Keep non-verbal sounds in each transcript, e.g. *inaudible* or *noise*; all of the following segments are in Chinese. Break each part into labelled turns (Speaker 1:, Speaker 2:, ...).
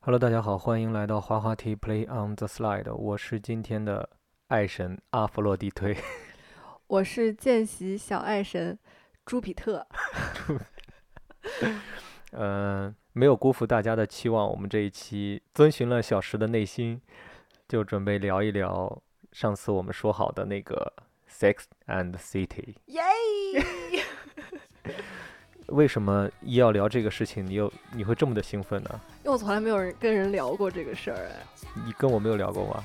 Speaker 1: Hello，大家好，欢迎来到滑滑梯 Play on the Slide，我是今天的爱神阿佛洛狄 *laughs* 忒。
Speaker 2: 我是见习小爱神朱比特。
Speaker 1: 嗯、没有辜负大家的期望，我们这一期遵循了小石的内心，就准备聊一聊上次我们说好的那个《Sex and the City》。
Speaker 2: 耶！
Speaker 1: 为什么一要聊这个事情，你又你会这么的兴奋呢？
Speaker 2: 因为我从来没有人跟人聊过这个事儿，哎，
Speaker 1: 你跟我没有聊过吗？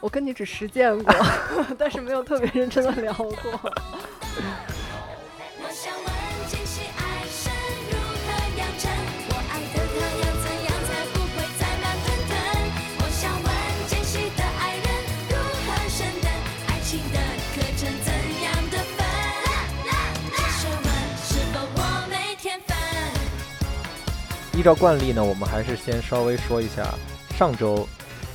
Speaker 2: 我跟你只实践过， *laughs* 但是没有特别认真的聊过。
Speaker 3: 我想问，今夕爱神如何养成？我爱的他要怎样才不会再慢吞吞？我想问，今夕的爱人如何升等？爱情的课程怎样的分？接受问，是否我没天分？
Speaker 1: 依照惯例呢，我们还是先稍微说一下上周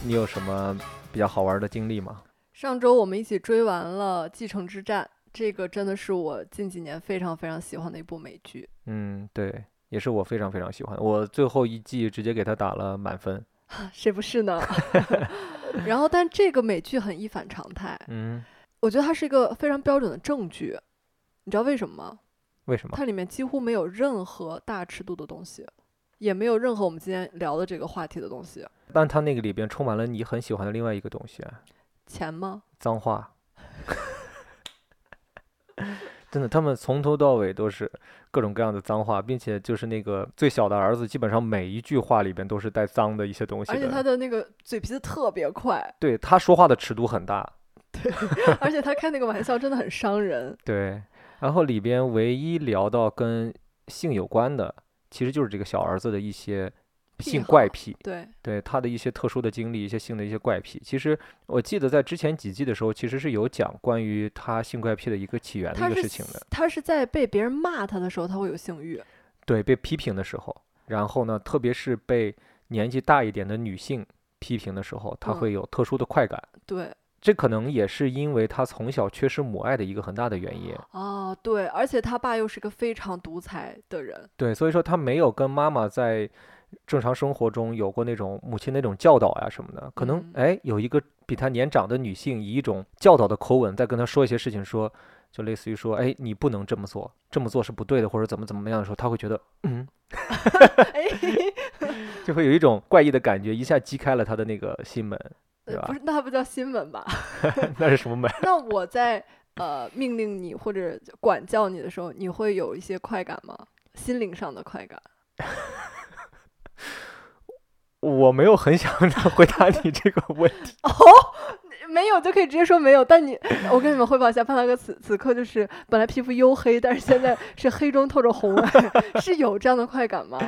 Speaker 1: 你有什么比较好玩的经历吗？
Speaker 2: 上周我们一起追完了《继承之战》，这个真的是我近几年非常非常喜欢的一部美剧。
Speaker 1: 嗯，对，也是我非常非常喜欢。我最后一季直接给他打了满分。
Speaker 2: 啊谁不是呢？ *laughs* 然后，但这个美剧很一反常态，
Speaker 1: 嗯，
Speaker 2: 我觉得它是一个非常标准的正剧。你知道为什么吗？
Speaker 1: 为什么？
Speaker 2: 它里面几乎没有任何大尺度的东西，也没有任何我们今天聊的这个话题的东西。
Speaker 1: 但他那个里边充满了你很喜欢的另外一个东西啊，
Speaker 2: 钱吗？
Speaker 1: 脏话。 *laughs* 真的，他们从头到尾都是各种各样的脏话，并且就是那个最小的儿子，基本上每一句话里边都是带脏的一些东西
Speaker 2: 而且他
Speaker 1: 的。
Speaker 2: 的那个嘴皮子特别快， *laughs*
Speaker 1: 对他说话的尺度很大，
Speaker 2: 而且他开那个玩笑真的很伤人。
Speaker 1: 对，然后里边唯一聊到跟性有关的，其实就是这个小儿子的一些
Speaker 2: 癖
Speaker 1: 性怪
Speaker 2: 好
Speaker 1: 癖，
Speaker 2: 对，
Speaker 1: 对他的一些特殊的经历，一些性的一些怪癖。其实我记得在之前几季的时候，其实是有讲关于他性怪癖的一个起源的
Speaker 2: 他
Speaker 1: 啊一个
Speaker 2: 是
Speaker 1: 事情的。
Speaker 2: 他是在被别人骂他的时候，他会有性欲。
Speaker 1: 对，被批评的时候，然后呢，特别是被年纪大一点的女性批评的时候，他
Speaker 2: 嗯
Speaker 1: 会有特殊的快感。
Speaker 2: 对，
Speaker 1: 这可能也是因为他从小缺失母爱的一个很大的原因。
Speaker 2: 哦，对，而且他爸又是个非常独裁的人。 *laughs*
Speaker 1: 对，所以说他没有跟妈妈在正常生活中有过那种母亲那种教导呀什么的，可能
Speaker 2: 嗯
Speaker 1: 哎有一个比他年长的女性以一种教导的口吻在跟他说一些事情说，就类似于说哎你不能这么做，这么做是不对的，或者怎么怎么样的时候，他会觉得嗯， *laughs*
Speaker 2: 哎，
Speaker 1: 就会有一种怪异的感觉，一下击开了他的那个心门，对
Speaker 2: 呃
Speaker 1: 吧
Speaker 2: 不是，那还不叫新闻吧？ *laughs*
Speaker 1: *laughs* 那是什么门？
Speaker 2: 那我在呃命令你或者管教你的时候，你会有一些快感吗？心灵上的快感？
Speaker 1: 我没有很想 *laughs* 地回答你这个问题，
Speaker 2: *laughs* 哦，没有就可以直接说没有。但你，我跟你们汇报一下，潘大哥此此刻就是本来皮肤黝黑，但是现在是黑中透着红， *laughs* 是有这样的快感吗？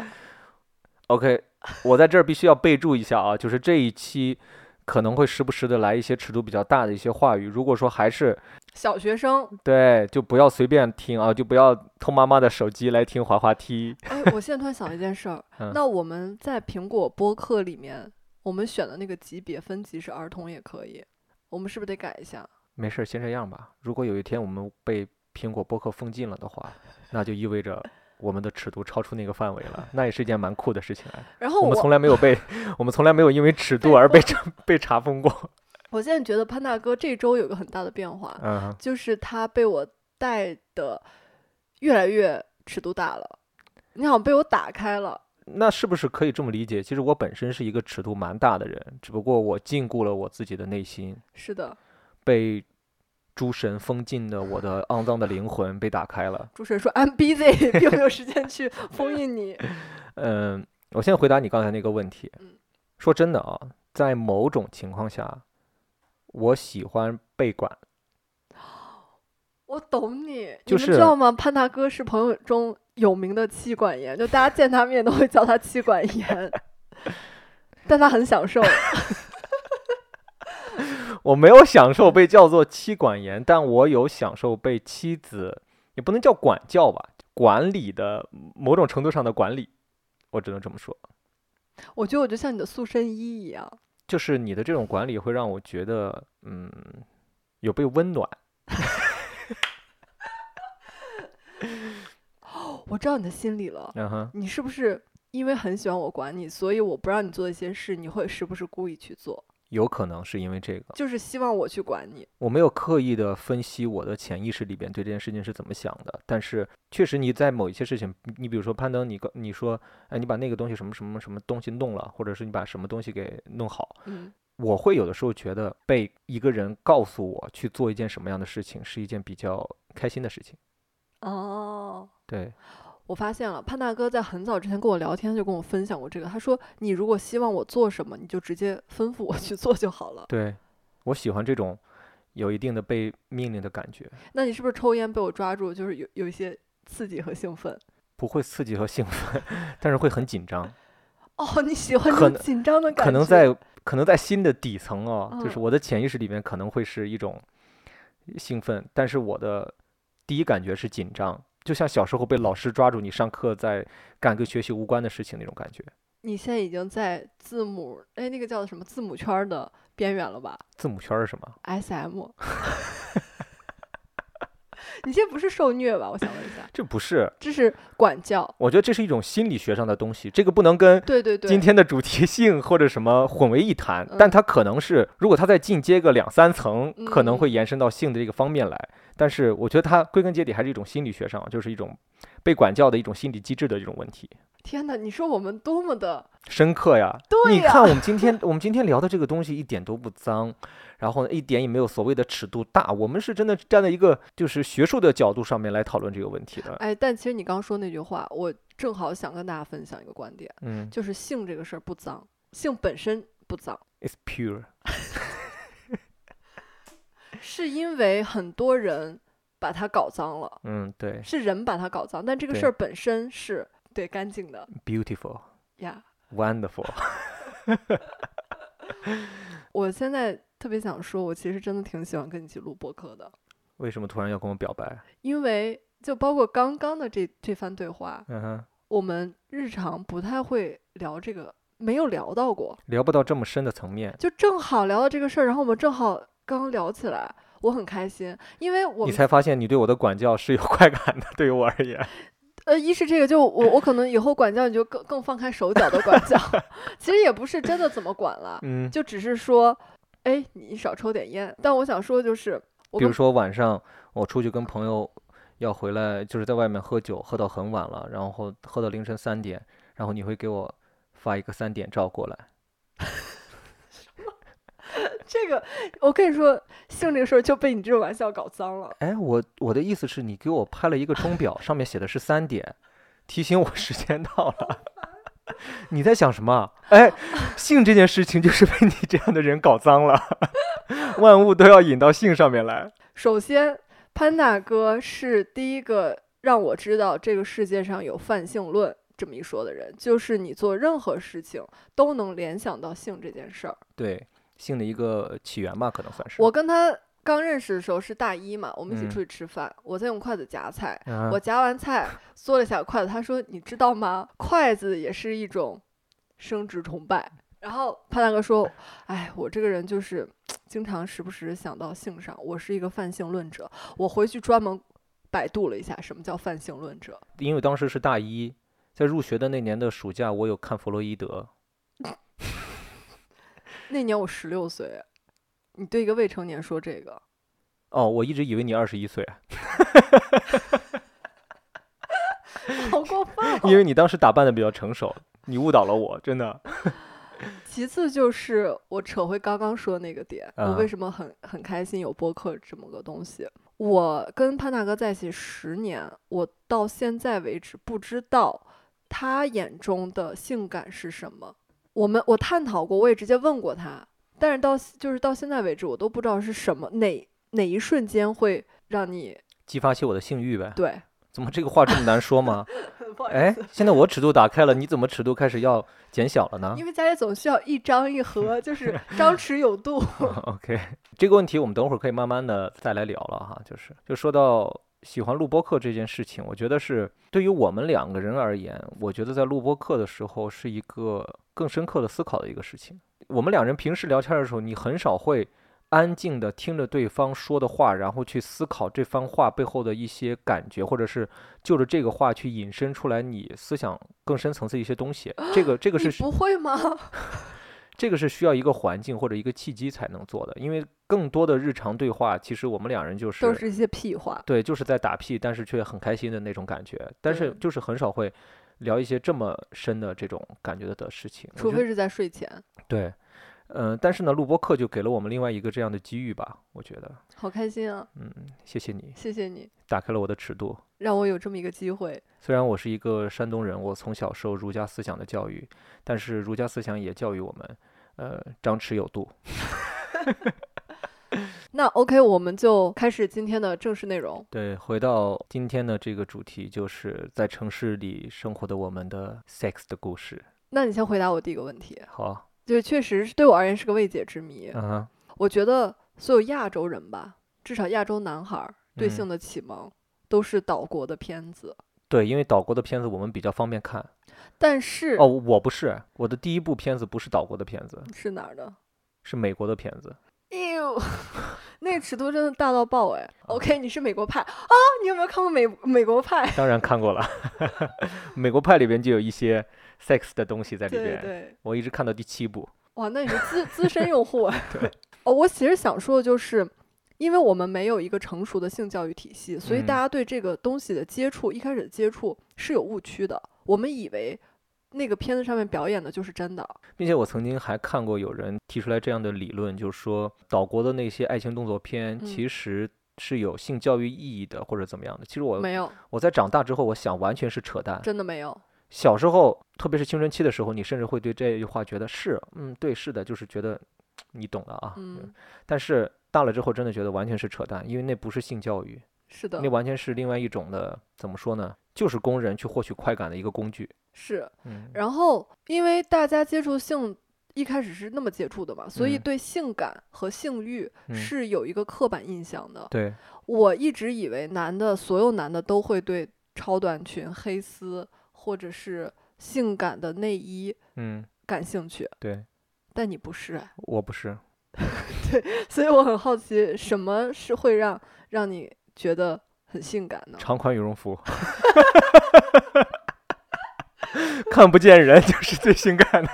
Speaker 1: OK，我在这儿必须要备注一下啊，就是这一期可能会时不时的来一些尺度比较大的一些话语。如果说还是
Speaker 2: *laughs* 小学生，
Speaker 1: 对，就不要随便听啊，就不要偷妈妈的手机来听滑滑梯。
Speaker 2: 哎，我现在突然想一件事儿，
Speaker 1: 嗯
Speaker 2: 那我们在苹果播客里面，我们选的那个级别分级是儿童也可以，我们是不是得改一下？
Speaker 1: 没事，儿，先这样吧。如果有一天我们被苹果播客封禁了的话，那就意味着我们的尺度超出那个范围了，那也是一件蛮酷的事情啊。
Speaker 2: 然后
Speaker 1: 我
Speaker 2: 我
Speaker 1: 们从来没有被，我们从来没有因为尺度而被查被查封过。
Speaker 2: 我现在觉得潘大哥这周有个很大的变化，
Speaker 1: 嗯，
Speaker 2: 就是他被我带的越来越尺度大了，你好像被我打开了。
Speaker 1: 那是不是可以这么理解？其实我本身是一个尺度蛮大的人，只不过我禁锢了我自己的内心，
Speaker 2: 是的，
Speaker 1: 被诸神封禁的我的肮脏的灵魂被打开了。
Speaker 2: 主持人说 I'm busy，并没有时间去封
Speaker 1: *laughs*
Speaker 2: 印你。
Speaker 1: 嗯，我现在回答你刚才那个问题
Speaker 2: 嗯。
Speaker 1: 说真的啊，在某种情况下，我喜欢被管。
Speaker 2: 我懂你，
Speaker 1: 就
Speaker 2: 你
Speaker 1: 是
Speaker 2: 们知道吗？潘大哥是朋友中有名的妻管严，就大家见他面都会叫他妻管严， *laughs* 但他很享受。
Speaker 1: 我没有享受被叫做妻管严，但我有享受被妻子，也不能叫管教吧，管理的某种程度上的管理，我只能这么说。
Speaker 2: 我觉得我就像你的塑身衣一样，
Speaker 1: 就是你的这种管理会让我觉得，嗯，有被温暖。
Speaker 2: 我知道你的心理了。
Speaker 1: 嗯哼，
Speaker 2: 你是不是因为很喜欢我管你，所以我不让你做一些事，你会时不时故意去做，
Speaker 1: 有可能是因为这个。
Speaker 2: 就是希望我去管你。
Speaker 1: 我没有刻意的分析我的潜意识里边对这件事情是怎么想的，但是确实你在某一些事情，你比如说攀登，你跟你说，哎，你把那个东西什么什么什么东西弄了，或者是你把什么东西给弄好，
Speaker 2: 嗯，
Speaker 1: 我会有的时候觉得被一个人告诉我去做一件什么样的事情是一件比较开心的事情。
Speaker 2: 哦，
Speaker 1: 对，
Speaker 2: 我发现了，潘大哥在很早之前跟我聊天就跟我分享过这个，他说你如果希望我做什么，你就直接吩咐我去做就好了。
Speaker 1: 对我喜欢这种有一定的被命令的感觉，
Speaker 2: 那你是不是抽烟被我抓住，就是有有一些刺激和兴奋？
Speaker 1: 不会刺激和兴奋， *laughs* 但是会很紧张。
Speaker 2: 哦，你喜欢这
Speaker 1: 可
Speaker 2: 种
Speaker 1: 能
Speaker 2: 紧张的感觉？
Speaker 1: 可能在可能在心的底层啊、就是
Speaker 2: 嗯
Speaker 1: 我的潜意识里面可能会是一种兴奋，但是我的第一感觉是紧张，就像小时候被老师抓住你上课在干跟学习无关的事情那种感觉。
Speaker 2: 你现在已经在字母，哎，那个叫什么字母圈儿的边缘了吧
Speaker 1: 字母圈儿是什么？
Speaker 2: ？S M。你现在不是受虐吧？我想问一下，
Speaker 1: 这不是，
Speaker 2: 这是管教。
Speaker 1: 我觉得这是一种心理学上的东西，这个不能跟
Speaker 2: 对对对，
Speaker 1: 今天的主题性或者什么混为一谈，但
Speaker 2: 嗯
Speaker 1: 它可能是，如果它再进阶个两三层，可能
Speaker 2: 嗯
Speaker 1: 会延伸到性的这个方面来。但是我觉得它归根结底还是一种心理学上，就是一种被管教的一种心理机制的一种问题，
Speaker 2: 天哪，你说我们多么的
Speaker 1: 深刻呀。
Speaker 2: 对
Speaker 1: 你
Speaker 2: 呀
Speaker 1: 看我们今天 *laughs* 我们今天聊的这个东西一点都不脏，然后呢一点也没有所谓的尺度大，我们是真的站在一个就是学术的角度上面来讨论这个问题的。
Speaker 2: 哎！但其实你刚说那句话，我正好想跟大家分享一个观点，
Speaker 1: 嗯
Speaker 2: 就是性这个事儿不脏，性本身不脏，
Speaker 1: ，it's pure，
Speaker 2: 是因为很多人把它搞脏了，
Speaker 1: 嗯，对
Speaker 2: 是人把它搞脏，但这个
Speaker 1: 对嗯
Speaker 2: 事儿本身是对干净的
Speaker 1: ，beautiful，wonderful，
Speaker 2: 呀。我现在特别想说，我其实真的挺喜欢跟你一起录播客的，
Speaker 1: 为什么突然要跟我表白？
Speaker 2: 因为就包括刚刚的这这番对话，
Speaker 1: 嗯哼。
Speaker 2: 我们日常不太会聊这个，没有聊到过，
Speaker 1: 聊不到这么深的层面，
Speaker 2: 就正好聊到这个事儿，然后我们正好刚刚聊起来，我很开心，因为我
Speaker 1: 你
Speaker 2: 们
Speaker 1: 才发现你对我的管教是有 *laughs* 快感的。对于我而言，
Speaker 2: 呃，一是这个，就我我可能以后管教你就更更放开手脚的管
Speaker 1: *laughs*
Speaker 2: 教，其实也不是真的怎么管了，
Speaker 1: 嗯，
Speaker 2: 就只是说，哎，你少抽点烟。但我想说就是，我
Speaker 1: 比如
Speaker 2: 跟
Speaker 1: 说晚上我出去跟朋友要回来，就是在外面喝酒，喝到很晚了，然后喝到凌晨三点，然后你会给我发一个三点照过来，
Speaker 2: 这个，我跟你说，性这个事儿就被你这种玩笑搞脏了。
Speaker 1: 哎，我我的意思是你给我拍了一个钟表，上面写的是三点，提醒我时间到了。 *laughs* 你在想什么？哎，性这件事情就是被你这样的人搞脏了， *laughs* 万物都要引到性上面来。
Speaker 2: 首先，潘大哥是第一个让我知道这个世界上有泛性论这么一说的人，就是你做任何事情都能联想到性这件事儿。
Speaker 1: 对性的一个起源吧，可能算是。
Speaker 2: 我跟他刚认识的时候是大一嘛，我们一起
Speaker 1: 嗯
Speaker 2: 出去吃饭，我在用筷子夹菜，
Speaker 1: 啊
Speaker 2: 我夹完菜嘬了一下筷子，他说：“你知道吗？筷子也是一种生殖崇拜。”然后潘大哥说：“哎，我这个人就是经常时不时想到性上，我是一个泛性论者。我回去专门百度了一下什么叫泛性论者。
Speaker 1: 因为当时是大一，在入学的那年的暑假，我有看弗洛伊德。
Speaker 2: 那年我十六岁，你对一个未成年说这个， *laughs*
Speaker 1: 哦，我一直以为你二十一岁啊，
Speaker 2: 好过分、哦
Speaker 1: 因为你当时打扮的比较成熟，你误导了我，真
Speaker 2: *laughs*
Speaker 1: 的。
Speaker 2: 其次就是我扯回刚刚说那个点，
Speaker 1: 啊
Speaker 2: 我为什么很很开心有播客这么个东西。我跟潘大哥在一起十年，我到现在为止不知道他眼中的性感是什么。我们我探讨过，我也直接问过他，但是到就是到现在为止，我都不知道是什么哪哪一瞬间会让你
Speaker 1: 激发起我的性欲呗？
Speaker 2: *laughs* 对，
Speaker 1: 怎么这个话这么难说
Speaker 2: *laughs*
Speaker 1: 吗？
Speaker 2: 不好意
Speaker 1: 哎，现在我尺度打开了，你怎么尺度开始要减小了呢
Speaker 2: 因为家里总需要一张一
Speaker 1: *laughs*
Speaker 2: 合，就是张弛有度。
Speaker 1: ？OK，这个问题我们等会儿可以慢慢的再来聊了哈。就是就说到喜欢录播课这件事情，我觉得是对于我们两个人而言，我觉得在录播课的时候是一个更深刻的思考的一个事情。我们两人平时聊天的时候，你很少会安静的听着对方说的话，然后去思考这番话背后的一些感觉，或者是就着这个话去引申出来你思想更深层次的一些东西。这个这个
Speaker 2: 你
Speaker 1: 是
Speaker 2: 不会吗？
Speaker 1: 这个是需要一个环境或者一个契机才能做的，因为更多的日常对话，其实我们两人就是
Speaker 2: 都是一些屁话。
Speaker 1: 对，就是在打屁，但是却很开心的那种感觉。但是
Speaker 2: 对
Speaker 1: 就是很少会聊一些这么深的这种感觉的事情。我
Speaker 2: 除
Speaker 1: 觉
Speaker 2: 非
Speaker 1: 得
Speaker 2: 是在睡前，
Speaker 1: 对，嗯、但是呢，录播课就给了我们另外一个这样的机遇吧。我觉得，
Speaker 2: 好开心啊！
Speaker 1: 嗯，谢谢你
Speaker 2: 谢谢你
Speaker 1: 打开了我的尺度。
Speaker 2: 让我有这么一个机会。
Speaker 1: 虽然我是一个山东人，我从小受儒家思想的教育，但是儒家思想也教育我们，呃，张弛有度。
Speaker 2: 那 OK，我们就开始今天的正式内容。
Speaker 1: 对，回到今天的这个主题，就是在城市里生活的我们的 sex 的故事。
Speaker 2: 那你先回答我第一个问题，
Speaker 1: 好，
Speaker 2: 就确实是对我而言是个未解之谜。
Speaker 1: 嗯哼，
Speaker 2: 我觉得所有亚洲人吧，至少亚洲男孩儿对
Speaker 1: 嗯
Speaker 2: 性的启蒙都是岛国的片子，
Speaker 1: 对，因为岛国的片子我们比较方便看。
Speaker 2: 但是、
Speaker 1: 哦，我不是，我的第一部片子不是岛国的片子，
Speaker 2: 是哪儿的？
Speaker 1: 是美国的片子。
Speaker 2: 哎呦， *laughs* 那个尺度真的大到爆哎！OK，你是
Speaker 1: 哦
Speaker 2: 美国派啊？你有没有看过美美国派？
Speaker 1: 当然看过了， *laughs* 美国派里边就有一些 sex 的东西在里
Speaker 2: 对
Speaker 1: 边。
Speaker 2: 对，
Speaker 1: 我一直看到第七部。
Speaker 2: 哇，那你是资资深用户
Speaker 1: *laughs*
Speaker 2: 哎。哦，我其实想说的就是，因为我们没有一个成熟的性教育体系，所以
Speaker 1: 嗯
Speaker 2: 大家对这个东西的接触，一开始的接触是有误区的。我们以为那个片子上面表演的就是真的，
Speaker 1: 并且我曾经还看过有人提出来这样的理论，就是说岛国的那些爱情动作片
Speaker 2: 嗯
Speaker 1: 其实是有性教育意义的，或者怎么样的。其实我
Speaker 2: 没有，
Speaker 1: 我在长大之后，我想完全是扯淡。
Speaker 2: 真的没有。
Speaker 1: 小时候，特别是青春期的时候，你甚至会对这句话觉得是，嗯，对，是的，就是觉得你懂的啊。
Speaker 2: 嗯，
Speaker 1: 但是大了之后，真的觉得完全是扯淡，因为那不是性教育，
Speaker 2: 是的
Speaker 1: 那，完全是另外一种的，怎么说呢？就是工人去获取快感的一个工具。
Speaker 2: 是。
Speaker 1: 嗯，
Speaker 2: 然后，因为大家接触性一开始是那么接触的嘛，所以
Speaker 1: 嗯
Speaker 2: 对性感和性欲
Speaker 1: 嗯
Speaker 2: 是有一个刻板印象的。
Speaker 1: 对，
Speaker 2: 我一直以为男的，所有男的都会对超短裙、黑丝或者是性感的内衣
Speaker 1: 嗯，
Speaker 2: 感兴趣，
Speaker 1: 对
Speaker 2: 但你不是哎，
Speaker 1: 我不是。
Speaker 2: *laughs* 所以我很好奇，什么是会让让你觉得很性感呢？
Speaker 1: 长款羽绒服， *laughs* 看不见人就是最性感的。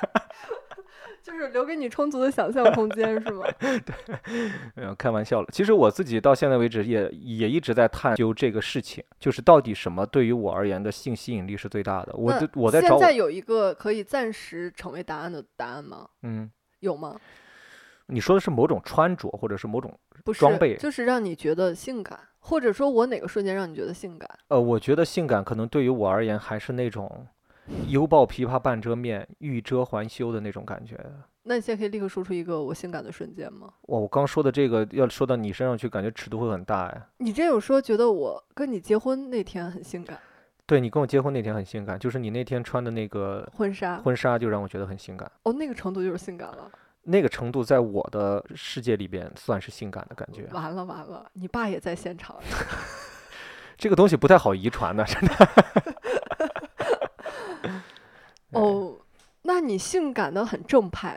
Speaker 2: 就是留给你充足的想象空间，是吗？
Speaker 1: 没嗯有开玩笑了。其实我自己到现在为止也也一直在探究这个事情，就是到底什么对于我而言的性吸引力是最大的。我
Speaker 2: 那
Speaker 1: 对我在找
Speaker 2: 现
Speaker 1: 我
Speaker 2: 在有一个可以暂时成为答案的答案吗？
Speaker 1: 嗯，
Speaker 2: 有吗？
Speaker 1: 你说的是某种穿着，或者是某种
Speaker 2: 不是，
Speaker 1: 装备
Speaker 2: 就是让你觉得性感，或者说我哪个瞬间让你觉得性感？
Speaker 1: 呃，我觉得性感可能对于我而言还是那种犹抱琵琶半遮面，欲遮还休的那种感觉。
Speaker 2: 那你现在可以立刻说出一个我性感的瞬间吗？
Speaker 1: 哇，我刚说的这个要说到你身上去，感觉尺度会很大哎。
Speaker 2: 你真有说觉得我跟你结婚那天很性感，
Speaker 1: 对你跟我结婚那天很性感，就是你那天穿的那个
Speaker 2: 婚纱
Speaker 1: 婚纱就让我觉得很性感，
Speaker 2: 哦，那个程度就是性感了。
Speaker 1: 那个程度在我的世界里边算是性感的感觉。
Speaker 2: 完了完了，你爸也在现场。
Speaker 1: 这个东西不太好遗传的，真的。
Speaker 2: *laughs* 哦，那你性感的很正派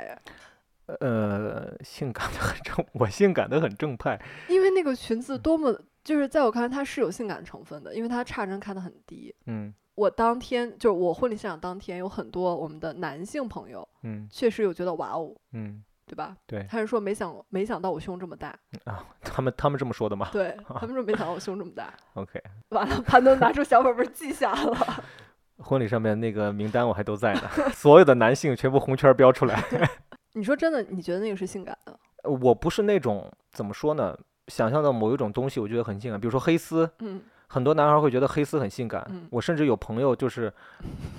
Speaker 2: 哎，
Speaker 1: *laughs* 呃，性感的很正，我性感的很正派。
Speaker 2: 因为那个裙
Speaker 1: 嗯
Speaker 2: 子多么，就是在我看来它是有性感成分的，因为它差针开的很低。
Speaker 1: 嗯
Speaker 2: 我当天就是我婚礼现场当天，有很多我们的男性朋友
Speaker 1: 嗯
Speaker 2: 确实有觉得哇哦，
Speaker 1: 嗯，
Speaker 2: 对吧？
Speaker 1: 对
Speaker 2: 他是说没想没想到我胸这么大，
Speaker 1: 他们他们这么说的吗 *laughs*
Speaker 2: 对他们说没想到我胸这么大。
Speaker 1: ？OK，
Speaker 2: 完了，潘东拿出小本本记
Speaker 1: *laughs*
Speaker 2: 下了。
Speaker 1: 婚礼上面那个名单我还都在
Speaker 2: *laughs*
Speaker 1: 呢，所有的男性全部红圈儿标出来。 *laughs*
Speaker 2: 你说真的，你觉得那个是性感的？
Speaker 1: 呃我不是那种怎么说呢，想象到某一种东西，我觉得很性感，比如说黑丝，
Speaker 2: 嗯，
Speaker 1: 很多男孩会觉得黑丝很性感。
Speaker 2: 嗯
Speaker 1: 我甚至有朋友就是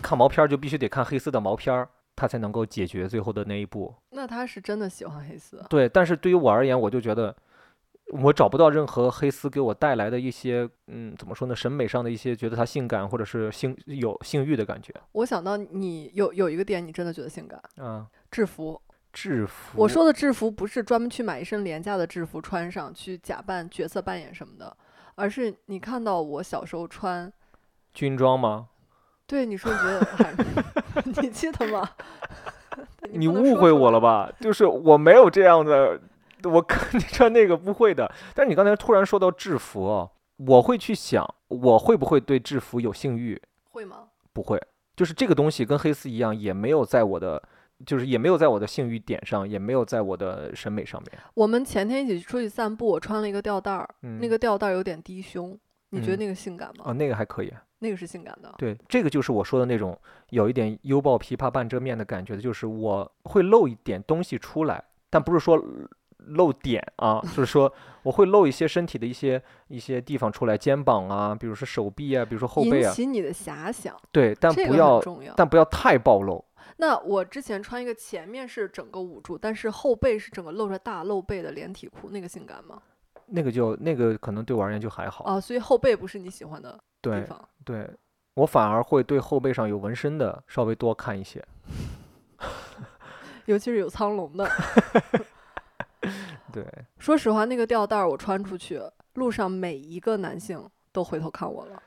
Speaker 1: 看毛片儿就必须得看黑丝的毛片儿，他才能够解决最后的那一步。
Speaker 2: 那他是真的喜欢黑丝。
Speaker 1: 对，但是对于我而言，我就觉得我找不到任何黑丝给我带来的一些，嗯，怎么说呢，审美上的一些觉得它性感或者是性有性欲的感觉。
Speaker 2: 我想到你有有一个点，你真的觉得性感，
Speaker 1: 啊，
Speaker 2: 制服。
Speaker 1: 制服，
Speaker 2: 我说的制服不是专门去买一身廉价的制服穿上去假扮角色扮演什么的，而是你看到我小时候穿，
Speaker 1: 军装吗？
Speaker 2: 对你说你觉得还，
Speaker 1: *laughs*
Speaker 2: 你记得吗？ *laughs*
Speaker 1: 你
Speaker 2: 不能
Speaker 1: 误
Speaker 2: 说
Speaker 1: 会
Speaker 2: 出来
Speaker 1: 我了吧？就是我没有这样的我看你穿那个不会的。但是你刚才突然说到制服哦，我会去想，我会不会对制服有性欲？
Speaker 2: 会吗？
Speaker 1: 不会，就是这个东西跟黑丝一样，也没有在我的，就是也没有在我的性欲点上，也没有在我的审美上面。
Speaker 2: 我们前天一起出去散步，我穿了一个吊带儿，
Speaker 1: 嗯，
Speaker 2: 那个吊带儿有点低胸，你觉得
Speaker 1: 嗯
Speaker 2: 那个性感吗？
Speaker 1: 哦，那个还可以。
Speaker 2: 那个是性感的。
Speaker 1: 对，这个就是我说的那种有一点犹抱琵琶半遮面的感觉的，就是我会露一点东西出来，但不是说露点啊，就是说我会露一些身体的一些一些地方出来，肩膀啊，比如说手臂啊，比如说后背
Speaker 2: 引
Speaker 1: 啊，
Speaker 2: 起你的遐想，
Speaker 1: 对，但
Speaker 2: 这
Speaker 1: 不
Speaker 2: 个
Speaker 1: 要
Speaker 2: 很重要。
Speaker 1: 但不要太暴露。
Speaker 2: 那我之前穿一个前面是整个捂住，但是后背是整个露着大露背的连体裤，那个性感吗？
Speaker 1: 那个就那个可能对我而言就还好，
Speaker 2: 啊，所以后背不是你喜欢的地
Speaker 1: 哦对
Speaker 2: 方。
Speaker 1: 对，我反而会对后背上有纹身的稍微多看一些。
Speaker 2: 尤其是有苍
Speaker 1: *laughs*
Speaker 2: 龙的。 *laughs*
Speaker 1: 对，
Speaker 2: 说实话，那个吊带儿我穿出去，路上每一个男性都回头看我了。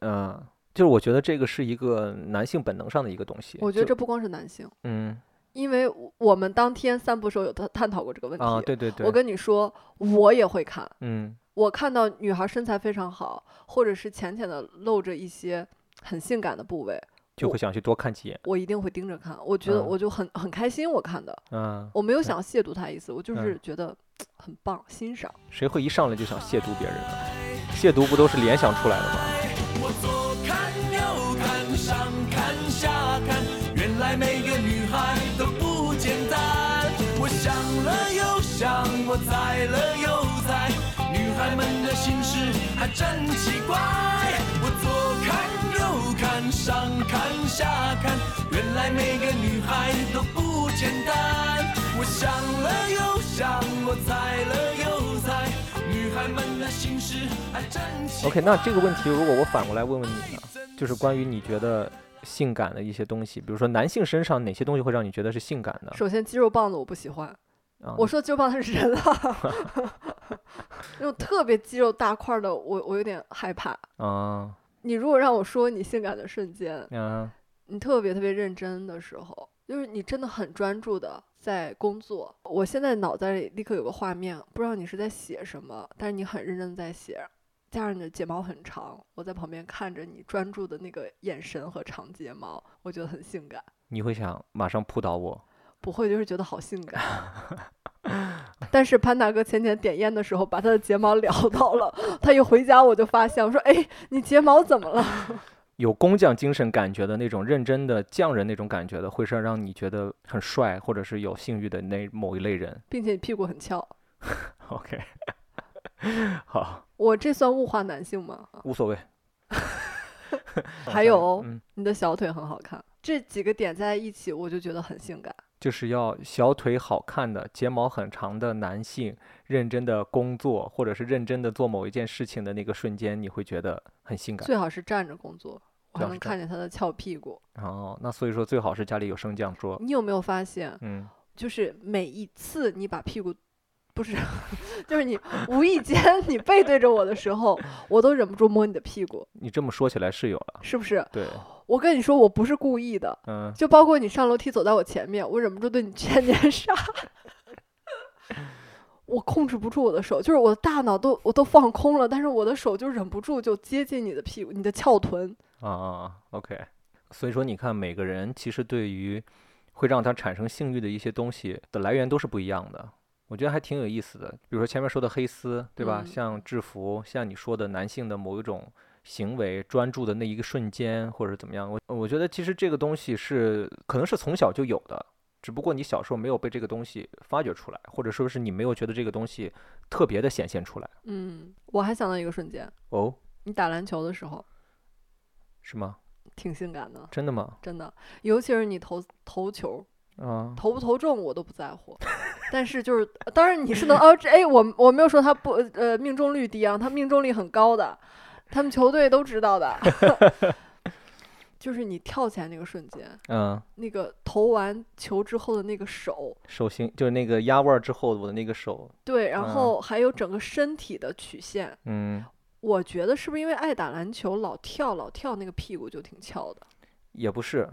Speaker 1: 嗯、就是我觉得这个是一个男性本能上的一个东西。
Speaker 2: 我觉得
Speaker 1: 就
Speaker 2: 这不光是男性，
Speaker 1: 嗯
Speaker 2: 因为我我们当天散步时候有探探讨过这个问题。
Speaker 1: 啊，对对对，
Speaker 2: 我跟你说，我也会看。
Speaker 1: 嗯
Speaker 2: 我看到女孩身材非常好，或者是浅浅的露着一些很性感的部位，
Speaker 1: 就
Speaker 2: 我
Speaker 1: 会想去多看几眼。
Speaker 2: 我一定会盯着看。我觉得
Speaker 1: 嗯
Speaker 2: 我就很、很开心，我看的，
Speaker 1: 嗯，
Speaker 2: 我没有
Speaker 1: 对
Speaker 2: 想亵渎她意思，我就是
Speaker 1: 嗯
Speaker 2: 觉得嘖很棒，欣赏。
Speaker 1: 谁会一上来就想亵渎别人呢？亵渎不都是联想出来的吗？
Speaker 4: 我左看右看，上看下看，原来每个女孩都不简单。我想了又想，我猜了又猜，女孩们的心事还真奇怪。我左看右看，上看下看，原来每个女孩都不简单。我想了又想，我猜了又猜，女孩们的心事还真奇怪。
Speaker 1: OK，那这个问题如果我反过来问问你呢，就是关于你觉得性感的一些东西，比如说男性身上哪些东西会让你觉得是性感的？
Speaker 2: 首先，肌肉棒子我不喜欢，
Speaker 1: 啊，
Speaker 2: *laughs* 我说肌肉棒子
Speaker 1: *laughs*
Speaker 2: 是人啊，那种特别肌肉大块儿的，我我有点害怕。
Speaker 1: 啊，
Speaker 2: 你如果让我说你性感的瞬间，
Speaker 1: 嗯
Speaker 2: 你特别特别认真的时候，就是你真的很专注的在工作。我现在脑袋里立刻有个画面，不知道你是在写什么，但是你很认真地在写，加上你的睫毛很长，我在旁边看着你专注的那个眼神和长睫毛，我觉得很性感。
Speaker 1: 你会想马上扑倒我。
Speaker 2: 不会就是觉得好性感。但是潘大哥前天点烟的时候，把他的睫毛撩到了，他一回家我就发现，我说：“哎，你睫毛怎么了
Speaker 1: 有工匠精神感觉的那种认真的匠人那种感觉的，会是让你觉得很帅或者是有性欲的那某一类人？”。
Speaker 2: 并且你屁股很翘，
Speaker 1: OK，好，
Speaker 2: 我这算物化男性吗？
Speaker 1: 无所谓。
Speaker 2: 还有
Speaker 1: 嗯，
Speaker 2: 你的小腿很好看，这几个点在一起，我就觉得很性感。
Speaker 1: 就是要小腿好看的、睫毛很长的男性，认真的工作或者是认真的做某一件事情的那个瞬间，你会觉得很性感。
Speaker 2: 最好是站着工作，我
Speaker 1: 最
Speaker 2: 还
Speaker 1: 好
Speaker 2: 能
Speaker 1: 是
Speaker 2: 看见他的翘屁股。
Speaker 1: 哦，那所以说最好是家里有升降桌。
Speaker 2: 你有没有发现，
Speaker 1: 嗯，
Speaker 2: 就是每一次你把屁股，不是， *laughs* 就是你无意间你背对着我的时候，我都忍不住摸你的屁股，
Speaker 1: 你这么说起来是有了。
Speaker 2: 是不是？
Speaker 1: 对，
Speaker 2: 我跟你说，我不是故意的，
Speaker 1: 嗯，
Speaker 2: 就包括你上楼梯走在我前面，我忍不住对你欠年杀。 *laughs* 我控制不住我的手，就是我的大脑都我都放空了，但是我的手就忍不住就接近你的屁股，你的翘臀。
Speaker 1: 啊啊啊，OK。所以说，你看每个人其实对于会让他产生性欲的一些东西的来源都是不一样的。我觉得还挺有意思的，比如说前面说的黑丝，对吧？
Speaker 2: 嗯
Speaker 1: 像制服，像你说的男性的某一种行为，专注的那一个瞬间，或者怎么样，我我觉得其实这个东西是可能是从小就有的，只不过你小时候没有被这个东西发掘出来，或者说是你没有觉得这个东西特别的显现出来。
Speaker 2: 嗯，我还想到一个瞬间，
Speaker 1: 哦，
Speaker 2: 你打篮球的时候
Speaker 1: 是吗？
Speaker 2: 挺性感的，
Speaker 1: 真的吗？
Speaker 2: 真的，尤其是你投投球，
Speaker 1: 啊，
Speaker 2: 投不投中我都不在乎， *laughs* 但是就是，当然你是能哦，这哎，我我没有说他不呃命中率低啊，他命中率很高的，他们球队都知道的。 *laughs* 就是你跳起来那个瞬间，
Speaker 1: 嗯。
Speaker 2: 那个投完球之后的那个手，
Speaker 1: 手心就是那个压腕儿之后，我的那个手，嗯
Speaker 2: 对，然后还有整个身体的曲线，
Speaker 1: 嗯，
Speaker 2: 我觉得是不是因为爱打篮球老跳老跳，那个屁股就挺翘的，
Speaker 1: 也不是，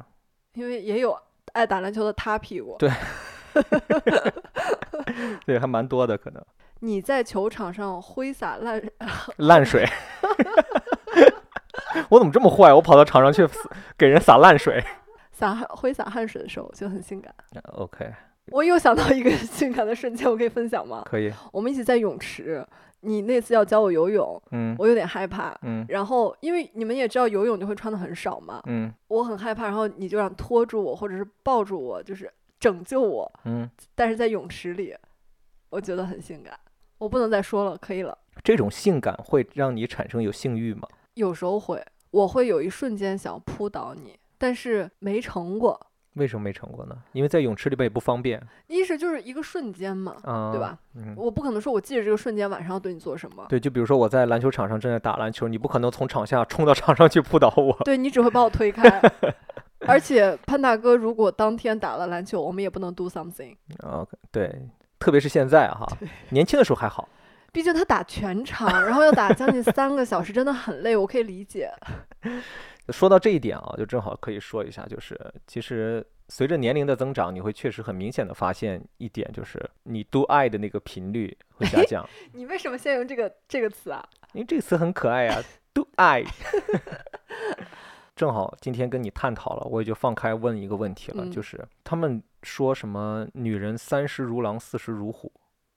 Speaker 2: 因为也有爱打篮球的塌屁股。
Speaker 1: 对对，还蛮多的，可能
Speaker 2: 你在球场上挥洒烂， *laughs*
Speaker 1: 烂水。 *laughs* 我怎么这么坏？我跑到场上去死给人洒烂水。
Speaker 2: 洒汗挥洒汗水的时候就很性感。
Speaker 1: *laughs* OK，
Speaker 2: 我又想到一个 *laughs* 性感的瞬间，我可以分享吗？
Speaker 1: 可以，
Speaker 2: 我们一起在泳池，你那次要教我游泳，
Speaker 1: 嗯
Speaker 2: 我有点害怕。
Speaker 1: 嗯
Speaker 2: 然后，因为你们也知道游泳就会穿的很少嘛，
Speaker 1: 嗯
Speaker 2: 我很害怕。然后你就想拖住我，或者是抱住我，就是拯救我。
Speaker 1: 嗯，
Speaker 2: 但是在泳池里，我觉得很性感。我不能再说了，可以了。
Speaker 1: 这种性感会让你产生有性欲吗？
Speaker 2: 有时候会，我会有一瞬间想扑倒你，但是没成过。
Speaker 1: 为什么没成过呢？因为在泳池里边也不方便
Speaker 2: 一是就是一个瞬间嘛，
Speaker 1: 啊，
Speaker 2: 对吧？
Speaker 1: 嗯，
Speaker 2: 我不可能说我记着这个瞬间晚上要对你做什么，
Speaker 1: 对，就比如说我在篮球场上正在打篮球，你不可能从场下冲到场上去扑倒 *laughs* 我。
Speaker 2: 对你只会把我推开。而且潘大哥如果当天打了篮球，我们也不能 do something，
Speaker 1: 啊，对，特别是现在哈，年轻的时候还好，
Speaker 2: 毕竟他打全场，然后要打将近三个小时，真的很累，我可以理解。
Speaker 1: 说到这一点啊，就正好可以说一下，就是其实随着年龄的增长，你会确实很明显的发现一点，就是你 do 爱的那个频率会下降。
Speaker 2: 你为什么先用这个这个词 *laughs* 啊？
Speaker 1: 因为这个词很可爱呀、d o 爱。正好今天跟你探讨了，我也就放开问一个问题了，就
Speaker 2: 嗯
Speaker 1: 是他们说什么女人三十如狼，四十如虎，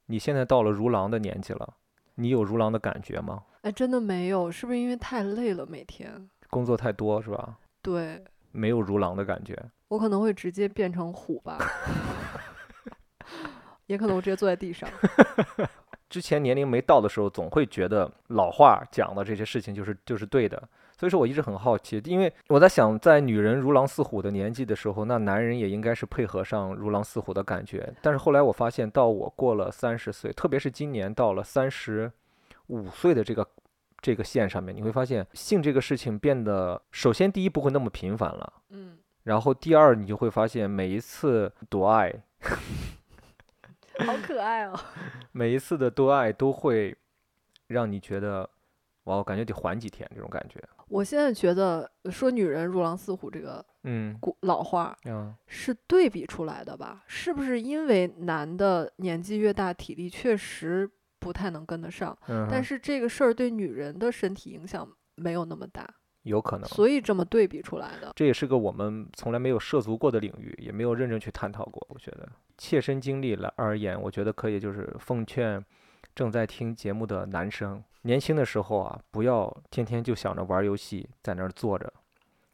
Speaker 1: 你现在到了如狼的年纪了，你有如狼的感觉吗？
Speaker 2: 哎，真的没有，是不是因为太累了每天？
Speaker 1: 工作太多是吧？
Speaker 2: 对
Speaker 1: 没有如狼的感觉。
Speaker 2: 我可能会直接变成虎吧， *laughs* 也可能我直接坐在地上。
Speaker 1: 之前年龄没到的时候，总会觉得老话讲的这些事情就是就是对的。所以说我一直很好奇，因为我在想，在女人如狼似虎的年纪的时候，那男人也应该是配合上如狼似虎的感觉。但是后来我发现，到我过了三十岁，特别是今年到了三十五岁的这个这个线上面，你会发现性这个事情变得，首先第一不会那么频繁了，
Speaker 2: 嗯，
Speaker 1: 然后第二你就会发现每一次夺爱
Speaker 2: 好可爱哦。
Speaker 1: 每一次的多爱都会让你觉得，哇，我感觉得缓几天这种感觉。
Speaker 2: 我现在觉得说女人如狼似虎这个
Speaker 1: 嗯
Speaker 2: 古老话
Speaker 1: 啊，
Speaker 2: 是对比出来的吧？是不是因为男的年纪越大，体力确实不太能跟得上，
Speaker 1: 嗯哼，
Speaker 2: 但是这个事儿对女人的身体影响没有那么大，
Speaker 1: 有可能，
Speaker 2: 所以这么对比出来的。
Speaker 1: 这也是个我们从来没有涉足过的领域，也没有认真去探讨过。我觉得切身经历来而言，我觉得可以就是奉劝正在听节目的男生，年轻的时候啊，不要天天就想着玩儿游戏，在那儿坐着。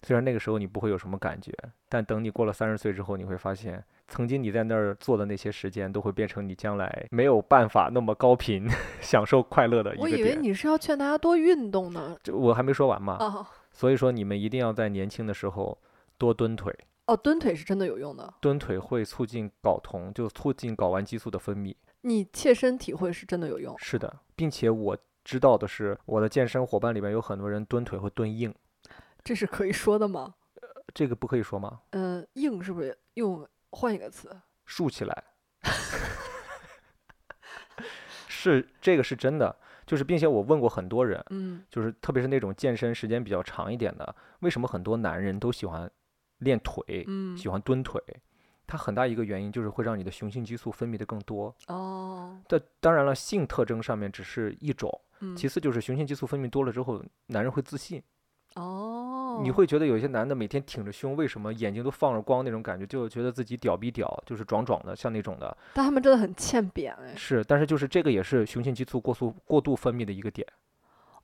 Speaker 1: 虽然那个时候你不会有什么感觉，但等你过了三十岁之后，你会发现，曾经你在那儿做的那些时间，都会变成你将来没有办法那么高频 *laughs* 享受快乐呃的一
Speaker 2: 我
Speaker 1: 个
Speaker 2: 以为
Speaker 1: 点。啊
Speaker 2: 你是要劝大家多运动呢。
Speaker 1: 这我还没说完嘛，
Speaker 2: 哦
Speaker 1: 所以说你们一定要在年轻的时候多蹲腿，
Speaker 2: 哦，蹲腿是真的有用的，
Speaker 1: 蹲腿会促进睾酮，就促进睾丸激素的分泌。
Speaker 2: 你切身体会是真的有用。
Speaker 1: 是的，并且我知道的是，我的健身伙伴里面有很多人蹲腿会蹲硬，
Speaker 2: 这是可以说的吗？
Speaker 1: 这个不可以说吗？
Speaker 2: 嗯，硬是不是用换一个词？
Speaker 1: 竖起来， *laughs* 是这个是真的，就是并且我问过很多人，
Speaker 2: 嗯，
Speaker 1: 就是特别是那种健身时间比较长一点的，为什么很多男人都喜欢练腿，
Speaker 2: 嗯
Speaker 1: 喜欢蹲腿？它很大一个原因就是会让你的雄性激素分泌的更多。
Speaker 2: 哦，
Speaker 1: 但当然了，性特征上面只是一种。
Speaker 2: 嗯，
Speaker 1: 其次就是雄性激素分泌多了之后，男人会自信，
Speaker 2: 哦，
Speaker 1: 你会觉得有一些男的每天挺着胸，为什么眼睛都放着光那种感觉，就觉得自己屌逼屌，就是壮壮的，像那种的。
Speaker 2: 但他们真的很欠扁哎。
Speaker 1: 是，但是就是这个也是雄性激素过速过度分泌的一个点。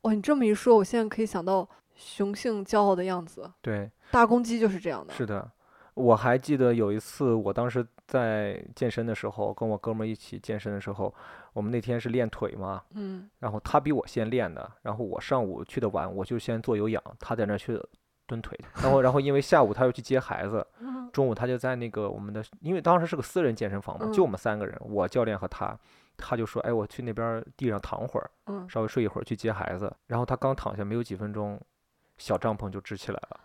Speaker 2: 哇，你这么一说，我现在可以想到雄性骄傲的样子，
Speaker 1: 对，
Speaker 2: 大公鸡就是这样的。
Speaker 1: 是的。我还记得有一次，我当时在健身的时候，跟我哥们儿一起健身的时候，我们那天是练腿嘛，
Speaker 2: 嗯，
Speaker 1: 然后他比我先练的，然后我上午去的晚，我就先做有氧，他在那儿去蹲腿，然后然后因为下午他要去接孩子，
Speaker 2: 嗯
Speaker 1: 中午他就在那个我们的，因为当时是个私人健身房嘛，
Speaker 2: 嗯
Speaker 1: 就我们三个人，我教练和他，他就说，哎，我去那边儿地上躺会儿，
Speaker 2: 嗯，
Speaker 1: 稍微睡一会儿，去接孩子。然后他刚躺下没有几分钟，小帐篷就支起来了。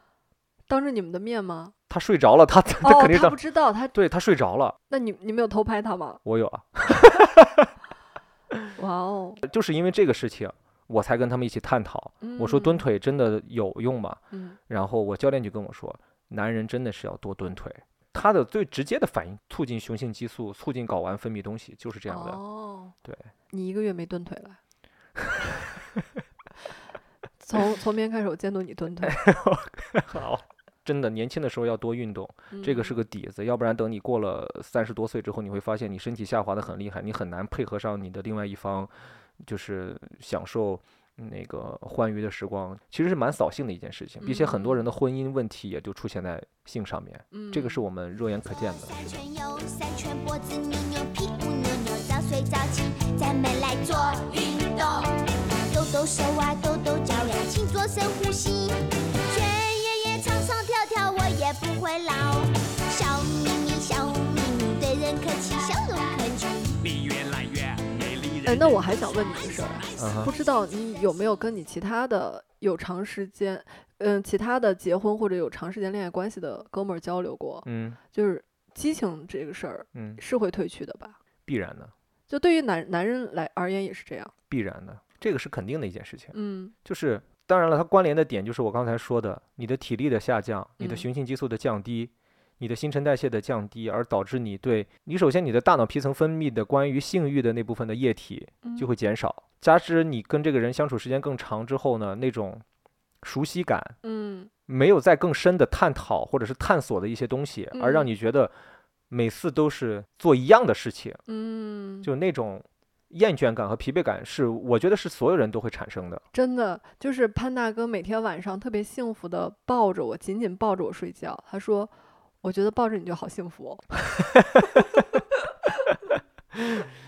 Speaker 2: 当着你们的
Speaker 1: *laughs*
Speaker 2: 面吗？
Speaker 1: 他睡着了，他他
Speaker 2: 哦
Speaker 1: 肯，定
Speaker 2: 他
Speaker 1: 当、
Speaker 2: 不知道，他
Speaker 1: 对他睡着了，
Speaker 2: 那你你没有偷拍他吗？
Speaker 1: 我有啊，
Speaker 2: 哇哦，
Speaker 1: 就是因为这个事情，我才跟他们一起探讨。我说蹲
Speaker 2: 嗯，
Speaker 1: 腿真的有用吗？
Speaker 2: 嗯，
Speaker 1: 然后我教练就跟我说，男人真的是要多蹲腿。它的最直接的反应，促进雄性激素，促进睾丸分泌东西，就是这样的。
Speaker 2: 哦，
Speaker 1: 对，
Speaker 2: 你一个月没蹲腿
Speaker 1: *laughs*
Speaker 2: 了。从从明天开始，我监督你
Speaker 1: *laughs*
Speaker 2: 蹲腿。
Speaker 1: 好，真的年轻的时候要多运动，这个是
Speaker 2: 嗯
Speaker 1: 个底子，要不然等你过了三十多岁之后，你会发现你身体下滑的很厉害，你很难配合上你的另外一方，就是享受那个欢愉的时光，其实是蛮扫兴的一件事情，并且很多人的婚姻问题也就出现在性上面，
Speaker 2: 嗯
Speaker 1: 这个是我们肉眼可见的。
Speaker 3: 三圈右，三圈脖子扭扭，屁股扭扭，早睡早起，咱们来做运动。抖抖手啊，抖抖脚呀，请做深呼吸。全爷爷唱唱跳跳，我也不会老。笑眯眯，笑眯眯，对人客气，笑容肯举。
Speaker 4: 你越来越美丽。
Speaker 2: 哎，那我还想问你一个事儿啊，
Speaker 1: 嗯
Speaker 2: 不
Speaker 1: 哼，
Speaker 2: 知道你有没有跟你其他的有长时间，嗯，其他的结婚或者有长时间恋爱关系的哥们儿交流过？
Speaker 1: 嗯
Speaker 2: 就是激情这个事儿
Speaker 1: 嗯，
Speaker 2: 是会褪去的吧？
Speaker 1: 必然的，
Speaker 2: 就对于男男人来而言也是这样。
Speaker 1: 必然的，这个是肯定的一件事情。
Speaker 2: 嗯
Speaker 1: 就是当然了，它关联的点就是我刚才说的，你的体力的下降，你的
Speaker 2: 嗯
Speaker 1: 雄性激素的降低，你的新陈代谢的降低，而导致你对你首先你的大脑皮层分泌的关于性欲的那部分的液体就会减少，加之你跟这个人相处时间更长之后呢，那种熟悉感，
Speaker 2: 嗯
Speaker 1: 没有再更深的探讨或者是探索的一些东西，而让
Speaker 2: 嗯
Speaker 1: 你觉得每次都是做一样的事情，
Speaker 2: 嗯，
Speaker 1: 就那种。厌倦感和疲惫感是，我觉得是所有人都会产生的。
Speaker 2: 真的就是潘大哥每天晚上特别幸福的抱着我，紧紧抱着我睡觉。他说：“我觉得抱着你就好幸福、哦。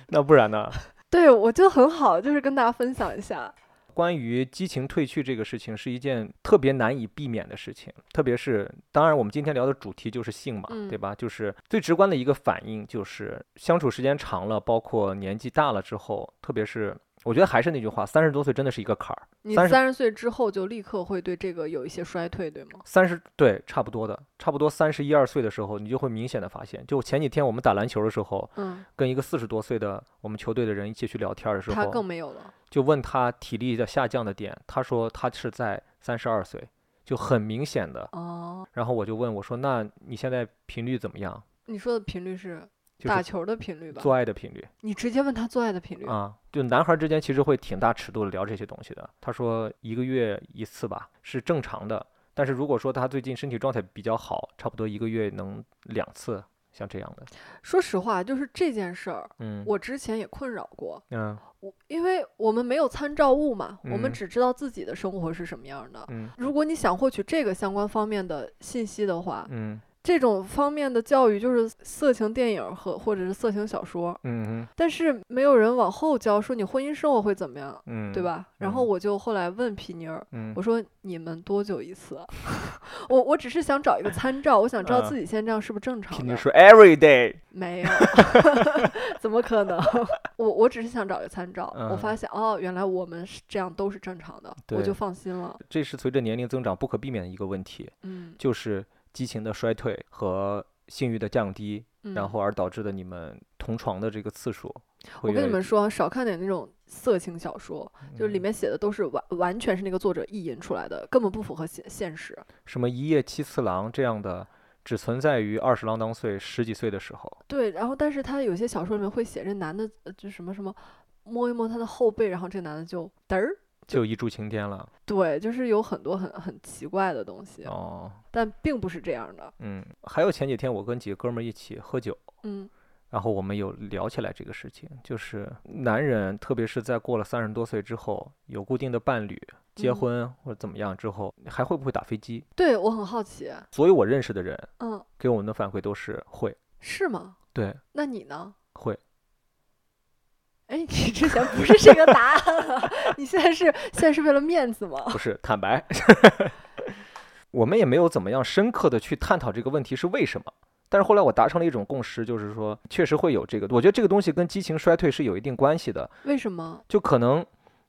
Speaker 1: 那不然呢？” *laughs*
Speaker 2: 对，我觉得很好，就是跟大家分享一下。
Speaker 1: 关于激情褪去这个事情，是一件特别难以避免的事情，特别是当然我们今天聊的主题就是性嘛，
Speaker 2: 嗯
Speaker 1: 对吧？就是最直观的一个反应就是相处时间长了，包括年纪大了之后，特别是我觉得还是那句话，三十多岁真的是一个坎儿，
Speaker 2: 你
Speaker 1: 30
Speaker 2: 三十岁之后就立刻会对这个有一些衰退，对吗？
Speaker 1: 三十对差不多的，差不多三十一二岁的时候，你就会明显的发现，就前几天我们打篮球的时候，
Speaker 2: 嗯，
Speaker 1: 跟一个四十多岁的我们球队的人一起去聊天的时
Speaker 2: 他更
Speaker 1: 候，
Speaker 2: 没有了。
Speaker 1: 就问他体力的下降的点，他说他是在三十二岁，就很明显的。
Speaker 2: 哦，
Speaker 1: 然后我就问我说：“那你现在频率怎么样？
Speaker 2: 你说的频率是
Speaker 1: 就
Speaker 2: 打
Speaker 1: 是
Speaker 2: 球的频率吧？
Speaker 1: 做爱的频率
Speaker 2: 你直接问他做爱的频率。
Speaker 1: 啊？就男孩之间其实会挺大尺度的聊这些东西的。”他说：“一个月一次吧，是正常的。但是如果说他最近身体状态比较好，差不多一个月能两次，像这样的。
Speaker 2: 说实话，就是这件事儿，
Speaker 1: 嗯
Speaker 2: 我之前也困扰过。
Speaker 1: 嗯
Speaker 2: 我因为我们没有参照物嘛，我
Speaker 1: 嗯
Speaker 2: 们只知道自己的生活是什么样的。
Speaker 1: 嗯
Speaker 2: 如果你想获取这个相关方面的信息的话，
Speaker 1: 嗯
Speaker 2: 这种方面的教育就是色情电影和或者是色情小说，
Speaker 1: 嗯
Speaker 2: 但是没有人往后教说你婚姻生活会怎么样，
Speaker 1: 嗯，
Speaker 2: 对？吧？然后我就后来问皮尼尔，
Speaker 1: 嗯
Speaker 2: 我说你们多久一次啊？ *laughs* 我我只是想找一个参照，我想知道
Speaker 1: 嗯
Speaker 2: 自己现在这样是不是正常的。
Speaker 1: 说 every day，
Speaker 2: 没有， *laughs* 怎么可能？我我只是想找一个参照，我
Speaker 1: 嗯
Speaker 2: 发现哦，原来我们是这样都是正常的，我
Speaker 1: 对
Speaker 2: 就放心了。
Speaker 1: 这是随着年龄增长不可避免的一个问题，
Speaker 2: 嗯，
Speaker 1: 就是激情的衰退和性欲的降低，然
Speaker 2: 嗯
Speaker 1: 后而导致的你们同床的这个次数会
Speaker 2: 我
Speaker 1: 越来越低。嗯
Speaker 2: 跟你们说，啊少看点那种色情小说，就是里面写的都是完完全是那个作者意淫出来的，根本不符合现现实。
Speaker 1: 嗯什么一夜七次郎这样的，只存在于二十郎当岁、十几岁的时候。
Speaker 2: 对，然后但是他有些小说里面会写这男的呃就什么什么，摸一摸他的后背，然后这个男的就嘚儿。
Speaker 1: 就一柱擎天了
Speaker 2: 对，就是有很多很很奇怪的东西，
Speaker 1: 哦，
Speaker 2: 但并不是这样的。
Speaker 1: 嗯，还有前几天我跟几个哥们儿一起喝酒，
Speaker 2: 嗯
Speaker 1: 然后我们有聊起来这个事情，就是男人，特别是在过了三十多岁之后，有固定的伴侣、结
Speaker 2: 嗯
Speaker 1: 婚或者怎么样之后，还会不会打飞机？
Speaker 2: 对我很好奇，
Speaker 1: 所有我认识的人
Speaker 2: 嗯，
Speaker 1: 给我们的反馈都是会，
Speaker 2: 是吗？
Speaker 1: 对，
Speaker 2: 那你呢？
Speaker 1: 会。
Speaker 2: 哎，你之前不是这个答案啊，你现在是现在是为了面子吗？
Speaker 1: 不是坦白， *laughs* 我们也没有怎么样深刻的去探讨这个问题是为什么。但是后来我达成了一种共识，就是说确实会有这个，我觉得这个东西跟激情衰退是有一定关系的。
Speaker 2: 为什么？
Speaker 1: 就可能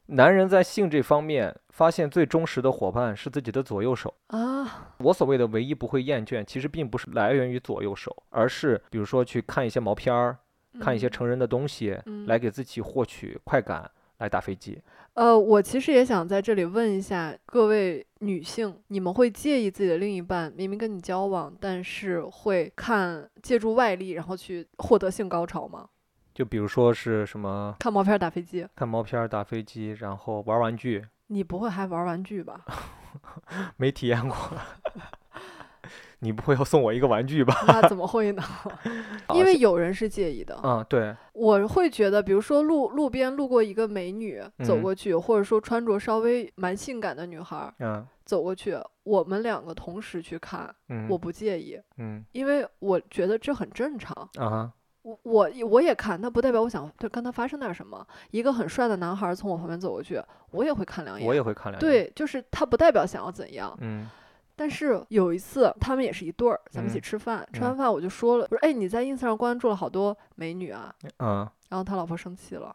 Speaker 1: 男人在性这方面发现最忠实的伙伴是自己的左右手。
Speaker 2: 啊，
Speaker 1: 我所谓的唯一不会厌倦，其实并不是来源于左右手，而是比如说去看一些毛片儿，看一些
Speaker 2: 嗯
Speaker 1: 成人的东西，
Speaker 2: 嗯
Speaker 1: 来给自己获取快感，来打飞机？
Speaker 2: 呃，我其实也想在这里问一下各位女性，你们会介意自己的另一半明明跟你交往，但是会看借助外力然后去获得性高潮吗？
Speaker 1: 就比如说是什么
Speaker 2: 看毛片儿打飞机，
Speaker 1: 看毛片儿、打飞机，然后玩玩具，
Speaker 2: 你不会还玩玩具吧？
Speaker 1: 没体验过。 *laughs* 你不会要送我一个玩具吧？
Speaker 2: *laughs* 那怎么
Speaker 1: *laughs*
Speaker 2: 会呢？因为有人是介意的，
Speaker 1: 嗯，对，
Speaker 2: 我会觉得，比如说路路边路过一个美女走
Speaker 1: 嗯
Speaker 2: 过去，或者说穿着稍微蛮性感的女孩儿
Speaker 1: 嗯
Speaker 2: 走过去，我们两个同时去看，
Speaker 1: 嗯，
Speaker 2: 我不介意，
Speaker 1: 嗯
Speaker 2: 因为我觉得这很正常。
Speaker 1: 啊哈
Speaker 2: 我我也我也看，但不代表我想对跟他发生点什么。一个很帅的男孩儿从我旁边走过去，我也会看两眼。
Speaker 1: 我也会看两眼。，
Speaker 2: 对，就是他不代表想要怎样。
Speaker 1: 嗯
Speaker 2: 但是有一次，他们也是一对儿，咱们一起
Speaker 1: 嗯
Speaker 2: 吃饭，吃
Speaker 1: 嗯
Speaker 2: 完饭我就说了，我说哎，你在 ins 上关注了好多美女啊，
Speaker 1: 嗯，
Speaker 2: 然后他老婆生气了。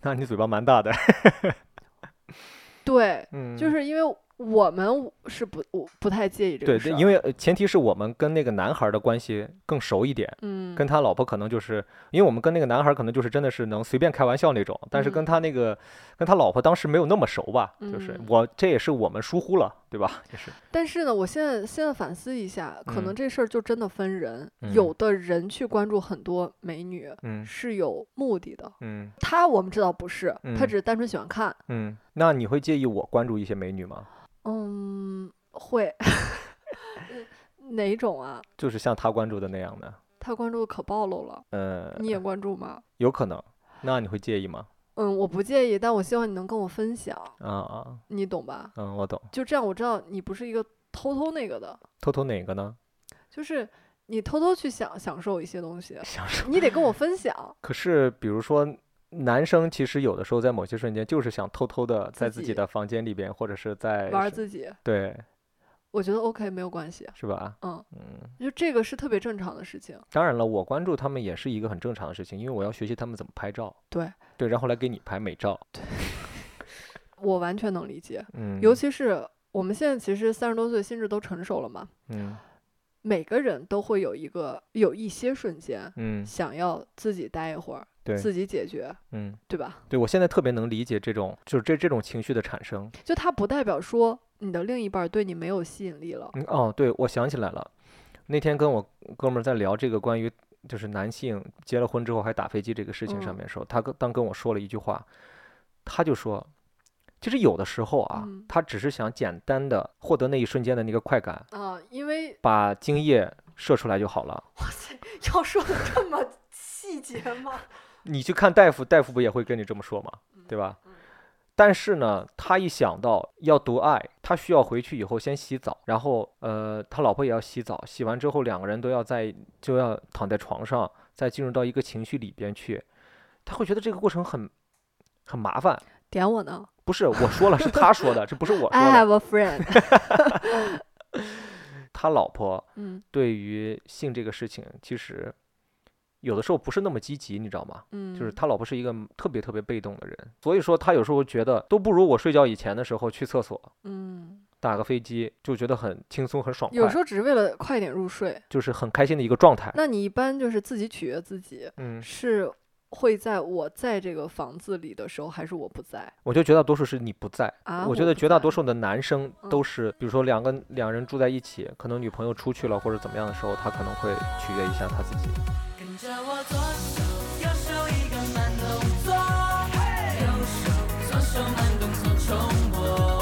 Speaker 1: 那你嘴巴蛮大的。
Speaker 2: 对，
Speaker 1: 嗯，
Speaker 2: 就是因为我们是不我不太介意这
Speaker 1: 对
Speaker 2: 个事
Speaker 1: 对，
Speaker 2: 儿，
Speaker 1: 因
Speaker 2: 为
Speaker 1: 为呃前提是我们跟那个男孩儿的关系更熟一点，
Speaker 2: 嗯
Speaker 1: 跟他老婆可能就是，因为我们跟那个男孩儿可能就是真的是能随便开玩笑那种，但是跟
Speaker 2: 嗯
Speaker 1: 他那个跟他老婆当时没有那么熟吧，就是
Speaker 2: 嗯
Speaker 1: 我这也是我们疏忽了，对吧？就是
Speaker 2: 但是呢，我现在现在反思一下，可能
Speaker 1: 嗯
Speaker 2: 这事儿就真的分人，
Speaker 1: 嗯
Speaker 2: 有的人去关注很多美女
Speaker 1: 嗯
Speaker 2: 是有目的的，
Speaker 1: 嗯
Speaker 2: 他我们知道不是，他
Speaker 1: 嗯
Speaker 2: 只是单纯喜欢看，
Speaker 1: 嗯，那你会介意我关注一些美女吗？
Speaker 2: 嗯，会 *laughs* 哪种啊？
Speaker 1: 就是像他关注的那样的，
Speaker 2: 他关注的可暴露了，
Speaker 1: 呃，
Speaker 2: 你也关注吗？
Speaker 1: 有可能，那你会介意吗？
Speaker 2: 嗯，我不介意，但我希望你能跟我分享，
Speaker 1: 啊啊，
Speaker 2: 你懂吧？
Speaker 1: 嗯，我懂。
Speaker 2: 就这样，我知道你不是一个偷偷那个的，
Speaker 1: 偷偷哪个呢？
Speaker 2: 就是你偷偷去享享受一些东西，
Speaker 1: 享受。
Speaker 2: 你得跟我分享。
Speaker 1: *laughs* 可是，比如说，男生其实有的时候在某些瞬间就是想偷偷的在
Speaker 2: 自
Speaker 1: 自己
Speaker 2: 己
Speaker 1: 的房间里边，或者是在
Speaker 2: 玩儿
Speaker 1: 是
Speaker 2: 自己，
Speaker 1: 对，
Speaker 2: 我觉得 OK 没有关系，
Speaker 1: 是吧？
Speaker 2: 嗯，
Speaker 1: 嗯，
Speaker 2: 就这个是特别正常的事情。
Speaker 1: 当然了，我关注他们也是一个很正常的事情，因为我要学习他们怎么拍照，
Speaker 2: 对
Speaker 1: 对，然后来给你拍美照。
Speaker 2: 我完全能理解，
Speaker 1: 嗯，
Speaker 2: 尤其是我们现在其实三十多岁，心智都成熟了嘛，
Speaker 1: 嗯
Speaker 2: 每个人都会有一个有一些瞬间
Speaker 1: 嗯，
Speaker 2: 想要自己待一会儿，
Speaker 1: 对，
Speaker 2: 自己解决，
Speaker 1: 嗯，
Speaker 2: 对吧？
Speaker 1: 对我现在特别能理解这种，就是这这种情绪的产生。
Speaker 2: 就它不代表说你的另一半儿对你没有吸引力了，
Speaker 1: 嗯，哦，对，我想起来了，那天跟我哥们儿在聊这个关于就是男性结了婚之后还打飞机这个事情上
Speaker 2: 嗯
Speaker 1: 面的时候，他跟当跟我说了一句话，他就说，其实有的时候啊，
Speaker 2: 嗯
Speaker 1: 他只是想简单的获得那一瞬间的那个快感，
Speaker 2: 啊、因为 *laughs*
Speaker 1: 把精液射出来就好了。
Speaker 2: 哇塞，要说的这么细节吗？
Speaker 1: 你去看大夫，大夫不也会跟你这么说吗？对吧？但是呢，他一想到要得爱，他需要回去以后先洗澡，然后呃，他老婆也要洗澡，洗完之后两个人都要在就要躺在床上，再进入到一个情绪里边去，他会觉得这个过程很很麻烦。
Speaker 2: *laughs* 点我呢
Speaker 1: 不是我说了，是他说的，这不是我说
Speaker 2: ？I
Speaker 1: 的。
Speaker 2: have a
Speaker 1: *laughs*
Speaker 2: friend。
Speaker 1: 他老婆
Speaker 2: 嗯
Speaker 1: 对于性这个事情，其实有的时候不是那么积极，你知道吗？
Speaker 2: 嗯，
Speaker 1: 就是他老婆是一个特别特别被动的人，所以说他有时候觉得都不如我睡觉以前的时候去厕所
Speaker 2: 嗯，
Speaker 1: 打个飞机，就觉得很轻松很爽
Speaker 2: 有时
Speaker 1: 快，
Speaker 2: 候只是为了快点入睡。
Speaker 1: 就是很开心的一个状态。
Speaker 2: 那你一般就是自己取悦自己，
Speaker 1: 嗯，
Speaker 2: 是会在我在这个房子里的时候，还是我不在
Speaker 1: 我觉得绝大多数是你不在，
Speaker 2: 啊？
Speaker 1: 我觉得绝大多
Speaker 2: 数
Speaker 1: 数的男生
Speaker 2: 嗯。
Speaker 1: 都是，比如说两个两人住在一起，可能女朋友出去了或者怎么样的时候，他可能会取悦一下他自己。
Speaker 4: 跟着我左手右手一个慢动作，右手左手慢动作重播。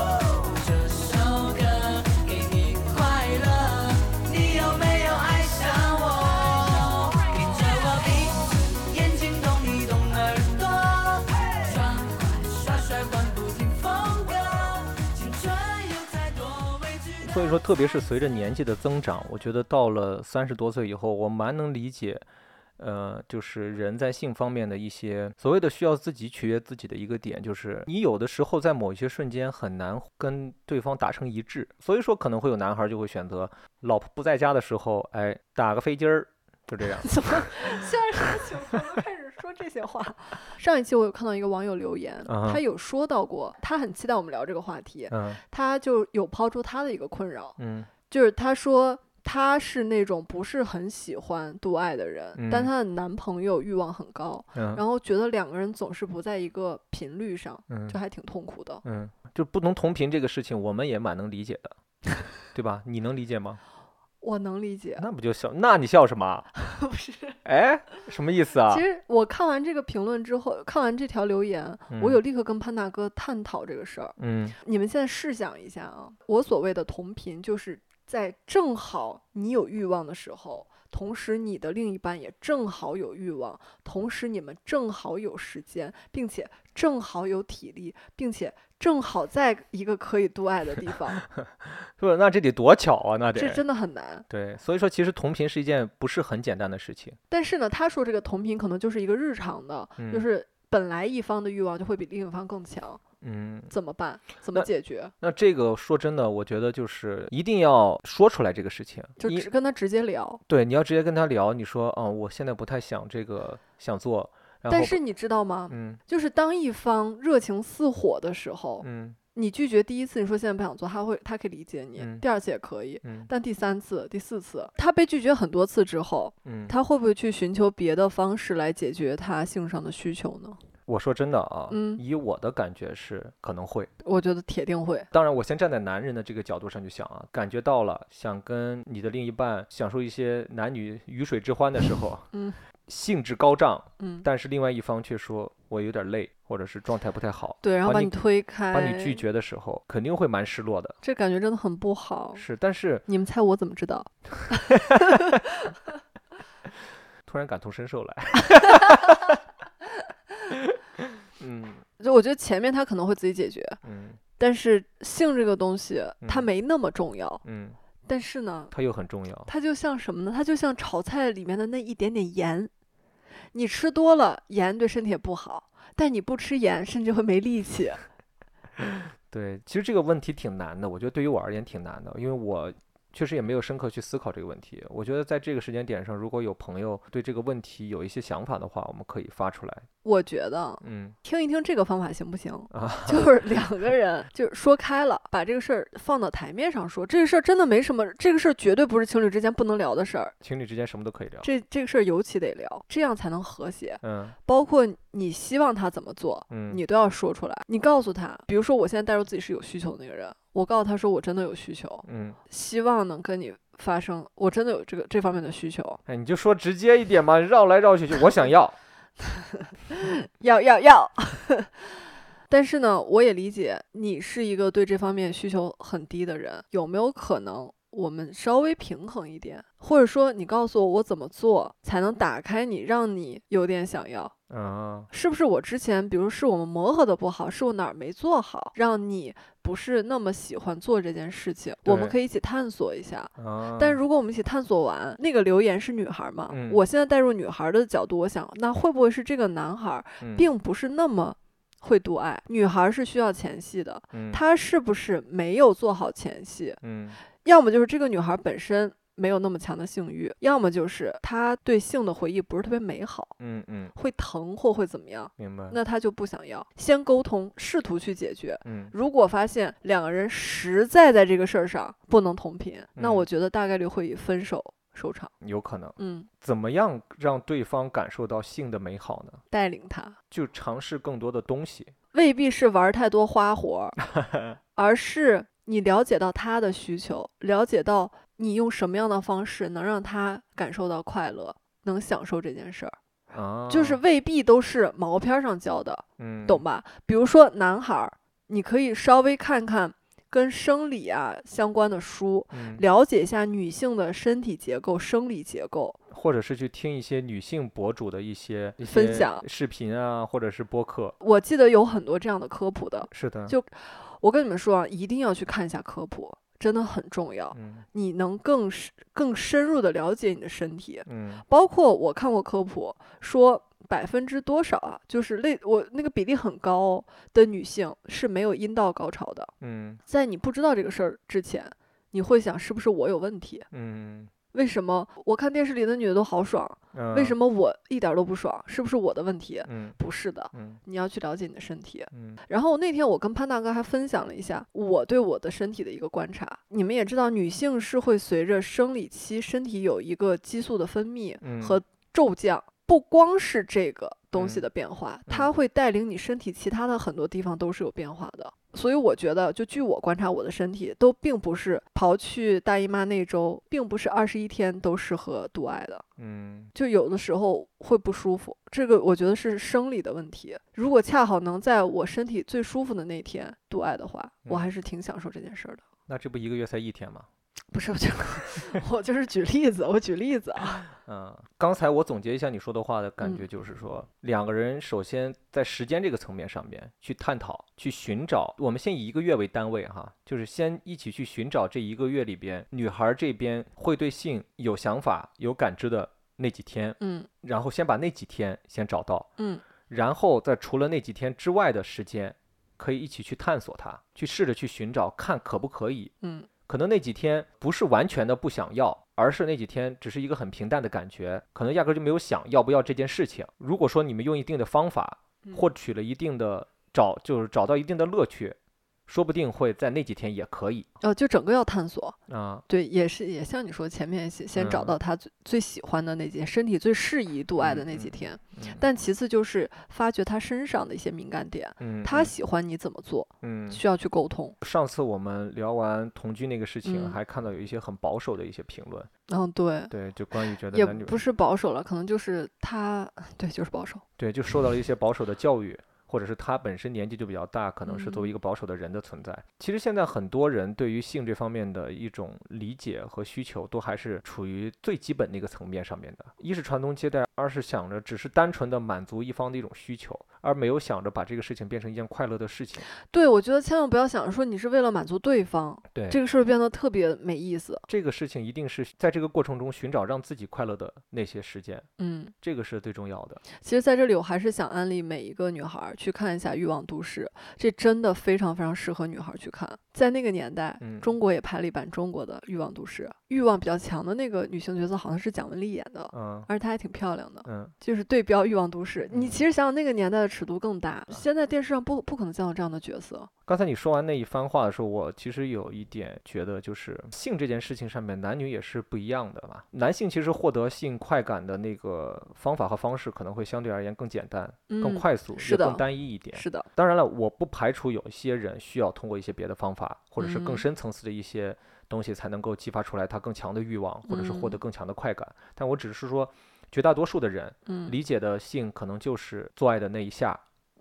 Speaker 4: 这首歌给你快乐，你有没有爱上我？跟着我鼻子眼睛动一动耳朵，转耍帅换不停风格，青春有太多未知的。
Speaker 1: 所以说，特别是随着年纪的增长，我觉得到了三十多岁以后，我蛮能理解，呃，就是人在性方面的一些所谓的需要自己取悦自己的一个点，就是你有的时候在某一些瞬间很难跟对方达成一致，所以说可能会有男孩就会选择老婆不在家的时候，哎，打个飞机儿，就这样
Speaker 2: *laughs* *laughs* 怎么现在什么情况 *laughs* 都开始说这些话？上一期我有看到一个网友留言，
Speaker 1: 啊
Speaker 2: 他
Speaker 1: 哈
Speaker 2: 有说到过，他很期待我们聊这个话题，
Speaker 1: 嗯
Speaker 2: 他就有抛出他的一个困扰，
Speaker 1: 嗯
Speaker 2: 就是他说她是那种不是很喜欢杜爱的人，但
Speaker 1: 嗯
Speaker 2: 她的男朋友欲望很高，
Speaker 1: 嗯
Speaker 2: 然后觉得两个人总是不在一个频率上，
Speaker 1: 嗯
Speaker 2: 就还挺痛苦的。
Speaker 1: 嗯，就不能同频这个事情，我们也蛮能理解的，对吧？你能理解
Speaker 2: *laughs*
Speaker 1: 吗？
Speaker 2: 我能理解，
Speaker 1: 那不就笑？那你笑什么？
Speaker 2: *laughs*
Speaker 1: 啊
Speaker 2: 不是？
Speaker 1: 哎，什么意思啊
Speaker 2: 其？实我看完这个评论之后，看完这条留言，我
Speaker 1: 嗯
Speaker 2: 有立刻跟潘大哥探讨这个事儿。
Speaker 1: 嗯
Speaker 2: 你们现在试想一下啊，我所谓的同频，就是在正好你有欲望的时候，同时你的另一半也正好有欲望，同时你们正好有时间，并且正好有体力，并且正好在一个可以度爱的地
Speaker 1: *laughs*
Speaker 2: 方，
Speaker 1: 是吧？那这得多巧啊，那
Speaker 2: 这
Speaker 1: 得。
Speaker 2: 真的很难。
Speaker 1: 对，所以说其实同频是一件不是很简单的事情。
Speaker 2: 但是呢，他说这个同频可能就是一个日常的，就
Speaker 1: 嗯
Speaker 2: 是本来一方的欲望就会比另一方更强，
Speaker 1: 嗯，
Speaker 2: 怎么办？怎么
Speaker 1: 那
Speaker 2: 解决？
Speaker 1: 那这个说真的，我觉得就是一定要说出来这个事情。
Speaker 2: 就
Speaker 1: 你
Speaker 2: 只跟他直接聊。
Speaker 1: 对，你要直接跟他聊，你说，嗯，我现在不太想这个，想做，然后
Speaker 2: 但，是你知道吗？
Speaker 1: 嗯
Speaker 2: 就是当一方热情似火的时候，
Speaker 1: 嗯
Speaker 2: 你拒绝第一次，你说现在不想做，他会他可以理解你，
Speaker 1: 嗯
Speaker 2: 第二次也可以，
Speaker 1: 嗯
Speaker 2: 但第三次、第四次，他被拒绝很多次之后，
Speaker 1: 嗯，
Speaker 2: 他会不会去寻求别的方式来解决他性上的需求呢？
Speaker 1: 我说真的啊，
Speaker 2: 嗯
Speaker 1: 以我的感觉是可能会。
Speaker 2: 我觉得铁定会。
Speaker 1: 当然，我先站在男人的这个角度上去想啊，感觉到了想跟你的另一半享受一些男女鱼水之欢的时候，
Speaker 2: 嗯，
Speaker 1: 兴致高涨，
Speaker 2: 嗯，
Speaker 1: 但是另外一方却说我有点累，或者是状态不太好，
Speaker 2: 对，然后
Speaker 1: 把
Speaker 2: 把
Speaker 1: 你
Speaker 2: 你推开，
Speaker 1: 把你拒，绝的时候，肯定会蛮失落的。
Speaker 2: 这感觉真的很不好。
Speaker 1: 是，但是
Speaker 2: 你们猜我怎么知道？
Speaker 1: 突然感同身受来。嗯
Speaker 2: 就我觉得前面他可能会自己解决，
Speaker 1: 嗯
Speaker 2: 但是性这个东西它
Speaker 1: 嗯
Speaker 2: 没那么重要。
Speaker 1: 嗯，
Speaker 2: 但是呢，
Speaker 1: 它又很重要。
Speaker 2: 它就像什么呢？它就像炒菜里面的那一点点盐，你吃多了盐对身体也不好，但你不吃盐甚至会没力气。
Speaker 1: 对，其实这个问题挺难的，我觉得对于我而言挺难的，因为我确实也没有深刻去思考这个问题。我觉得在这个时间点上，如果有朋友对这个问题有一些想法的话，我们可以发出来。
Speaker 2: 我觉得
Speaker 1: 嗯
Speaker 2: 听一听这个方法行不行？
Speaker 1: 啊
Speaker 2: 就是两个人就是说开了，把这个事儿放到台面上说，这个事儿真的没什么，这个事儿绝对不是情侣之间不能聊的事儿，
Speaker 1: 情侣之间什么都可以聊。
Speaker 2: 这这个事儿尤其得聊，这样才能和谐。
Speaker 1: 嗯
Speaker 2: 包括你希望他怎么做，
Speaker 1: 嗯，
Speaker 2: 你都要说出来。你告诉他，比如说我现在代入自己是有需求的那个人，我告诉他说我真的有需求，
Speaker 1: 嗯，
Speaker 2: 希望能跟你发生，我真的有这个这方面的需求，
Speaker 1: 哎，你就说直接一点嘛，绕来绕去就我想要。
Speaker 2: 要要要。 *laughs* 但是呢，我也理解你是一个对这方面需求很低的人，有没有可能我们稍微平衡一点，或者说你告诉我我怎么做才能打开你，让你有点想要？
Speaker 1: 啊，
Speaker 2: 是不是我之前，比如是我们磨合的不好，是我哪儿没做好，让你不是那么喜欢做这件事情？我们
Speaker 1: 对
Speaker 2: 可以一起探索一下。
Speaker 1: 啊
Speaker 2: *laughs* 但如果我们一起探索完，那个留言是女孩嘛？
Speaker 1: 嗯
Speaker 2: 我现在带入女孩的角度，我想，那会不会是这个男孩
Speaker 1: 嗯
Speaker 2: 并不是那么会独爱？女孩是需要前戏的，
Speaker 1: 嗯
Speaker 2: 她是不是没有做好前戏？
Speaker 1: 嗯
Speaker 2: 要么就是这个女孩本身没有那么强的性欲，要么就是她对性的回忆不是特别美好，
Speaker 1: 嗯嗯，
Speaker 2: 会疼或会怎么样？
Speaker 1: 明白。
Speaker 2: 那他就不想要，先沟通，试图去解决。
Speaker 1: 嗯
Speaker 2: 如果发现两个人实在在这个事儿上不能同频，那我
Speaker 1: 嗯
Speaker 2: 觉得大概率会以分手收场。
Speaker 1: 有可能。
Speaker 2: 嗯，
Speaker 1: 怎么样让对方感受到性的美好呢？
Speaker 2: 带领他，
Speaker 1: 就尝试更多的东西。
Speaker 2: 未必是玩儿太多花活儿，
Speaker 1: *laughs*
Speaker 2: 而是你了解到他的需求，了解到你用什么样的方式能让他感受到快乐，能享受这件事儿，
Speaker 1: 啊，
Speaker 2: 就是未必都是毛片儿上教的，
Speaker 1: 嗯，
Speaker 2: 懂吧？比如说男孩儿，你可以稍微看看跟生理啊相关的书，
Speaker 1: 嗯
Speaker 2: 了解一下女性的身体结构、生理结构。
Speaker 1: 或者是去听一些女性博主的一些一
Speaker 2: 分
Speaker 1: 些
Speaker 2: 享
Speaker 1: 视频啊，或者是播客。
Speaker 2: 我记得有很多这样的科普的，
Speaker 1: 是的，
Speaker 2: 就我跟你们说啊，一定要去看一下科普，真的很重要，
Speaker 1: 嗯
Speaker 2: 你能更深更深入的了解你的身体。
Speaker 1: 嗯
Speaker 2: 包括我看过科普说。百分之多少啊？就是类我那个比例很高的女性是没有阴道高潮的，
Speaker 1: 嗯
Speaker 2: 在你不知道这个事儿之前，你会想是不是我有问题？
Speaker 1: 嗯
Speaker 2: 为什么我看电视里的女的都好爽，
Speaker 1: 嗯，
Speaker 2: 为什
Speaker 1: 么？
Speaker 2: 么我一点儿都不爽？是不是我的问题？
Speaker 1: 嗯
Speaker 2: 不是的，
Speaker 1: 嗯
Speaker 2: 你要去了解你的身体。
Speaker 1: 嗯
Speaker 2: 然后那天我跟潘大哥还分享了一下我对我的身体的一个观察。你们也知道，女性是会随着生理期身体有一个激素的分泌
Speaker 1: 嗯
Speaker 2: 和骤降，不光是这个东西
Speaker 1: 嗯
Speaker 2: 的变化，它会带领你身体其他的很多地方都是有变化的。所以我觉得，就据我观察，我的身体都并不是刨去大姨妈那周，并不是二十一天都适合独爱的。
Speaker 1: 嗯
Speaker 2: 就有的时候会不舒服，这个我觉得是生理的问题。如果恰好能在我身体最舒服的那一天度爱的话，我
Speaker 1: 嗯
Speaker 2: 还是挺享受这件事儿的。
Speaker 1: 那这不一个月才一天吗？
Speaker 2: *laughs* 不是，我就 *laughs* 我就是举例子，我举例子啊。
Speaker 1: 嗯，刚才我总结一下你说的话的感
Speaker 2: 嗯
Speaker 1: 觉，就是说、两个人首先在时间这个层面上面去探讨、去寻找。我们先以一个月为单位哈，就是先一起去寻找这一个月里边，女孩这边会对性有想法、有感知的那几天，
Speaker 2: 嗯
Speaker 1: 然后先把那几天先找到，
Speaker 2: 嗯
Speaker 1: 然后在除了那几天之外的时间，可以一起去探索它，去试着去寻找，看可不可以。
Speaker 2: 嗯
Speaker 1: 可能那几天不是完全的不想要，而是那几天只是一个很平淡的感觉，可能压根儿就没有想要不要这件事情。如果说你们用一定的方法
Speaker 2: 嗯，
Speaker 1: 获取了一定的找，就是找到一定的乐趣，说不定会在那几天也可以
Speaker 2: 呃，就整个要探索，
Speaker 1: 啊。
Speaker 2: 对，也是也像你说前面先先找
Speaker 1: 嗯
Speaker 2: 到他最、最喜欢的那几天，身体最适宜度爱的
Speaker 1: 嗯
Speaker 2: 那几
Speaker 1: 嗯
Speaker 2: 天，
Speaker 1: 嗯
Speaker 2: 但其次就是发掘他身上的一些敏感点，
Speaker 1: 嗯，
Speaker 2: 他
Speaker 1: 嗯
Speaker 2: 喜欢你怎么做，
Speaker 1: 嗯，
Speaker 2: 需要去沟通。
Speaker 1: 上次我们聊完同居那个事情，
Speaker 2: 嗯
Speaker 1: 还看到有一些很保守的一些评论，
Speaker 2: 嗯，对。
Speaker 1: 对，就关于觉得
Speaker 2: 也
Speaker 1: 男女
Speaker 2: 不是保守了，可能就是他， *laughs* 对，就是保守。
Speaker 1: 对，就受到了一些保守的教育，或者是他本身年纪就比较大，可能是
Speaker 2: 嗯
Speaker 1: 作为一个保守的人的存在。其实现在很多人对于性这方面的一种理解和需求，都还是处于最基本的一个层面上面的。一是传宗接代，二是想着只是单纯的满足一方的一种需求，而没有想着把这个事情变成一件快乐的事情。
Speaker 2: 对，我觉得千万不要想着说你是为了满足对方，
Speaker 1: 对，
Speaker 2: 这个事儿变得特别没意思。
Speaker 1: 这个事情一定是在这个过程中寻找让自己快乐的那些时间，
Speaker 2: 嗯，
Speaker 1: 这个是最重要的。
Speaker 2: 其实在这里我还是想安利每一个女孩儿去看一下《欲望都市》，这真的非常非常适合女孩儿去看。在那个年代，
Speaker 1: 嗯
Speaker 2: 中国也拍了一版中国的《欲望都市》，欲望比较强的那个女性角色好像是蒋雯丽演的。
Speaker 1: 嗯
Speaker 2: 而且她还挺漂亮的，
Speaker 1: 嗯，
Speaker 2: 就是对标《欲望都市》。你其实想想那个年代的尺度更大，
Speaker 1: 嗯
Speaker 2: 现在电视上不不可能见到这样的角色。
Speaker 1: 刚才你说完那一番话的时候，我其实有一点觉得，就是性这件事情上面，男女也是不一样的嘛。男性其实获得性快感的那个方法和方式，可能会相对而言更简单、更
Speaker 2: 嗯
Speaker 1: 快速，
Speaker 2: 是
Speaker 1: 也
Speaker 2: 的
Speaker 1: 更单一一点。
Speaker 2: 是的，
Speaker 1: 当然了，我不排除有一些人需要通过一些别的方法，或者是更
Speaker 2: 嗯
Speaker 1: 深层次的一些东西，才能够激发出来他更强的欲望，或者是获得
Speaker 2: 嗯
Speaker 1: 更强的快感。但我只是说，绝大多数的人
Speaker 2: 嗯，
Speaker 1: 理解的性，可能就是做爱的那一下，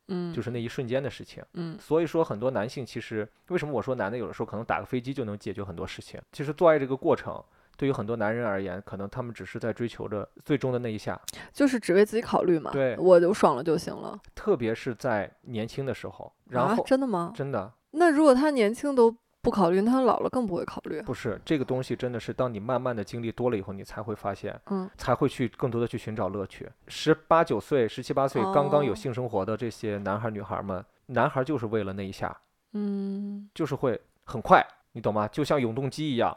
Speaker 2: 嗯，
Speaker 1: 就是那一瞬间的事情。
Speaker 2: 嗯
Speaker 1: 所以说，很多男性其实为什么我说男的有的时候可能打个飞机就能解决很多事情？其实做爱这个过程，对于很多男人而言，可能他们只是在追求着最终的那一下，，
Speaker 2: 就是只为自己考虑嘛。
Speaker 1: 对
Speaker 2: 我就爽了就行了。
Speaker 1: 特别是在年轻的时候。然后，
Speaker 2: 啊、真的吗？
Speaker 1: 真的
Speaker 2: 那如果他年轻都不考虑，那他老了更不会考虑。啊
Speaker 1: 不是这个东西，真的是当你慢慢的经历多了以后，你才会发现，
Speaker 2: 嗯，
Speaker 1: 才会去更多的去寻找乐趣。十八九岁、十七八岁刚刚有
Speaker 2: 哦
Speaker 1: 性生活的这些男孩儿女孩儿们，男孩儿就是为了那一下，
Speaker 2: 嗯，
Speaker 1: 就是会很快，你懂吗？就像永动机一样，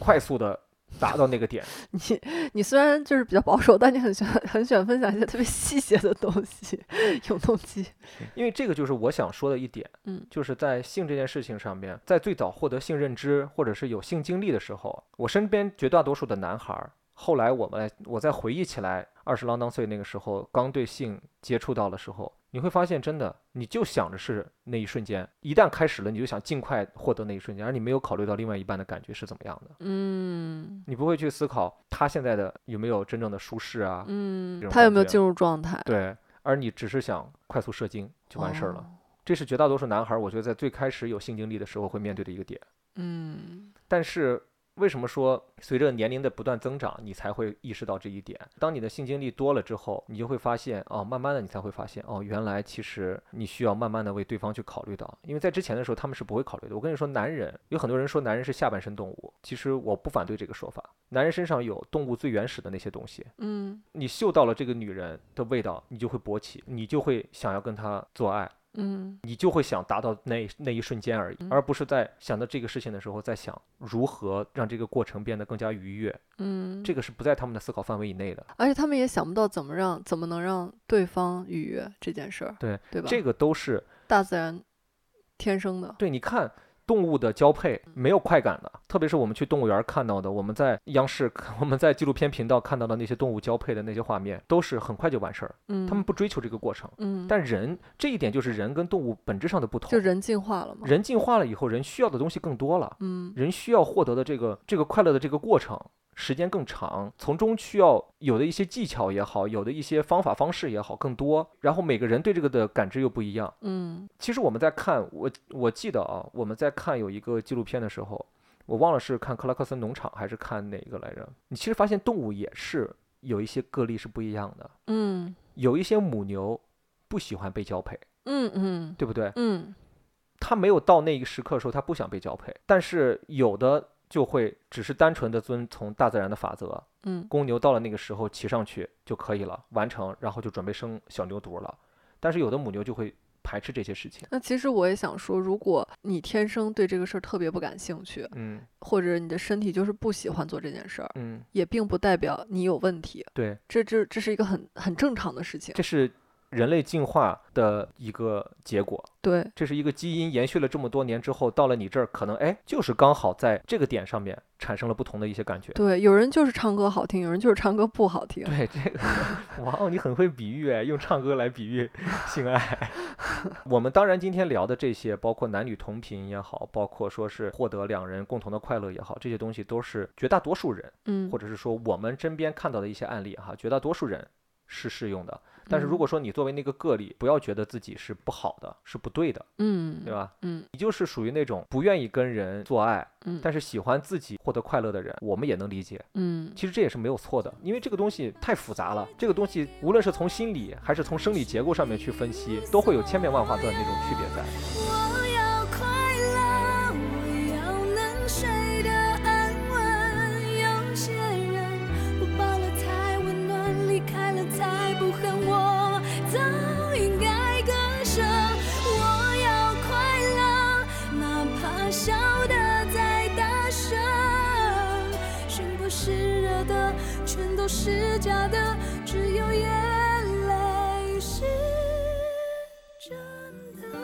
Speaker 1: 快速的达到那个点。
Speaker 2: *laughs* 你你虽然就是比较保守，但你很喜欢很喜欢分享一些特别细节的东西，永动机。
Speaker 1: 因为这个就是我想说的一点，
Speaker 2: 嗯
Speaker 1: 就是在性这件事情上面，在最早获得性认知或者是有性经历的时候，我身边绝大多数的男孩儿，后来我们我再回忆起来，二十郎当岁那个时候刚对性接触到的时候，你会发现真的，你就想着是那一瞬间，一旦开始了，你就想尽快获得那一瞬间，而你没有考虑到另外一半的感觉是怎么样的，
Speaker 2: 嗯
Speaker 1: 你不会去思考他现在的有没有真正的舒适啊，这
Speaker 2: 嗯，
Speaker 1: 种
Speaker 2: 他有没有
Speaker 1: 感觉
Speaker 2: 进入状态？
Speaker 1: 对，而你只是想快速射精就完事儿了。
Speaker 2: 哦。
Speaker 1: 这是绝大多数男孩儿，我觉得在最开始有性经历的时候会面对的一个点。
Speaker 2: 嗯
Speaker 1: 但是为什么说随着年龄的不断增长，你才会意识到这一点？当你的性经历多了之后，你就会发现，哦，慢慢的你才会发现，哦，原来其实你需要慢慢的为对方去考虑到，因为在之前的时候他们是不会考虑的。我跟你说，男人有很多人说男人是下半身动物，其实我不反对这个说法，男人身上有动物最原始的那些东西，
Speaker 2: 嗯
Speaker 1: 你嗅到了这个女人的味道，你就会勃起，你就会想要跟她做爱。
Speaker 2: 嗯
Speaker 1: 你就会想达到那一那一瞬间而已，
Speaker 2: 嗯
Speaker 1: 而不是在想到这个事情的时候，在想如何让这个过程变得更加愉悦，
Speaker 2: 嗯，
Speaker 1: 这个是不在他们的思考范围以内的。
Speaker 2: 而且他们也想不到怎么让怎么能让对方愉悦这件事儿，
Speaker 1: 对
Speaker 2: 对吧？
Speaker 1: 这个都是
Speaker 2: 大自然天生的，
Speaker 1: 对，你看动物的交配没有快感的，特别是我们去动物园看到的，我们在央视、 *laughs* 我们在纪录片频道看到的那些动物交配的那些画面，都是很快就完事儿，
Speaker 2: 嗯，
Speaker 1: 他们不追求这个过程。
Speaker 2: 嗯，
Speaker 1: 但人这一点就是人跟动物本质上的不同，
Speaker 2: 就人进化了嘛，
Speaker 1: 人进化了以后，人需要的东西更多了，
Speaker 2: 嗯
Speaker 1: 人需要获得的这个这个快乐的这个过程。时间更长，从中需要有的一些技巧也好，有的一些方法方式也好更多，然后每个人对这个的感知又不一样，
Speaker 2: 嗯
Speaker 1: 其实我们在看我我记得啊，我们在看有一个纪录片的时候，我忘了是看克拉克森农场还是看哪个来着。你其实发现动物也是有一些个例是不一样的，
Speaker 2: 嗯
Speaker 1: 有一些母牛不喜欢被交配，
Speaker 2: 嗯嗯
Speaker 1: 对不对？
Speaker 2: 嗯
Speaker 1: 它没有到那一时刻的时候，它不想被交配，但是有的就会只是单纯的遵从大自然的法则，
Speaker 2: 嗯
Speaker 1: 公牛到了那个时候骑上去就可以了，完成，然后就准备生小牛犊了。但是有的母牛就会排斥这些事情，
Speaker 2: 那其实我也想说，如果你天生对这个事儿特别不感兴趣，
Speaker 1: 嗯
Speaker 2: 或者你的身体就是不喜欢做这件事儿，
Speaker 1: 嗯，
Speaker 2: 也并不代表你有问题，
Speaker 1: 对。
Speaker 2: 这这这是一个很很正常的事情。
Speaker 1: 这是人类进化的一个结果，
Speaker 2: 对，
Speaker 1: 这是一个基因延续了这么多年之后，到了你这儿，可能哎，就是刚好在这个点上面产生了不同的一些感觉。
Speaker 2: 对，有人就是唱歌好听，有人就是唱歌不好听。
Speaker 1: 对这个， *laughs* 哇哦，你很会比喻哎，用唱歌来比喻性爱。我们当然今天聊的这些，包括男女同频也好，包括说是获得两人共同的快乐也好，这些东西都是绝大多数人，
Speaker 2: 嗯，
Speaker 1: 或者是说我们身边看到的一些案例哈，绝大多数人是适用的。但是如果说你作为那个个例，不要觉得自己是不好的，是不对的，
Speaker 2: 嗯，
Speaker 1: 对吧？
Speaker 2: 嗯
Speaker 1: 你就是属于那种不愿意跟人做爱，
Speaker 2: 嗯
Speaker 1: 但是喜欢自己获得快乐的人，我们也能理解。
Speaker 2: 嗯
Speaker 1: 其实这也是没有错的，因为这个东西太复杂了，这个东西无论是从心理还是从生理结构上面去分析，都会有千变万化的那种区别在。
Speaker 3: 我要快乐，我要能睡得安稳。有些人不抱了才温暖，离开了才不恨。我早应该割舍。我要快乐，哪怕笑得再大声。全部是热的，全都是假的，只有眼泪是真的。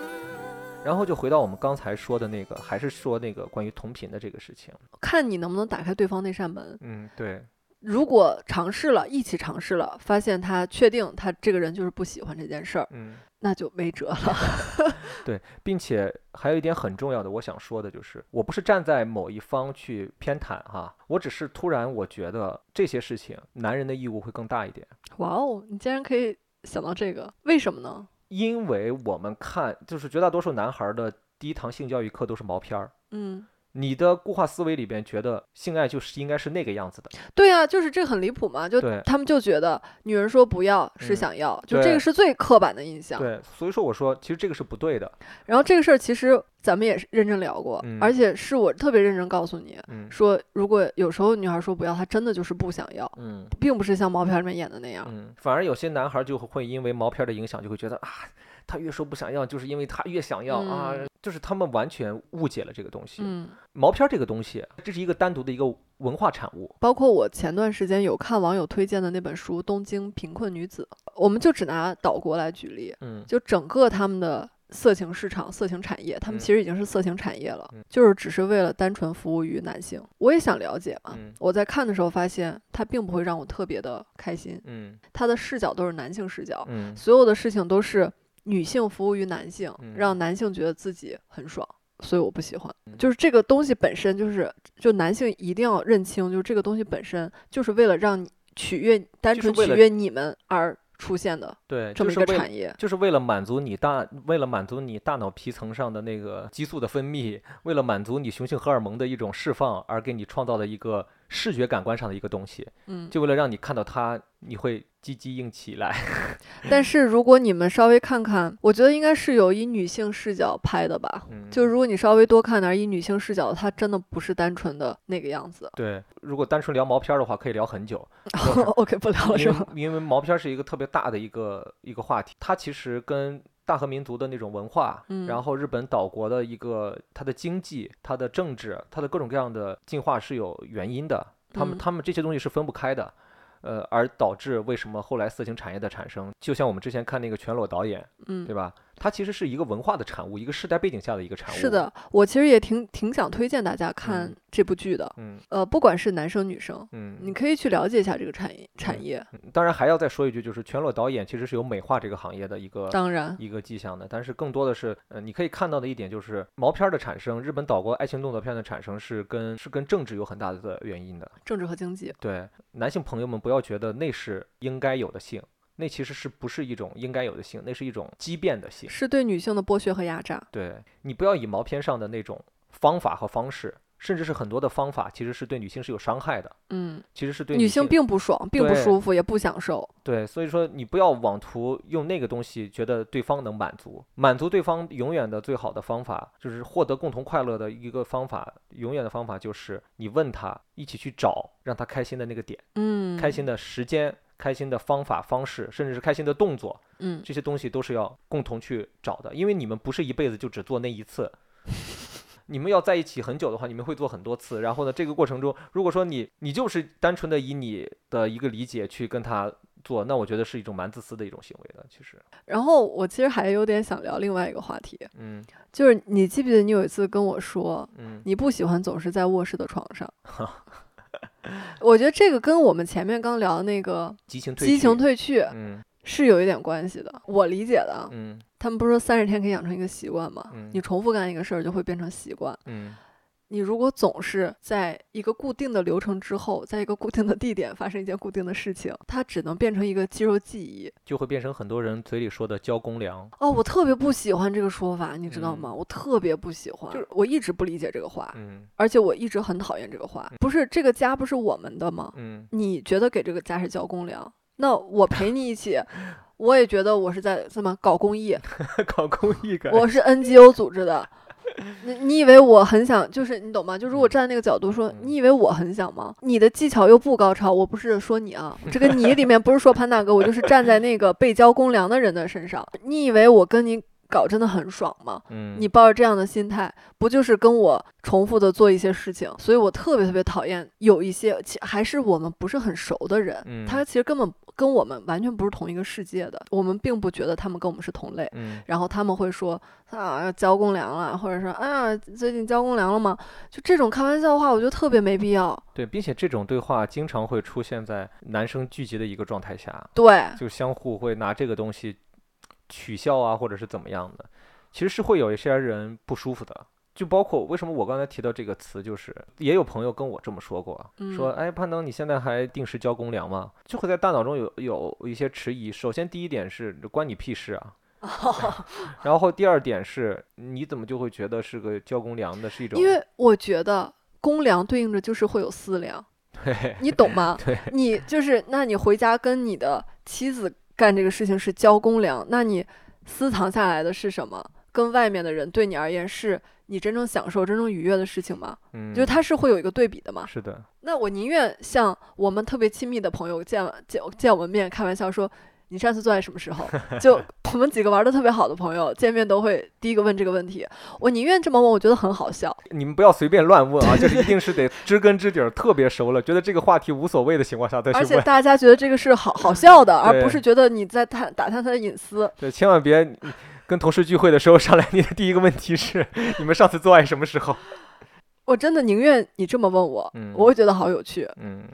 Speaker 1: 然后就回到我们刚才说的那个，还是说那个关于同频的这个事情。
Speaker 2: 看你能不能打开对方那扇门。
Speaker 1: 嗯，对，
Speaker 2: 如果尝试了，一起尝试了，发现他确定他这个人就是不喜欢这件事儿，
Speaker 1: 嗯。
Speaker 2: 那就没辙了。 *laughs*
Speaker 1: 对，并且还有一点很重要的，我想说的就是，我不是站在某一方去偏袒哈、我只是突然我觉得这些事情，男人的义务会更大一点，
Speaker 2: 哇哦，你竟然可以想到这个，为什么呢？
Speaker 1: 因为我们看就是绝大多数男孩儿的第一堂性教育课都是毛片儿。
Speaker 2: 嗯，
Speaker 1: 你的固化思维里边觉得性爱就是应该是那个样子的，
Speaker 2: 对啊，就是这很离谱嘛，就
Speaker 1: 对
Speaker 2: 他们就觉得女人说不要是
Speaker 1: 嗯
Speaker 2: 想要，就这
Speaker 1: 对
Speaker 2: 个是最刻板的印象。
Speaker 1: 对，所以说我说其实这个是不对的，
Speaker 2: 然后这个事儿其实咱们也是认真聊过，
Speaker 1: 嗯
Speaker 2: 而且是我特别认真告诉你
Speaker 1: 嗯
Speaker 2: 说，如果有时候女孩说不要，她真的就是不想要，
Speaker 1: 嗯
Speaker 2: 并不是像毛片里面演的那样。
Speaker 1: 嗯，反而有些男孩儿就会因为毛片儿的影响，就会觉得啊，他越说不想要，就是因为他越想要、啊
Speaker 2: 嗯，
Speaker 1: 就是他们完全误解了这个东西，
Speaker 2: 嗯，
Speaker 1: 毛片儿这个东西，这是一个单独的一个文化产物。
Speaker 2: 包括我前段时间有看网友推荐的那本书《东京贫困女子》，我们就只拿岛国来举例，
Speaker 1: 嗯
Speaker 2: 就整个他们的色情市场、色情产业，他们
Speaker 1: 嗯
Speaker 2: 其实已经是色情产业了，
Speaker 1: 嗯
Speaker 2: 就是只是为了单纯服务于男性。我也想了解嘛，
Speaker 1: 嗯
Speaker 2: 我在看的时候发现，它并不会让我特别的开心，
Speaker 1: 嗯
Speaker 2: 它的视角都是男性视角，
Speaker 1: 嗯
Speaker 2: 所有的事情都是女性服务于男性，
Speaker 1: 嗯
Speaker 2: 让男性觉得自己很爽。所以我不喜欢，
Speaker 1: 嗯
Speaker 2: 就是这个东西本身就是，就男性一定要认清，就是这个东西本身就是为了让你取悦，单
Speaker 1: 就是
Speaker 2: 纯
Speaker 1: 为
Speaker 2: 取
Speaker 1: 了
Speaker 2: 悦你们而出现的
Speaker 1: 对，
Speaker 2: 这
Speaker 1: 就
Speaker 2: 么一
Speaker 1: 是
Speaker 2: 个
Speaker 1: 为了
Speaker 2: 产业。
Speaker 1: 就是为了满足你大，为了满足你大脑皮层上的那个激素的分泌，为了满足你雄性荷尔蒙的一种释放，而给你创造的一个视觉感官上的一个东西，
Speaker 2: 嗯，
Speaker 1: 就为了让你看到它，你会唧唧硬起来。
Speaker 2: 但是如果你们稍微看看，我觉得应该是有以女性视角拍的吧。
Speaker 1: 嗯，
Speaker 2: 就如果你稍微多看点儿以女性视角的，它真的不是单纯的那个样子。
Speaker 1: 对，如果单纯聊毛片儿的话，可以聊很久。
Speaker 2: OK，不聊了
Speaker 1: 因
Speaker 2: *laughs* 是
Speaker 1: 为
Speaker 2: 吧？
Speaker 1: 因为毛片儿是一个特别大的一个一个话题，它其实跟大和民族的那种文化，
Speaker 2: 嗯
Speaker 1: 然后日本岛国的一个它的经济、它的政治、它的各种各样的进化是有原因的，他们
Speaker 2: 嗯
Speaker 1: 他们这些东西是分不开的。呃，而导致为什么后来色情产业的产生，就像我们之前看那个全裸导演，
Speaker 2: 嗯
Speaker 1: 对，吧？它其实是一个文化的产物，一个时代背景下的一个产物。
Speaker 2: 是，的，我其实也挺挺想推荐大家看
Speaker 1: 嗯
Speaker 2: 这部剧的。
Speaker 1: 嗯
Speaker 2: 呃，不管是男生女生，
Speaker 1: 嗯。
Speaker 2: 你可以去了解一下这个产业产
Speaker 1: 嗯
Speaker 2: 业。
Speaker 1: 嗯当然还要再说一句，就是全裸导演其实是有美化这个行业的一个
Speaker 2: 当然，
Speaker 1: 一个迹象的，但是更多的是，呃，你可以看到的一点就是毛片儿的产生，日本岛国爱情动作片的产生是跟是跟政治有很大的原因的。
Speaker 2: 政治和经济，
Speaker 1: 对，男性朋友们不要觉得那是应该有的性，那其实是不是一种应该有的性，那是一种畸变的性。
Speaker 2: 是对女性的剥削和压榨。
Speaker 1: 对你不要以毛片上的那种方法和方式，甚至是很多的方法，其实是对女性是有伤害的，
Speaker 2: 嗯，
Speaker 1: 其实是对
Speaker 2: 女
Speaker 1: 性
Speaker 2: 性并不爽，并不
Speaker 1: 对
Speaker 2: 舒服，也不享受。
Speaker 1: 对，所以说你不要妄图用那个东西，觉得对方能满足，满足对方永远的最好的方法，就是获得共同快乐的一个方法，永远的方法就是你问他，一起去找让他开心的那个点，
Speaker 2: 嗯，
Speaker 1: 开心。的时间、开心的方法、方式，甚至是开心的动作，
Speaker 2: 嗯，
Speaker 1: 这些东西都是要共同去找的，因为你们不是一辈子就只做那一次。 *laughs* 你们要在一起很久的话，你们会做很多次。然后呢，这个过程中，如果说你你就是单纯的以你的一个理解去跟他做，那我觉得是一种蛮自私的一种行为的。其实，
Speaker 2: 然后我其实还有点想聊另外一个话题，
Speaker 1: 嗯
Speaker 2: 就是你记不记得你有一次跟我说，
Speaker 1: 嗯
Speaker 2: 你不喜欢总是在卧室的床
Speaker 1: *laughs*
Speaker 2: 上。我觉得这个跟我们前面刚聊的那个
Speaker 1: 激情退
Speaker 2: 激情
Speaker 1: 去
Speaker 2: 褪去
Speaker 1: 嗯
Speaker 2: 是有一点关系的。我理解的啊，
Speaker 1: 嗯
Speaker 2: 他们不是说三十天可以养成一个习惯吗？
Speaker 1: 嗯
Speaker 2: 你重复干一个事儿就会变成习惯。
Speaker 1: 嗯
Speaker 2: 你如果总是在一个固定的流程之后，在一个固定的地点发生一件固定的事情，它只能变成一个肌肉记忆。
Speaker 1: 就会变成很多人嘴里说的交公粮。
Speaker 2: 哦，我特别不喜欢这个说法，你知道吗？我特别不喜欢，
Speaker 1: 嗯就是
Speaker 2: 我一直不理解这个话，
Speaker 1: 嗯
Speaker 2: 而且我一直很讨厌这个话。不是这个家不是我们的吗？
Speaker 1: 嗯 *laughs*
Speaker 2: 你觉得给这个家是交公粮，那我陪你一起，我也觉得我是在什么搞公益，
Speaker 1: 搞公益感。
Speaker 2: 我是 NGO 组织的。你你以为我很想，就是你懂吗？就如
Speaker 1: 嗯
Speaker 2: 果站在那个角度说，
Speaker 1: 嗯
Speaker 2: 你以为我很想吗？你的技巧又不高超，我不是说你啊，这个你里面不是说潘大哥，我就是站在那个被交公粮的人的身上。你以为我跟你搞真的很爽吗？
Speaker 1: 嗯，
Speaker 2: 你抱着这样的心态，不就是跟我重复的做一些事情？所以我特别特别讨厌有一些，其还是我们不是很熟的人，
Speaker 1: 嗯
Speaker 2: 他其实根本跟我们完全不是同一个世界的，我们并不觉得他们跟我们是同类。
Speaker 1: 嗯
Speaker 2: 然后他们会说啊交公粮了，或者说啊最近交公粮了吗？就这种开玩笑的话，我觉得特别没必要。
Speaker 1: 对，并且这种对话经常会出现在男生聚集的一个状态下。
Speaker 2: 对， *laughs*
Speaker 1: 就相互会拿这个东西取笑啊，或者是怎么样的，其实是会有一些人不舒服的。就包括为什么我刚才提到这个词，就是也有朋友跟我这么说过，说
Speaker 2: 嗯
Speaker 1: 哎，攀登，你现在还定时交公粮吗？就会在大脑中有有一些迟疑。首先第一点是关你屁事
Speaker 2: *laughs*
Speaker 1: 啊，然后第二点是你怎么就会觉得是个交公粮的是一种，
Speaker 2: 因为我觉得公粮对应着就是会有私粮，
Speaker 1: 对
Speaker 2: 你懂吗
Speaker 1: *laughs* ？对
Speaker 2: 你就是那你回家跟你的妻子干这个事情是交公粮，那你私藏下来的是什么？跟外面的人对你而言是你真正享受、真正愉悦的事情吗？
Speaker 1: 嗯，
Speaker 2: 就是它是会有一个对比的嘛。
Speaker 1: 是的，
Speaker 2: 那我宁愿向我们特别亲密的朋友见完见见我们面开玩笑说，你上次做爱什么时
Speaker 1: *laughs*
Speaker 2: 候？就我们几个玩的特别好的朋友见面都会第一个问这个问题，我宁愿这么问，我觉得很好笑。
Speaker 1: 你们不要随便乱问啊，就是一定是得知根知底儿，特别熟了，觉得这个话题无所谓的情况下再去
Speaker 2: 而
Speaker 1: 问。
Speaker 2: 且大家觉得这个是好好笑的，而
Speaker 1: 对
Speaker 2: 不是觉得你在探打探他的隐私。
Speaker 1: 对，千万别你跟同事聚会的时候上来，你的第一个问题是你们上次做爱什么时
Speaker 2: *laughs*
Speaker 1: 候？
Speaker 2: 我真的宁愿你这么问我，
Speaker 1: 嗯
Speaker 2: 我会觉得好有趣。
Speaker 1: 嗯，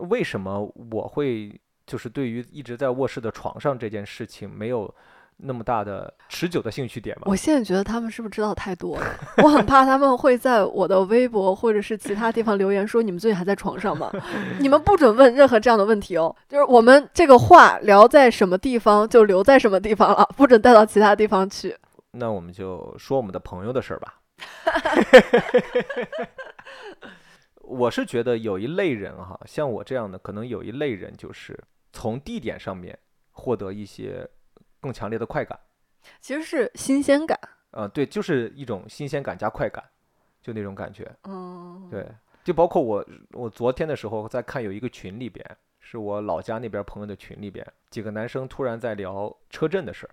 Speaker 1: 为什么我会就是对于一直在卧室的床上这件事情没有那么大的持久的兴趣点吧
Speaker 2: 我？现在觉得他们是不是知道太多了？我很怕他们会在我的微博或者是其他地方留言说你们最近还在床
Speaker 1: *laughs*
Speaker 2: 上吗？你们不准问任何这样的问题哦。就是我们这个话聊在什么地方就留在什么地方了，不准带到其他地方去。
Speaker 1: 那我们就说我们的朋友的事儿吧。 *laughs* 我是觉得有一类人哈，像我这样的，可能有一类人就是从地点上面获得一些更强烈的快感。
Speaker 2: 其实是新鲜感，
Speaker 1: 呃，对，就是一种新鲜感加快感，就那种感觉。
Speaker 2: 嗯，
Speaker 1: 对，就包括我，我昨天的时候在看有一个群里边，是我老家那边朋友的群里边，几个男生突然在聊车震的事儿，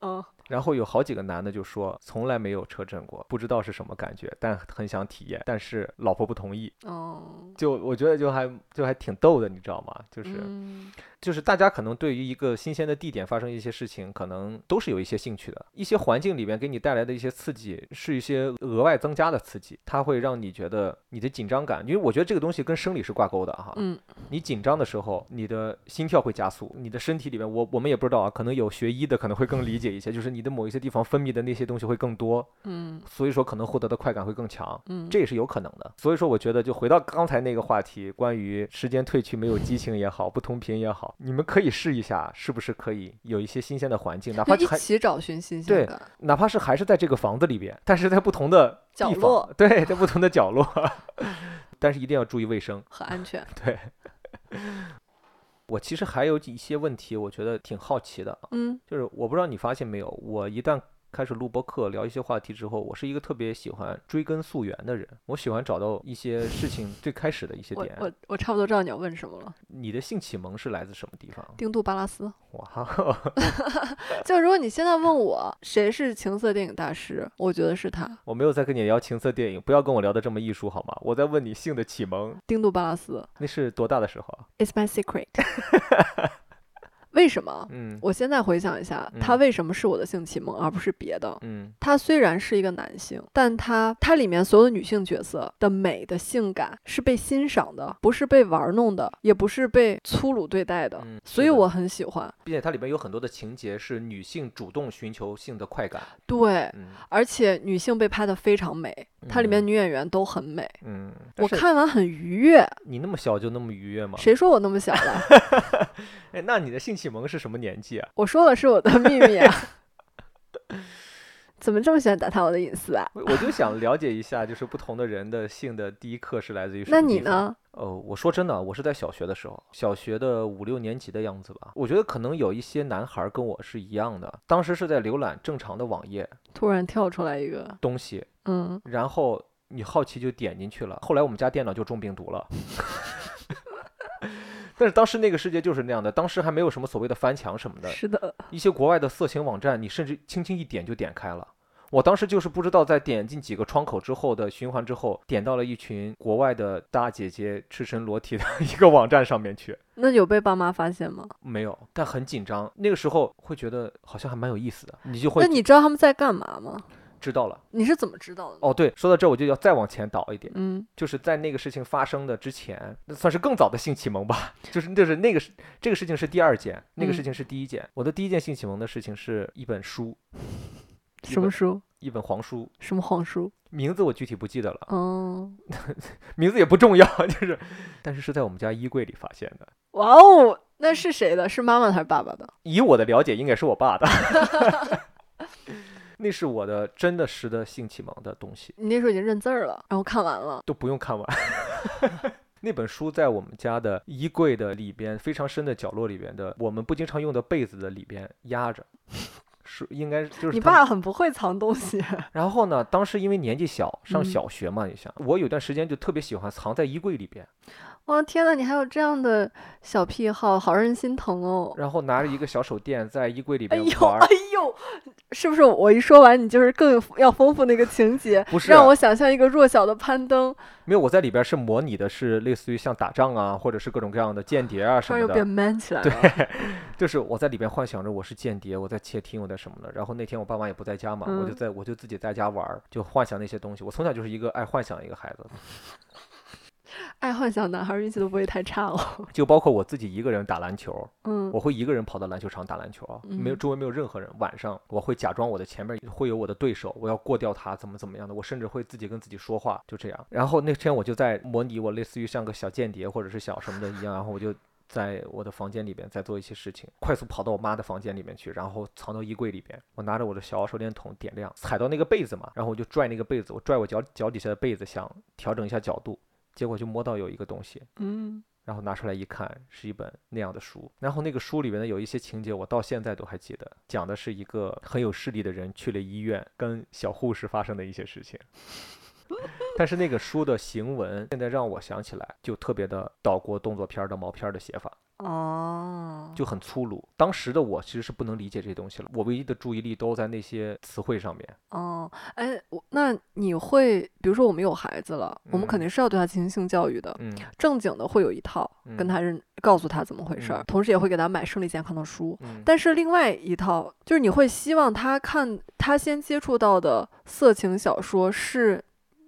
Speaker 2: 嗯，
Speaker 1: 然后有好几个男的就说从来没有车震过，不知道是什么感觉，但很想体验，但是老婆不同意。
Speaker 2: 哦，
Speaker 1: 就我觉得就还就还挺逗的，你知道吗？就是、
Speaker 2: 嗯
Speaker 1: 就是大家可能对于一个新鲜的地点发生一些事情，可能都是有一些兴趣的。一些环境里边给你带来的一些刺激，是一些额外增加的刺激，它会让你觉得你的紧张感，因为我觉得这个东西跟生理是挂钩的哈。
Speaker 2: 嗯
Speaker 1: 你紧张的时候，你的心跳会加速，你的身体里面，我我们也不知道啊，可能有学医的可能会更理解一些，就是你的某一些地方分泌的那些东西会更多，
Speaker 2: 嗯
Speaker 1: 所以说可能获得的快感会更强。
Speaker 2: 嗯，
Speaker 1: 这也是有可能的。所以说，我觉得就回到刚才那个话题，关于时间褪去没有激情也好，不同频也好，你们可以试一下，是不是可以有一些新鲜的环境，哪怕
Speaker 2: 就一
Speaker 1: 还
Speaker 2: 起找寻新
Speaker 1: 对
Speaker 2: 鲜感。
Speaker 1: 哪怕是还是在这个房子里边，但是在不同的
Speaker 2: 角
Speaker 1: 地方
Speaker 2: 落，
Speaker 1: 对，在不同的角落， *laughs* 但是一定要注意卫生。
Speaker 2: 和安全。
Speaker 1: 对，我其实还有一些问题，我觉得挺好奇的啊，
Speaker 2: 嗯
Speaker 1: 就是我不知道你发现没有，我一旦开始录播课聊一些话题之后，我是一个特别喜欢追根溯源的人，我喜欢找到一些事情最开始的一些，
Speaker 2: 我
Speaker 1: 点。
Speaker 2: 我我差不多知道你要问什么了。
Speaker 1: 你的性启蒙是来自什么地方？
Speaker 2: 定度巴拉斯，
Speaker 1: 哇， *laughs*
Speaker 2: 就如果你现在问我谁是情色电影大师，我觉得是他，
Speaker 1: 我没有在跟你聊情色电影，不要跟我聊的这么艺术好吗？我在问你性的启蒙，
Speaker 2: 定度巴拉斯。
Speaker 1: 那是多大的时候啊？
Speaker 2: It's my secret 。 *laughs* 为什么？
Speaker 1: 嗯
Speaker 2: 我现在回想一下，他
Speaker 1: 嗯
Speaker 2: 为什么是我的性启蒙，而不是别的？
Speaker 1: 嗯
Speaker 2: 他虽然是一个男性，但他他里面所有的女性角色的美的性感是被欣赏的，不是被玩弄的，也不是被粗鲁对待的，
Speaker 1: 嗯，
Speaker 2: 所
Speaker 1: 是
Speaker 2: 以
Speaker 1: 的
Speaker 2: 我很喜欢。
Speaker 1: 并且它里面有很多的情节是女性主动寻求性的快感。
Speaker 2: 对，
Speaker 1: 嗯
Speaker 2: 而且女性被拍得非常美，它里面
Speaker 1: 嗯
Speaker 2: 女演员都很美，
Speaker 1: 嗯，但
Speaker 2: 我
Speaker 1: 是
Speaker 2: 看完很愉悦。
Speaker 1: 你那么小就那么愉悦吗？
Speaker 2: 谁说我那么小了？
Speaker 1: 哎，那你的性启蒙是什么年纪啊？
Speaker 2: 我说了是我的秘
Speaker 1: *laughs*
Speaker 2: 密啊！怎么这么喜欢打探我的隐私啊？
Speaker 1: 我我就想了解一下，就是不同的人的性的第一课是来自于什么？
Speaker 2: 那你？呢？
Speaker 1: 哦，我说真的啊，我是在小学的时候，小学的五六年级的样子吧。我觉得可能有一些男孩儿跟我是一样的，当时是在浏览正常的网页
Speaker 2: 突然跳出来一个，
Speaker 1: 东西，
Speaker 2: 嗯，
Speaker 1: 然后你好奇就点进去了。后来我们家电脑就中病毒了。 *laughs* 但是当时那个世界就是那样的，当时还没有什么所谓的翻墙什么的，
Speaker 2: 是的，
Speaker 1: 一些国外的色情网站，你甚至轻轻一点就点开了。我当时就是不知道，在点进几个窗口之后的循环之后，点到了一群国外的大姐姐赤身裸体的 *laughs* 一个网站上面去。
Speaker 2: 那有被爸妈发现吗？
Speaker 1: 没有，但很紧张。那个时候会觉得好像还蛮有意思的，你就会
Speaker 2: 那你知道他们在干嘛吗？
Speaker 1: 知道了。
Speaker 2: 你是怎么知道的呢？
Speaker 1: 哦，对，说到这儿我就要再往前倒一点，
Speaker 2: 嗯，
Speaker 1: 就是在那个事情发生的之前，那算是更早的性启蒙吧。 *laughs* 就是就是那个事，这个事情是第二件，那个事
Speaker 2: 嗯
Speaker 1: 情是第一件。我的第一件性启蒙的事情是一本书，
Speaker 2: 什么书？
Speaker 1: 一本黄书，
Speaker 2: 什么黄书？
Speaker 1: 名字我具体不记得了，
Speaker 2: 嗯，
Speaker 1: 名字也不重要， *laughs* 就是，但是是在我们家衣柜里发现的。
Speaker 2: 哇哦，那是谁的？是妈妈还是爸爸的？
Speaker 1: 以我的了解，应该是我爸
Speaker 2: *laughs*
Speaker 1: 的。那是我的真的实的性启蒙的东西，
Speaker 2: 你那时候已经认字儿了，然后看完了，
Speaker 1: 都不用看完。 *laughs* 那本书在我们家的衣柜的里边非常深的角落里边的，我们不经常用的被子的里边压着，是应该就是
Speaker 2: 你
Speaker 1: 他们
Speaker 2: 爸很不会藏东西。 *laughs*
Speaker 1: 然后呢，当时因为年纪小，上
Speaker 2: 嗯
Speaker 1: 小学嘛，你想，我有段时间就特别喜欢藏在衣柜里边，
Speaker 2: 哇，天呐，你还有这样的小癖好，好让人心疼哦。
Speaker 1: 然后拿着一个小手电在衣柜里
Speaker 2: 哎
Speaker 1: 边
Speaker 2: 呦，
Speaker 1: 玩
Speaker 2: 哎。呦，是不是我一说完，你就是更要丰富那个情节，
Speaker 1: *laughs* 不是啊
Speaker 2: 让我想象一个弱小的攀登，
Speaker 1: 没有，我在里边儿是模拟的，是类似于像打仗啊，或者是各种各样的间谍啊
Speaker 2: 突
Speaker 1: 什
Speaker 2: 然
Speaker 1: 么
Speaker 2: 又变
Speaker 1: 的。
Speaker 2: man 起来了。
Speaker 1: 对，就是我在里边幻想着我是间谍，我在窃听，我在什么的。然后那天我爸妈也不在家嘛，我就
Speaker 2: 嗯
Speaker 1: 在我就自己在家玩儿，就幻想那些东西。我从小就是一个爱幻想的一个孩子，
Speaker 2: *laughs* 爱幻想男孩运气都不会太差
Speaker 1: *laughs*
Speaker 2: 哦。
Speaker 1: 就包括我自己一个人打篮球，
Speaker 2: 嗯
Speaker 1: 我会一个人跑到篮球场打篮球啊，没有
Speaker 2: 嗯
Speaker 1: 周围没有任何人。晚上我会假装我的前面会有我的对手，我要过掉他，怎么怎么样的。我甚至会自己跟自己说话，就这样。然后那天我就在模拟我类似于像个小间谍或者是小什么的一样，然后我就。在我的房间里边在做一些事情，快速跑到我妈的房间里面去，然后藏到衣柜里边。我拿着我的小手电筒点亮，踩到那个被子嘛，然后我就拽那个被子，我拽我脚脚底下的被子，想调整一下角度，结果就摸到有一个东西，
Speaker 2: 嗯，
Speaker 1: 然后拿出来一看，是一本那样的书。然后那个书里面呢有一些情节，我到现在都还记得，讲的是一个很有势力的人去了医院，跟小护士发生的一些事情。 *laughs* 但是那个书的行文，现在让我想起来，就特别的岛国动作片儿的毛片儿的写法。
Speaker 2: 哦，
Speaker 1: 就很粗鲁。当时的我其实是不能理解这些东西了，我唯一的注意力都在那些词汇上面。
Speaker 2: 哦，哎，我那你会，比如说我们有孩子了，我们
Speaker 1: 嗯
Speaker 2: 肯定是要对他进行性教育的，
Speaker 1: 嗯
Speaker 2: 正经的会有一套，跟
Speaker 1: 嗯
Speaker 2: 他认，告诉他怎么回事儿，
Speaker 1: 嗯
Speaker 2: 同时也会给他买生理健康的书。
Speaker 1: 嗯，
Speaker 2: 但是另外一套就是你会希望他看他先接触到的色情小说是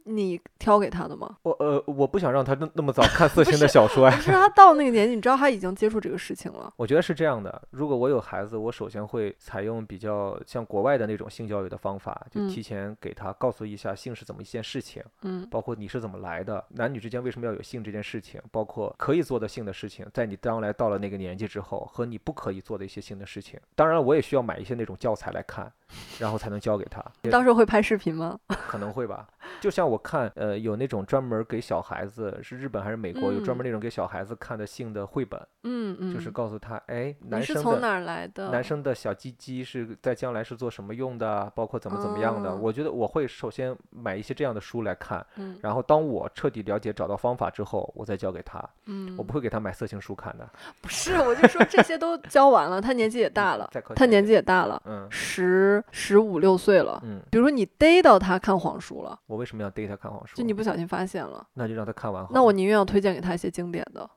Speaker 2: 你挑给他的吗？
Speaker 1: 我呃，我不想让他那那么早看色情的小说呀
Speaker 2: 可。是他到那个年纪，你知道他已经接触这个事情了。
Speaker 1: 我觉得是这样的，如果我有孩子，我首先会采用比较像国外的那种性教育的方法，就
Speaker 2: 嗯
Speaker 1: 提前给他告诉一下性是怎么一件事情，
Speaker 2: 嗯
Speaker 1: 包括你是怎么来的，男女之间为什么要有性这件事情，包括可以做的性的事情，在你将来到了那个年纪之后，和你不可以做的一些性的事情。当然了，我也需要买一些那种教材来看，然后才能教给
Speaker 2: *laughs*
Speaker 1: 他。
Speaker 2: 你到时候会拍视频吗？ *laughs*
Speaker 1: 可能会吧。就像我看，呃，有那种专门儿给小孩子，是日本还是美国，有专
Speaker 2: 嗯
Speaker 1: 门那种给小孩子看的性的绘本，
Speaker 2: 嗯嗯，
Speaker 1: 就是告诉他，哎，
Speaker 2: 你
Speaker 1: 男
Speaker 2: 是
Speaker 1: 生
Speaker 2: 从
Speaker 1: 的
Speaker 2: 哪儿来的？
Speaker 1: 男生的小鸡鸡是在将来是做什么用的，包括怎么怎么样的。
Speaker 2: 哦
Speaker 1: 我觉得我会首先买一些这样的书来看，
Speaker 2: 嗯
Speaker 1: 然后当我彻底了解找到方法之后，我再教给他。
Speaker 2: 嗯，
Speaker 1: 我不会给他买色情书看的。
Speaker 2: 不是，我就说这些都教完了，他年纪也大了
Speaker 1: 再靠，
Speaker 2: 他
Speaker 1: 前一
Speaker 2: 年
Speaker 1: 点
Speaker 2: 纪也大了，
Speaker 1: 嗯
Speaker 2: 十十五六岁了。
Speaker 1: 嗯，
Speaker 2: 比如说你逮到他看黄书了，
Speaker 1: 我为什么要逮他看黄书？啊
Speaker 2: 就你不小心发现了，
Speaker 1: 那就让他看完好了。 *laughs*
Speaker 2: 那我宁愿要推荐给他一些经典的。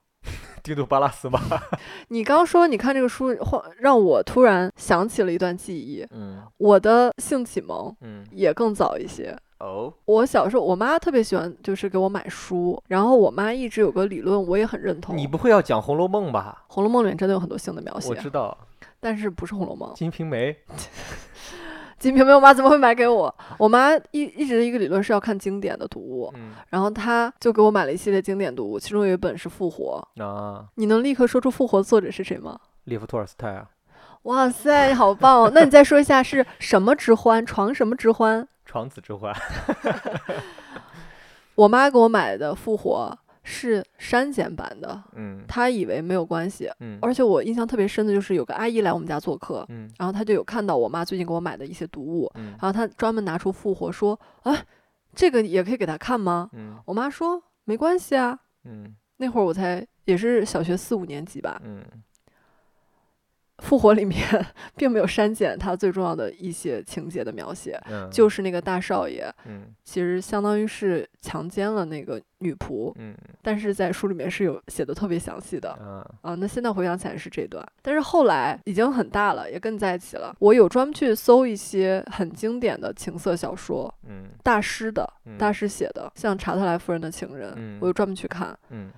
Speaker 1: 帝都巴拉斯吧。
Speaker 2: 你刚说你看这个书，或让我突然想起了一段记忆。
Speaker 1: 嗯
Speaker 2: 我的性启蒙
Speaker 1: 嗯
Speaker 2: 也更早一些。
Speaker 1: 哦
Speaker 2: 我小时候，我妈特别喜欢就是给我买书，然后我妈一直有个理论，我也很认同。
Speaker 1: 你
Speaker 2: 《
Speaker 1: 不会要讲《红楼梦》吧？
Speaker 2: 红楼梦》里面真的有很多性的描
Speaker 1: 我
Speaker 2: 写
Speaker 1: 知，道，
Speaker 2: 但是不是《红楼梦》。
Speaker 1: 《金瓶梅》。
Speaker 2: 《金瓶梅》，我妈怎么会买给我？我妈一一直的一个理论是要看经典的读物，
Speaker 1: 嗯
Speaker 2: 然后她就给我买了一系列经典读物，其中有一本是《复活》。
Speaker 1: 啊，
Speaker 2: 你能立刻说出《复活》作者是谁吗？
Speaker 1: 列夫·托尔斯泰啊，
Speaker 2: 哇塞，你好棒哦！那你再说一下是什么之欢，床什么之欢？
Speaker 1: 《床子之欢》
Speaker 2: 我妈给我买的《复活》是删减版的，
Speaker 1: 嗯。
Speaker 2: 她以为没有关系。
Speaker 1: 嗯
Speaker 2: 而且我印象特别深的就是有个阿姨来我们家做客，
Speaker 1: 嗯
Speaker 2: 然后她就有看到我妈最近给我买的一些读物，
Speaker 1: 嗯
Speaker 2: 然后她专门拿出《复活》说：“啊，这个也可以给她看吗？”
Speaker 1: 嗯
Speaker 2: 我妈说：“没关系啊。
Speaker 1: 嗯”
Speaker 2: 那会儿我才也是小学四五年级吧，
Speaker 1: 嗯
Speaker 2: 《复活》里面 *laughs* 并没有删减它最重要的一些情节的描写，
Speaker 1: 嗯，
Speaker 2: 就是那个大少爷
Speaker 1: 嗯
Speaker 2: 其实相当于是强奸了那个女仆，
Speaker 1: 嗯
Speaker 2: 但是在书里面是有写的特别详细 *laughs* 的。
Speaker 1: 啊
Speaker 2: 啊，那现在回想起来是这段，但是后来已经很大了，也跟你在一起了。我有专门去搜一些很经典的情色小说，
Speaker 1: 嗯
Speaker 2: 大师的，
Speaker 1: 嗯
Speaker 2: 大师写的，像查特莱夫人的情人，
Speaker 1: 嗯
Speaker 2: 我有专门去看，
Speaker 1: 嗯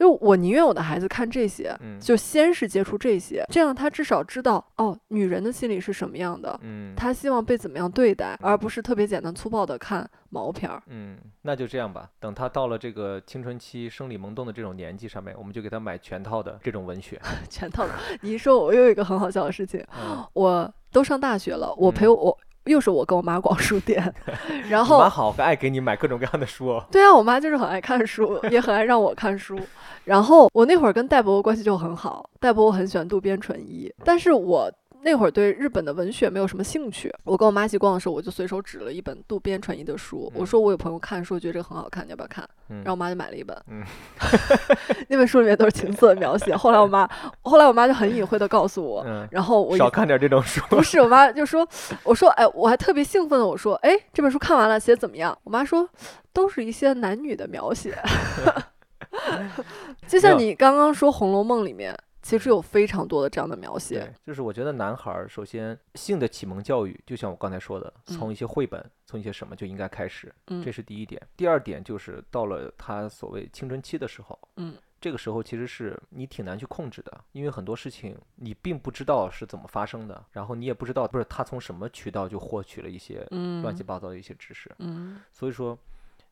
Speaker 2: 因为我宁愿我的孩子看这些，
Speaker 1: 嗯
Speaker 2: 就先是接触这些，这样他至少知道哦，女人的心理是什么样的，
Speaker 1: 嗯
Speaker 2: 她希望被怎么样对待，而不是特别简单粗暴的看毛片儿。 *laughs*
Speaker 1: 嗯，那就这样吧。等他到了这个青春期生理萌动的这种年纪上面，我们就给他买全套的这种文学。
Speaker 2: 全套的。你一说，我又有一个很好笑的事情，
Speaker 1: 嗯
Speaker 2: 我都上大学了，我陪
Speaker 1: 嗯
Speaker 2: 我、又是我跟我妈逛书
Speaker 1: *laughs*
Speaker 2: 店，然
Speaker 1: 你妈
Speaker 2: 后
Speaker 1: 好爱给你买各种各样的书哦。
Speaker 2: 对啊，我妈就是很爱看书，也很爱让我看书。然后我那会儿跟戴博关系就很好，戴博我很喜欢渡边淳一，但是我。那会儿对日本的文学没有什么兴趣，我跟我妈一起逛的时候，我就随手指了一本渡边淳一的书，我
Speaker 1: 嗯
Speaker 2: 说我有朋友看书，觉得这个很好看，你要不要看？
Speaker 1: 嗯
Speaker 2: 然后我妈就买了一本，
Speaker 1: 嗯
Speaker 2: *laughs* 那本书里面都是情色的描写。后来我妈，后来我妈就很隐晦的告诉我，
Speaker 1: 嗯，
Speaker 2: 然后我一
Speaker 1: 少看点这种
Speaker 2: *laughs*
Speaker 1: 书。
Speaker 2: 不是，我妈就说，我说，哎，我还特别兴奋的，我说，哎，这本书看完了，写得怎么样？我妈说，都是一些男女的描写， *laughs* 就像
Speaker 1: 没
Speaker 2: 你刚刚说《红楼梦》里面，其实有非常多的这样的描写
Speaker 1: 对，，就是我觉得男孩儿首先性的启蒙教育，就像我刚才说的，从一些绘本，从一些什么就应该开始，
Speaker 2: 嗯
Speaker 1: 这是第一点。第二点就是到了他所谓青春期的时候，
Speaker 2: 嗯，
Speaker 1: 这个时候其实是你挺难去控制的，因为很多事情你并不知道是怎么发生的，然后你也不知道不是他从什么渠道就获取了一些
Speaker 2: 嗯
Speaker 1: 乱七八糟的一些知识，
Speaker 2: 嗯
Speaker 1: 所以说。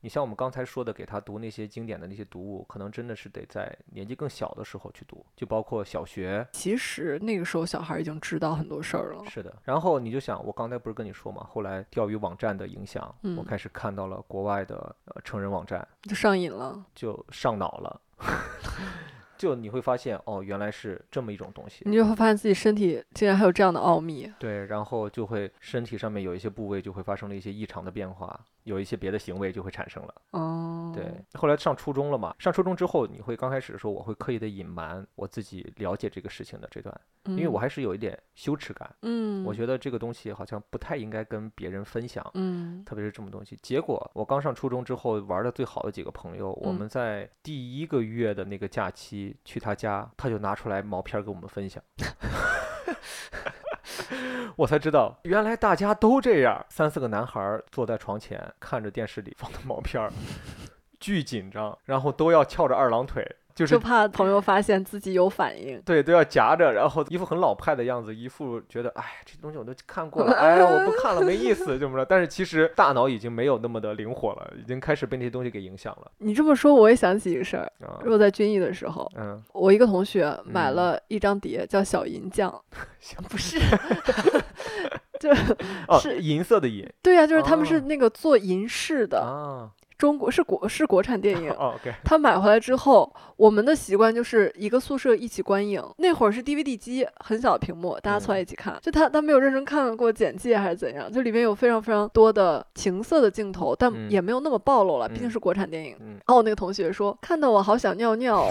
Speaker 1: 你像我们刚才说的，给他读那些经典的那些读物，可能真的是得在年纪更小的时候去读，就包括小学，
Speaker 2: 其实那个时候小孩已经知道很多事儿了，
Speaker 1: 是的，然后你就想，我刚才不是跟你说嘛，后来钓鱼网站的影响，我
Speaker 2: 嗯
Speaker 1: 开始看到了国外的呃成人网站，
Speaker 2: 就上瘾了。
Speaker 1: 就上脑了。 *laughs* 就你会发现哦，原来是这么一种东西。
Speaker 2: 你就会发现自己身体竟然还有这样的奥秘。
Speaker 1: 对，然后就会身体上面有一些部位就会发生了一些异常的变化，有一些别的行为就会产生了。
Speaker 2: 哦，
Speaker 1: 对，后来上初中了嘛，上初中之后，你会刚开始的时候，我会刻意的隐瞒我自己了解这个事情的这段，
Speaker 2: 嗯，
Speaker 1: 因为我还是有一点羞耻感，
Speaker 2: 嗯，
Speaker 1: 我觉得这个东西好像不太应该跟别人分享。
Speaker 2: 嗯
Speaker 1: 特别是这么东西，结果我刚上初中之后玩的最好的几个朋友，我
Speaker 2: 嗯
Speaker 1: 们在第一个月的那个假期去他家，他就拿出来毛片儿给我们分享， *laughs* 我才知道原来大家都这样。三四个男孩儿坐在床前看着电视里放的毛片儿， *laughs* 巨紧张，然后都要翘着二郎腿，就是
Speaker 2: 就怕朋友发现自己有反应。
Speaker 1: 对，都要夹着，然后一副很老派的样子，一副觉得哎，这东西我都看过了，哎，我不看了，没意思，怎么着？但是其实大脑已经没有那么的灵活了，已经开始被那些东西给影响了
Speaker 2: 你这么说，我也想起一个事儿。
Speaker 1: 啊。
Speaker 2: 我在军艺的时候，
Speaker 1: 嗯，
Speaker 2: 我一个同学买
Speaker 1: 嗯
Speaker 2: 了一张碟，叫《小银匠》
Speaker 1: *laughs* 小，
Speaker 2: 不是， *laughs* 就
Speaker 1: 哦，
Speaker 2: 是
Speaker 1: 银色的银
Speaker 2: 对呀、就是他们
Speaker 1: 哦
Speaker 2: 是那个做银饰的，
Speaker 1: 啊。
Speaker 2: 中国是国是国产电影
Speaker 1: *laughs* 。哦，OK，
Speaker 2: 他买回来之后，我们的习惯就是一个宿舍一起观影。那会儿是 DVD 机，很小的屏幕，大家
Speaker 1: 嗯
Speaker 2: 凑在一起看。就他他没有认真看过简介还是怎样，就里面有非常非常多的情色的镜头，但
Speaker 1: 嗯
Speaker 2: 也没有那么暴露了，毕竟
Speaker 1: 嗯
Speaker 2: 是国产电影。
Speaker 1: 嗯，
Speaker 2: 然后我那个同学说，看得我好想尿尿哦、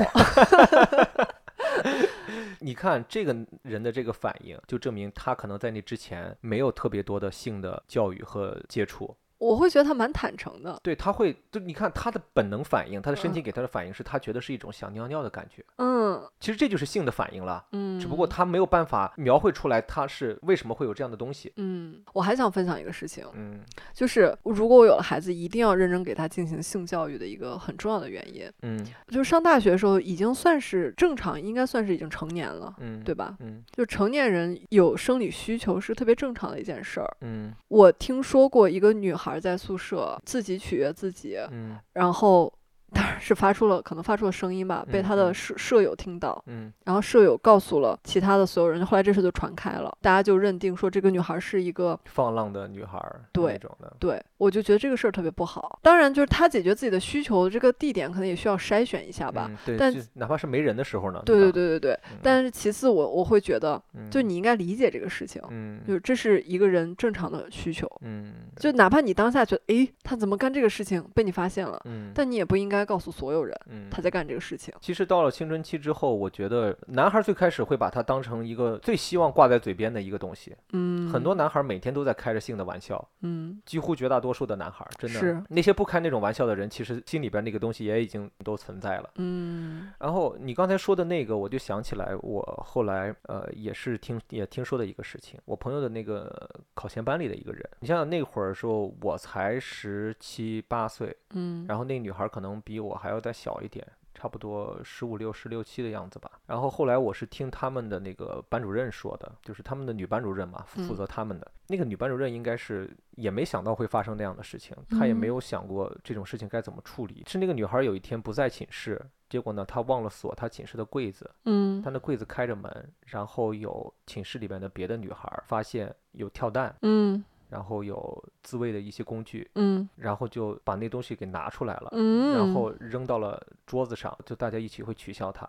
Speaker 2: *laughs*
Speaker 1: 你看这个人的这个反应，就证明他可能在那之前没有特别多的性的教育和接触。
Speaker 2: 我会觉得他蛮坦诚的。
Speaker 1: 对，他会，就你看他的本能反应，他的身体
Speaker 2: 嗯
Speaker 1: 给他的反应是他觉得是一种想尿尿的感觉，
Speaker 2: 嗯
Speaker 1: 其实这就是性的反应了。
Speaker 2: 嗯，
Speaker 1: 只不过他没有办法描绘出来他是为什么会有这样的东西。
Speaker 2: 嗯，我还想分享一个事情，
Speaker 1: 嗯
Speaker 2: 就是如果我有了孩子，一定要认真给他进行性教育的一个很重要的原因。
Speaker 1: 嗯
Speaker 2: 就是上大学的时候，已经算是正常，应该算是已经成年了，
Speaker 1: 嗯，
Speaker 2: 对，吧？
Speaker 1: 嗯
Speaker 2: 就成年人有生理需求是特别正常的一件事儿。
Speaker 1: 嗯
Speaker 2: 我听说过一个女孩在宿舍自己取悦自己，
Speaker 1: 嗯
Speaker 2: 然后当然是发出了可能发出了声音吧，被
Speaker 1: 嗯
Speaker 2: 她的
Speaker 1: 嗯
Speaker 2: 舍舍友听到，
Speaker 1: 嗯
Speaker 2: 然后舍友告诉了其他的所有人，后来这事就传开了，大家就认定说这个女孩是一个
Speaker 1: 放浪的女孩儿
Speaker 2: 对
Speaker 1: 那种的，
Speaker 2: 对，我就觉得这个事儿特别不好。当然，就是她解决自己的需求，这个地点可能也需要筛选一下
Speaker 1: 好
Speaker 2: 吧。？
Speaker 1: 嗯对，
Speaker 2: 但
Speaker 1: 就哪怕是没人的时候呢？
Speaker 2: 对对
Speaker 1: 吧，
Speaker 2: 对对对。
Speaker 1: 嗯
Speaker 2: 但是其次我，我会觉得，就
Speaker 1: 嗯
Speaker 2: 你应该理解这个事情，就
Speaker 1: 嗯
Speaker 2: 是这是一个人正常的需求。
Speaker 1: 嗯
Speaker 2: 就哪怕你当下觉得，诶，他怎么干这个事情被你发现了，
Speaker 1: 嗯，
Speaker 2: 但你也不应该告诉所有人
Speaker 1: 嗯
Speaker 2: 他在干这个事情。
Speaker 1: 其实到了青春期之后，我觉得男孩最开始会把它当成一个最希望挂在嘴边的一个东西。
Speaker 2: 嗯，
Speaker 1: 很多，男孩每天都在开着性的玩笑，
Speaker 2: 嗯
Speaker 1: 几乎绝大多数的男孩真的
Speaker 2: 是
Speaker 1: 那些不开那种玩笑的人，其实心里边那个东西也已经都存在了。
Speaker 2: 嗯
Speaker 1: 然后你刚才说的那个，我就想起来，我后来呃也是听也听说的一个事情，我朋友的那个呃考前班里的一个人，你想想那会儿的时候我才十七八岁，
Speaker 2: 嗯，
Speaker 1: 然后那女孩可能比我还要再小一点，差不多十五六、十六七的样子吧。然后后来我是听他们的那个班主任说的，就是他们的女班主任嘛，负负
Speaker 2: 嗯
Speaker 1: 责他们的、那个女班主任应该是也没想到会发生那样的事情，她也没
Speaker 2: 嗯
Speaker 1: 有想过这种事情该怎么处理。是那个女孩有一天不在寝室。结果呢，她忘了锁她寝室的柜子，
Speaker 2: 嗯
Speaker 1: 她的柜子开着门，然后有寝室里边的别的女孩发现有跳蛋，
Speaker 2: 嗯
Speaker 1: 然后有自慰的一些工具，
Speaker 2: 嗯
Speaker 1: 然后就把那东西给拿出来了，
Speaker 2: 嗯，
Speaker 1: 然后扔到了桌子上，就大家一起会取笑他。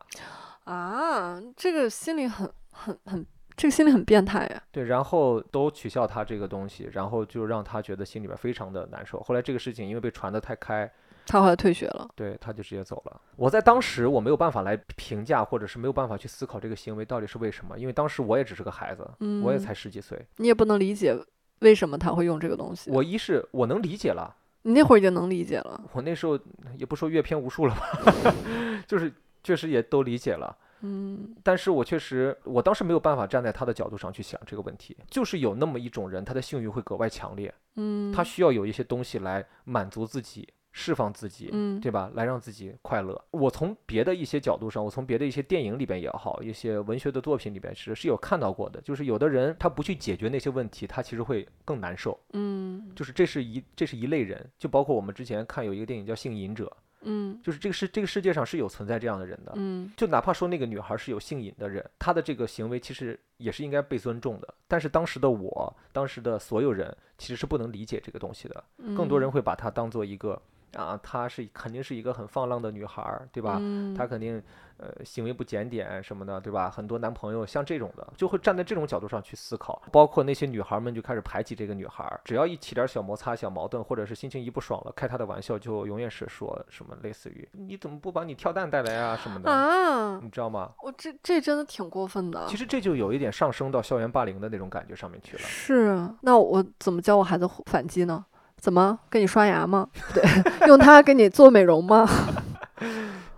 Speaker 2: 啊，这个心理很很很，这个心理很变态呀。
Speaker 1: 对，然后都取笑他这个东西，然后就让他觉得心里边非常的难受。后来这个事情因为被传得太开，
Speaker 2: 他后来退学了。
Speaker 1: 对，他就直接走了。我在当时我没有办法来评价，或者是没有办法去思考这个行为到底是为什么，因为当时我也只是个孩子，我也
Speaker 2: 嗯
Speaker 1: 才十几岁。
Speaker 2: 你也不能理解为什么他会用这个东西。
Speaker 1: 我一是我能理解了，
Speaker 2: 你那会儿已经能理解了，
Speaker 1: 我那时候也不说阅片无数了吧， *laughs* 就是确实也都理解了。
Speaker 2: 嗯
Speaker 1: 但是我确实，我当时没有办法站在他的角度上去想这个问题，就是有那么一种人，他的性欲会格外强烈，
Speaker 2: 嗯，
Speaker 1: 他需要有一些东西来满足自己、释放自己，
Speaker 2: 嗯
Speaker 1: 对吧？来让自己快乐。我从别的一些角度上，我从别的一些电影里边也好，一些文学的作品里边是是有看到过的，就是有的人他不去解决那些问题，他其实会更难受。
Speaker 2: 嗯
Speaker 1: 就是这是一这是一类人，就包括我们之前看有一个电影叫《性瘾者》，
Speaker 2: 嗯
Speaker 1: 就是这个世这个世界上是有存在这样的人的，
Speaker 2: 嗯
Speaker 1: 就哪怕说那个女孩是有性瘾的人，她的这个行为其实也是应该被尊重的。但是当时的
Speaker 2: 嗯
Speaker 1: 我，当时的所有人其实是不能理解这个东西的，更多人会把它当做一个啊，她是肯定是一个很放浪的女孩儿，对吧？
Speaker 2: 嗯
Speaker 1: 她肯定呃行为不检点什么的，对吧？很多男朋友像这种的，就会站在这种角度上去思考，包括那些女孩儿们就开始排挤这个女孩儿，只要一起点儿小摩擦、小矛盾，或者是心情一不爽了，开她的玩笑就永远是说什么类似于你怎么不把你跳蛋带来啊什么的，
Speaker 2: 啊，
Speaker 1: 你知道吗？
Speaker 2: 我这这真的挺过分的
Speaker 1: 其。实这就有一点上升到校园霸凌的那种感觉上面去了。
Speaker 2: 是，啊那我怎么教我孩子反击呢？怎么给你刷牙吗？对， *laughs* 用它给你做美容吗？ *laughs*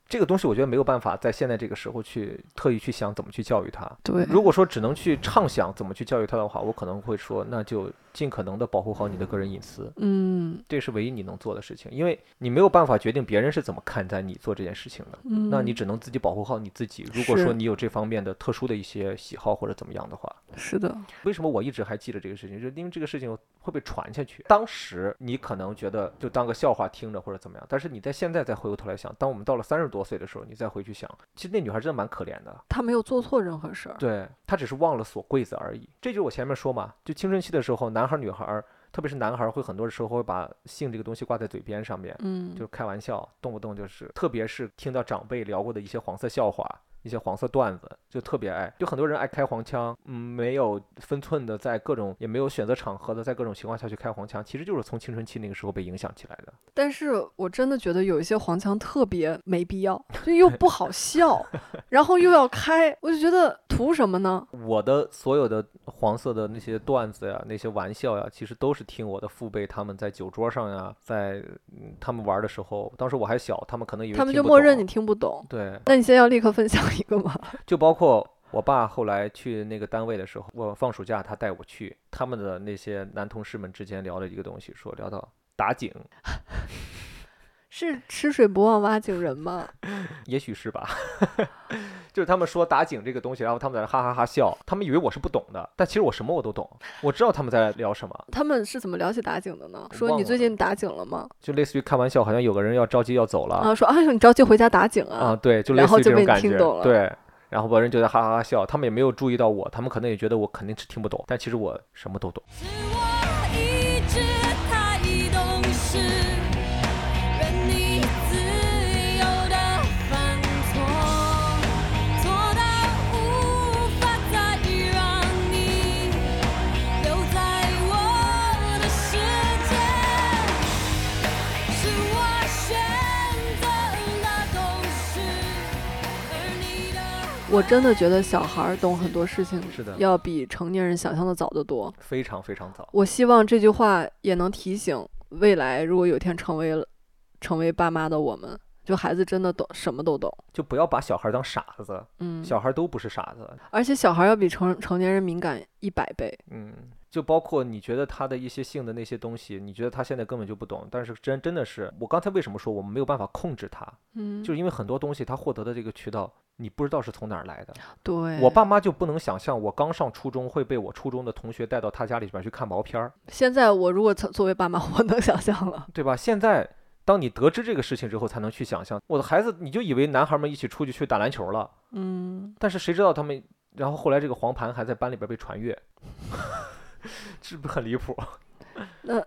Speaker 1: 这个东西我觉得没有办法在现在这个时候去特意去想怎么去教育他。
Speaker 2: 对，
Speaker 1: 如果说只能去畅想怎么去教育他的话，我可能会说，那就尽可能的保护好你的个人隐私，
Speaker 2: 嗯
Speaker 1: 这是唯一你能做的事情，因为你没有办法决定别人是怎么看待你做这件事情的。
Speaker 2: 嗯，
Speaker 1: 那你只能自己保护好你自己。如果
Speaker 2: 是
Speaker 1: 说你有这方面的特殊的一些喜好或者怎么样的话，
Speaker 2: 是的，
Speaker 1: 为什么我一直还记着这个事情？就是因为这个事情会被传下去。当时你可能觉得就当个笑话听着或者怎么样，但是你在现在再回过头来想，当我们到了三十多岁的时候，你再回去想，其实那女孩真的蛮可怜的。
Speaker 2: 他没有做错任何事儿。
Speaker 1: 对她只是忘了锁柜子而已。这就是我前面说嘛，就青春期的时候，男孩儿女孩儿，特别是男孩儿，会很多时候会把性这个东西挂在嘴边上面，
Speaker 2: 嗯，
Speaker 1: 就开玩笑，动不动就是，特别是听到长辈聊过的一些黄色笑话。一些黄色段子就特别爱，就很多人爱开黄腔，嗯，没有分寸的，在各种也没有选择场合的，在各种情况下去开黄腔，其实就是从青春期那个时候被影响起来的。
Speaker 2: 但是我真的觉得有一些黄腔特别没必要，就又不
Speaker 1: *laughs*
Speaker 2: 好笑，然后又要开，我就觉得图什么呢？
Speaker 1: 我的所有的黄色的那些段子呀，那些玩笑呀，其实都是听我的父辈他们在酒桌上呀，在嗯他们玩的时候，当时我还小，他们可能以为
Speaker 2: 他们
Speaker 1: 听
Speaker 2: 就
Speaker 1: 不
Speaker 2: 默认你
Speaker 1: 懂
Speaker 2: 听不懂。
Speaker 1: 对，
Speaker 2: 那你现在要立刻分享一个吗？ *laughs*
Speaker 1: 就包括我爸后来去那个单位的时候，我放暑假他带我去，他们的那些男同事们之间聊了一个东西，说聊到打井，
Speaker 2: 是吃水不忘挖井人吗？
Speaker 1: 也许是吧， *laughs* 就是他们说打井这个东西，然后他们在那哈哈哈笑，他们以为我是不懂的，但其实我什么我都懂，我知道他们在聊什么，
Speaker 2: 他们是怎么聊起打井的呢？
Speaker 1: 我
Speaker 2: 说
Speaker 1: 忘
Speaker 2: 你
Speaker 1: 了
Speaker 2: 最近打井了吗？
Speaker 1: 就类似于开玩笑，好像有个人要着急要走了。
Speaker 2: 啊，说哎呦，你着急回家打井
Speaker 1: 啊，
Speaker 2: 啊？
Speaker 1: 对，就类
Speaker 2: 然后
Speaker 1: 似于
Speaker 2: 就
Speaker 1: 这种
Speaker 2: 被你
Speaker 1: 感
Speaker 2: 听
Speaker 1: 觉
Speaker 2: 懂，了
Speaker 1: 对。然后别人就在哈哈哈笑，他们也没有注意到我，他们可能也觉得我肯定是听不懂，但其实我什么都懂。
Speaker 3: 是我一直太懂事，任你自由的犯错，错到无法再让你留在我的世界。是我选择了懂事，而你的
Speaker 2: 我真的觉得小孩儿懂很多事情，
Speaker 1: 是的
Speaker 2: 要比成年人想象的早得多。
Speaker 1: 非常非常早，
Speaker 2: 我希望这句话也能提醒未来，如果有一天成为了成为爸妈的我们，就孩子真的懂什么都懂。
Speaker 1: 就不要把小孩当傻子，
Speaker 2: 嗯，
Speaker 1: 小孩都不是傻子，
Speaker 2: 而且小孩要比成成年人敏感一百倍。
Speaker 1: 嗯，就包括你觉得他的一些性的那些东西，你觉得他现在根本就不懂，但是真真的是，我刚才为什么说我们没有办法控制他，
Speaker 2: 嗯，
Speaker 1: 就是因为很多东西他获得的这个渠道，你不知道是从哪儿来的。
Speaker 2: 对
Speaker 1: 我爸妈就不能想象我刚上初中会被我初中的同学带到他家里边去看毛片儿，
Speaker 2: 现在我如果曾作为爸妈， *laughs* 我能想象了。
Speaker 1: 对吧？现在当你得知这个事情之后，才能去想象我的孩子，你就以为男孩们一起出去去打篮球了，
Speaker 2: 嗯，
Speaker 1: 但是谁知道他们，然后后来这个黄盘还在班里边被传阅， *laughs* 是不是很离谱？
Speaker 2: *laughs*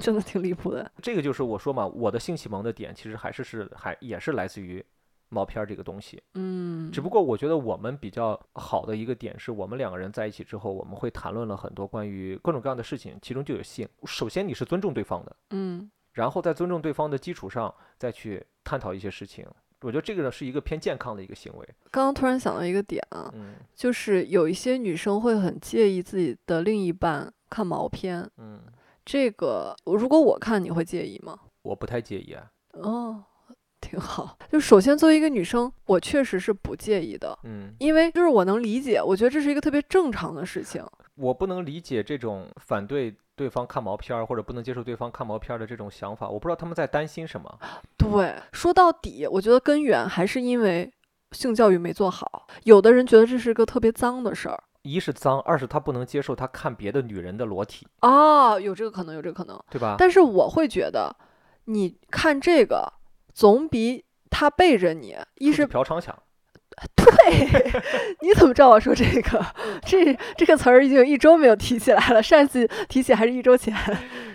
Speaker 2: 真的挺离谱的。
Speaker 1: 这个就是我说嘛，我的性启蒙的点其实还是是还也是来自于。毛片儿这个东西，
Speaker 2: 嗯，
Speaker 1: 只不过我觉得我们比较好的一个点是我们两个人在一起之后，我们会谈论了很多关于各种各样的事情，其中就有性。首先，你是尊重对方的，
Speaker 2: 嗯
Speaker 1: 然后在尊重对方的基础上再去探讨一些事情。我觉得这个呢是一个偏健康的一个行为。
Speaker 2: 刚刚突然想到一个点啊，
Speaker 1: 嗯
Speaker 2: 就是有一些女生会很介意自己的另一半看毛片，
Speaker 1: 嗯，
Speaker 2: 这个如果我看你会介意吗？
Speaker 1: 我不太介意啊。
Speaker 2: 哦，挺好。就首先作为一个女生，我确实是不介意的，
Speaker 1: 嗯，
Speaker 2: 因为就是我能理解，我觉得这是一个特别正常的事情。
Speaker 1: 我不能理解这种反对对方看毛片儿或者不能接受对方看毛片儿的这种想法。我不知道他们在担心什么。
Speaker 2: 对，说到底，我觉得根源还是因为性教育没做好。有的人觉得这是一个特别脏的事儿
Speaker 1: 一是脏，二是他不能接受他看别的女人的裸体，
Speaker 2: 啊，有这个可能，有这个可能。
Speaker 1: 对吧？
Speaker 2: 但是我会觉得，你看这个总比他背着你，一
Speaker 1: 出去
Speaker 2: 是
Speaker 1: 嫖娼想，
Speaker 2: 对， *laughs* 你怎么知道我说这个？这这个词儿已经有一周没有提起来了，上一次提起还是一周前。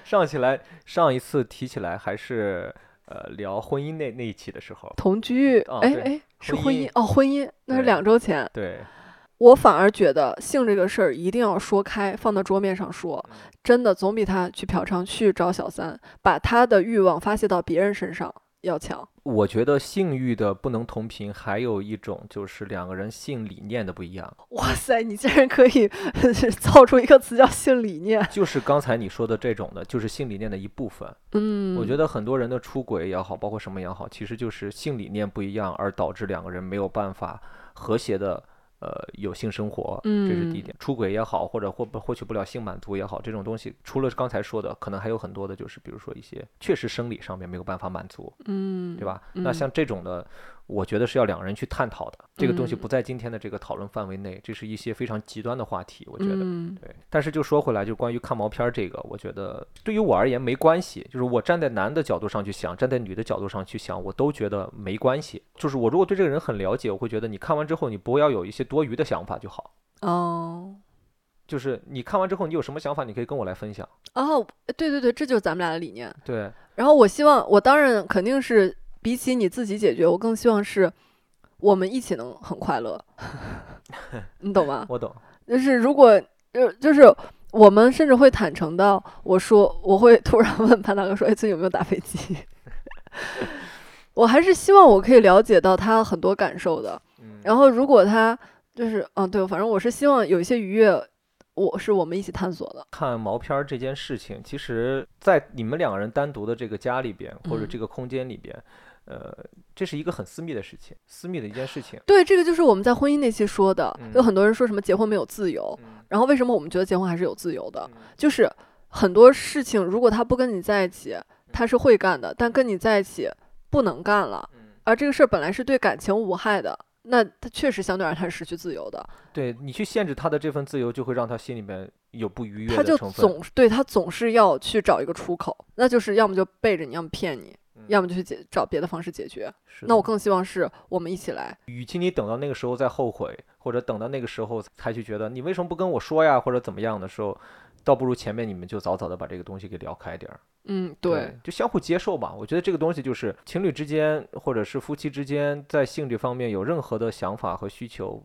Speaker 1: 上起来上一次提起来还是呃聊婚姻那那一期的时候，
Speaker 2: 同居，
Speaker 1: 啊
Speaker 2: 哎
Speaker 1: 对
Speaker 2: 哎，是
Speaker 1: 婚
Speaker 2: 婚
Speaker 1: 姻
Speaker 2: 姻哦，婚姻，那是
Speaker 1: 对
Speaker 2: 两周前。
Speaker 1: 对，
Speaker 2: 我反而觉得性这个事儿一定要说开，放到桌面上说，
Speaker 1: 嗯
Speaker 2: 真的总比他去嫖娼去找小三，把他的欲望发泄到别人身上要强。
Speaker 1: 我觉得性欲的不能同频，还有一种就是两个人性理念的不一样，
Speaker 2: 哇塞，你竟然可以 *laughs* 造出一个词叫性理念，
Speaker 1: 就是刚才你说的这种的，就是性理念的一部分。
Speaker 2: 嗯，
Speaker 1: 我觉得很多人的出轨也好，包括什么也好，其实就是性理念不一样，而导致两个人没有办法和谐的呃有性生活，这是
Speaker 2: 嗯
Speaker 1: 第一点。出轨也好，或者获获取不了性满足也好，这种东西除了刚才说的，可能还有很多的，就是比如说一些确实生理上面没有办法满足，
Speaker 2: 嗯，
Speaker 1: 对吧？那
Speaker 2: 嗯
Speaker 1: 像这种的。我觉得是要两个人去探讨的，这个东西
Speaker 2: 嗯
Speaker 1: 不在今天的这个讨论范围内，这是一些非常极端的话题，我觉得。
Speaker 2: 嗯，
Speaker 1: 对，但是就说回来，就关于看毛片儿这个，我觉得对于我而言没关系。就是我站在男的角度上去想，站在女的角度上去想，我都觉得没关系。就是我如果对这个人很了解，我会觉得你看完之后，你不要有一些多余的想法就好。
Speaker 2: 哦。
Speaker 1: 就是你看完之后，你有什么想法，你可以跟我来分享。
Speaker 2: 哦，对对对，这就是咱们俩的理念。
Speaker 1: 对，
Speaker 2: 然后我希望，我当然肯定是比起你自己解决，我更希望是我们一起能很快
Speaker 1: *laughs*
Speaker 2: 乐，你懂吗？
Speaker 1: 我懂。
Speaker 2: 就是如果就就是我们甚至会坦诚到，我说我会突然问潘大哥说，哎，最近有没有打飞机？ *laughs* 我还是希望我可以了解到他很多感受的。
Speaker 1: 嗯，
Speaker 2: 然后如果他就是嗯，对，反正我是希望有一些愉悦，我是我们一起探索的。
Speaker 1: 看毛片儿这件事情，其实，在你们两个人单独的这个家里边，或者
Speaker 2: 嗯
Speaker 1: 这个空间里边，呃，这是一个很私密的事情，私密的一件事情。
Speaker 2: 对，这个就是我们在婚姻那期说的，有
Speaker 1: 嗯
Speaker 2: 很多人说什么结婚没有自由，
Speaker 1: 嗯
Speaker 2: 然后为什么我们觉得结婚还是有自由的？
Speaker 1: 嗯
Speaker 2: 就是很多事情，如果他不跟你在一起，他是会干的，但跟你在一起不能干了，
Speaker 1: 嗯
Speaker 2: 而这个事儿本来是对感情无害的，那他确实相对而言他是失去自由的，
Speaker 1: 对你去限制他的这份自由，就会让他心里面有不愉悦
Speaker 2: 他就
Speaker 1: 的成分。
Speaker 2: 总对他总是要去找一个出口，那就是要么就背着你，要么骗你，要么就去解找别的方式解决。
Speaker 1: 嗯是
Speaker 2: 那
Speaker 1: 的
Speaker 2: 我更希望是我们一起来，
Speaker 1: 与其你等到那个时候再后悔，或者等到那个时候才去觉得你为什么不跟我说呀，或者怎么样的时候，倒不如前面你们就早早的把这个东西给聊开点儿。
Speaker 2: 嗯，
Speaker 1: 对，就相互接受吧。我觉得这个东西就是情侣之间，或者是夫妻之间，在性这方面有任何的想法和需求，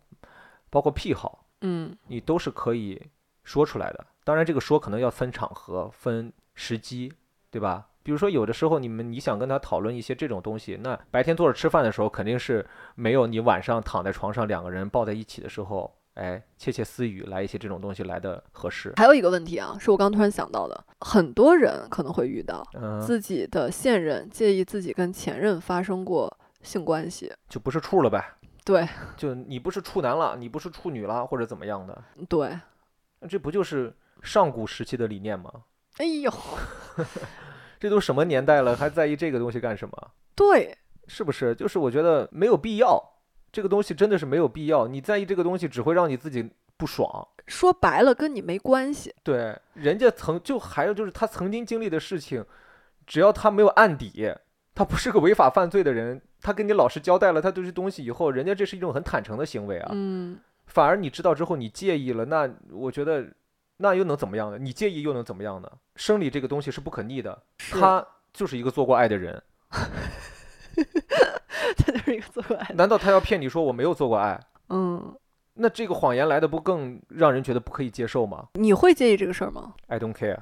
Speaker 1: 包括癖好，
Speaker 2: 嗯
Speaker 1: 你都是可以说出来的。当然，这个说可能要分场合、分时机，对吧？比如说，有的时候你们你想跟他讨论一些这种东西，那白天坐着吃饭的时候，肯定是没有你晚上躺在床上两个人抱在一起的时候，哎，窃窃私语来一些这种东西来的合适。
Speaker 2: 还有一个问题啊，是我刚突然想到的，很多人可能会遇到
Speaker 1: 嗯，
Speaker 2: 自己的现任介意自己跟前任发生过性关系，
Speaker 1: 就不是处了呗，
Speaker 2: 对
Speaker 1: 就你不是处男了，你不是处女了，或者怎么样的，
Speaker 2: 对，
Speaker 1: 那这不就是上古时期的理念吗？
Speaker 2: 哎呦，
Speaker 1: 这都什么年代了，还在意这个东西干什么？
Speaker 2: 对，
Speaker 1: 是不是？就是我觉得没有必要，这个东西真的是没有必要。你在意这个东西，只会让你自己不爽。
Speaker 2: 说白了跟你没关系，
Speaker 1: 对，人家曾就还有就是他曾经经历的事情，只要他没有案底，他不是个违法犯罪的人，他跟你老实交代了他对这东西以后，人家这是一种很坦诚的行为啊。 *laughs*
Speaker 2: 嗯，
Speaker 1: 反而你知道之后你介意了，那我觉得那又能怎么样呢？你介意又能怎么样呢？生理这个东西是不可逆的，
Speaker 2: 是，
Speaker 1: 他就是一个做过爱的人，
Speaker 2: 他就是一个做过爱的，
Speaker 1: 难道他要骗你说我没有做过爱？
Speaker 2: 嗯，
Speaker 1: 那这个谎言来的不更让人觉得不可以接受吗
Speaker 2: 你会介意这个事儿吗？
Speaker 1: ？I don't care。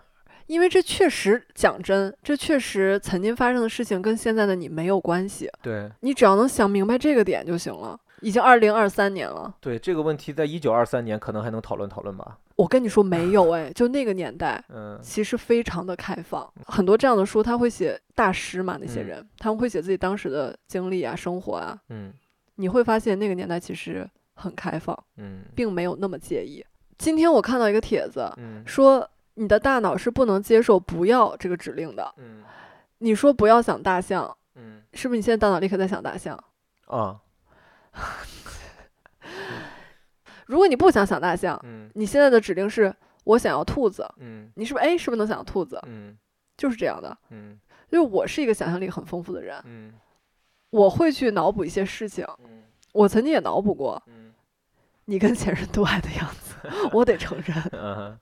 Speaker 2: 因为这确实讲真，这确实曾经发生的事情跟现在的你没有关系，
Speaker 1: 对
Speaker 2: 你只要能想明白这个点就行了。已经二零二三年了，
Speaker 1: 对，这个问题在一九二三年可能还能讨论讨论吧。
Speaker 2: 我跟你说没有哎，就那个年代，
Speaker 1: 嗯
Speaker 2: 其实非常的开放，很多这样的书他会写大师嘛，那些
Speaker 1: 嗯
Speaker 2: 人、他们会写自己当时的经历啊、生活啊，
Speaker 1: 嗯
Speaker 2: 你会发现那个年代其实很开放，
Speaker 1: 嗯
Speaker 2: 并没有那么介意。今天我看到一个帖子
Speaker 1: 嗯
Speaker 2: 说，你的大脑是不能接受“不要”这个指令的。
Speaker 1: 嗯
Speaker 2: 你说不要想大象，
Speaker 1: 嗯
Speaker 2: 是不是你现在大脑立刻在想大象？
Speaker 1: 啊
Speaker 2: 如果你不想想大象，
Speaker 1: 嗯
Speaker 2: 你现在的指令是我想要兔子，
Speaker 1: 嗯
Speaker 2: 你是不是哎是不是能想到兔子？
Speaker 1: 嗯
Speaker 2: 就是这样的，
Speaker 1: 嗯
Speaker 2: 就是我是一个想象力很丰富的人，
Speaker 1: 嗯
Speaker 2: 我会去脑补一些事情。
Speaker 1: 嗯
Speaker 2: 我曾经也脑补过
Speaker 1: 嗯
Speaker 2: 你
Speaker 1: *laughs*
Speaker 2: 跟前任对爱的样子，我得承认，
Speaker 1: 嗯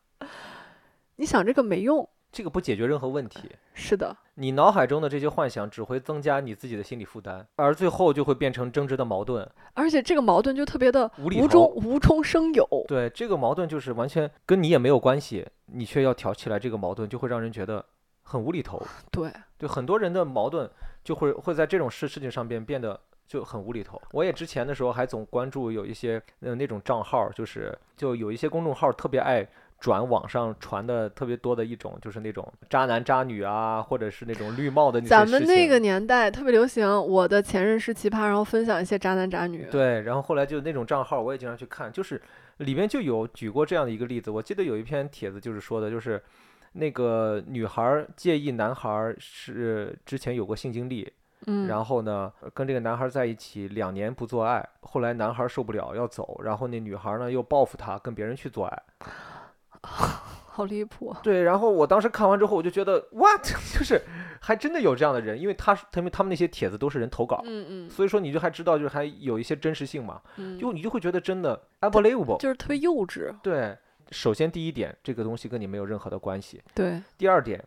Speaker 2: 你想这个没用，
Speaker 1: 这个不解决任何问题。
Speaker 2: 是的，
Speaker 1: 你脑海中的这些幻想只会增加你自己的心理负担，而最后就会变成争执的矛盾。
Speaker 2: 而且这个矛盾就特别的
Speaker 1: 无厘
Speaker 2: 无
Speaker 1: 头
Speaker 2: 中无中生有。
Speaker 1: 对，这个矛盾就是完全跟你也没有关系，你却要挑起来这个矛盾，就会让人觉得很无厘头。
Speaker 2: 对，
Speaker 1: 对，很多人的矛盾就会会在这种事事情上边变得就很无厘头。我也之前的时候还总关注有一些呃那种账号，就是就有一些公众号特别爱。转网上传的特别多的一种，就是那种渣男渣女啊，或者是那种绿帽的那些
Speaker 2: 咱们
Speaker 1: 事
Speaker 2: 那
Speaker 1: 情
Speaker 2: 个年代特别流行，我的前任是奇葩，然后分享一些渣男渣女。
Speaker 1: 对，然后后来就那种账号，我也经常去看，就是里面就有举过这样的一个例子。我记得有一篇帖子就是说的，就是那个女孩儿介意男孩儿是之前有过性经历，
Speaker 2: 嗯，
Speaker 1: 然后呢呃跟这个男孩儿在一起两年不做爱，后来男孩儿受不了要走，然后那女孩儿呢又报复他，跟别人去做爱。
Speaker 2: 好离谱。
Speaker 1: 对，然后我当时看完之后，我就觉得 what，就是 *laughs* 还真的有这样的人，因为他是他们他们那些帖子都是人投稿。
Speaker 2: 嗯嗯
Speaker 1: 所以说，你就还知道，就是还有一些真实性嘛，
Speaker 2: 嗯，
Speaker 1: 就你就会觉得真的 unbelievable，
Speaker 2: 就是特别幼稚。
Speaker 1: 对，首先第一点，这个东西跟你没有任何的关系。
Speaker 2: 对，
Speaker 1: 第二点，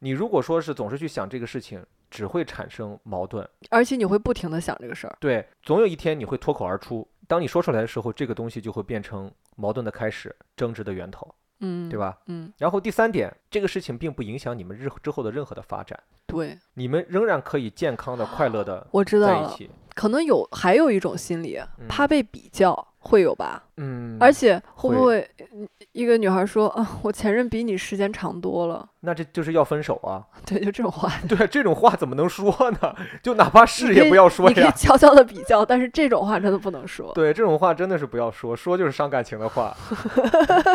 Speaker 1: 你如果说是总是去想这个事情，只会产生矛盾。
Speaker 2: 而且你会不停的想这个事儿。
Speaker 1: 对，总有一天你会脱口而出。当你说出来的时候，这个东西就会变成矛盾的开始，争执的源头，
Speaker 2: 嗯，
Speaker 1: 对？吧？
Speaker 2: 嗯，
Speaker 1: 然后第三点，这个事情并不影响你们日之后的任何的发展，
Speaker 2: 对，
Speaker 1: 你们仍然可以健康的、快乐的
Speaker 2: 我知
Speaker 1: 在
Speaker 2: 道
Speaker 1: 一
Speaker 2: 了。
Speaker 1: 起。
Speaker 2: 可能有还有一种心理，
Speaker 1: 嗯
Speaker 2: 怕被比较，会有吧？
Speaker 1: 嗯，
Speaker 2: 而且会不
Speaker 1: 会
Speaker 2: 会嗯一个女孩说啊，我前任比你时间长多了？
Speaker 1: 那这就是要分手啊！ *laughs*
Speaker 2: 对，就这种话，
Speaker 1: 对，这种话怎么能说呢？就哪怕是
Speaker 2: 你可
Speaker 1: 也
Speaker 2: 以
Speaker 1: 不要说
Speaker 2: 你可以
Speaker 1: 呀。
Speaker 2: 悄悄的比较，但是这种话真的不能说。
Speaker 1: 对，这种话真的是不要说，说就是伤感情的
Speaker 2: *laughs*
Speaker 1: 话，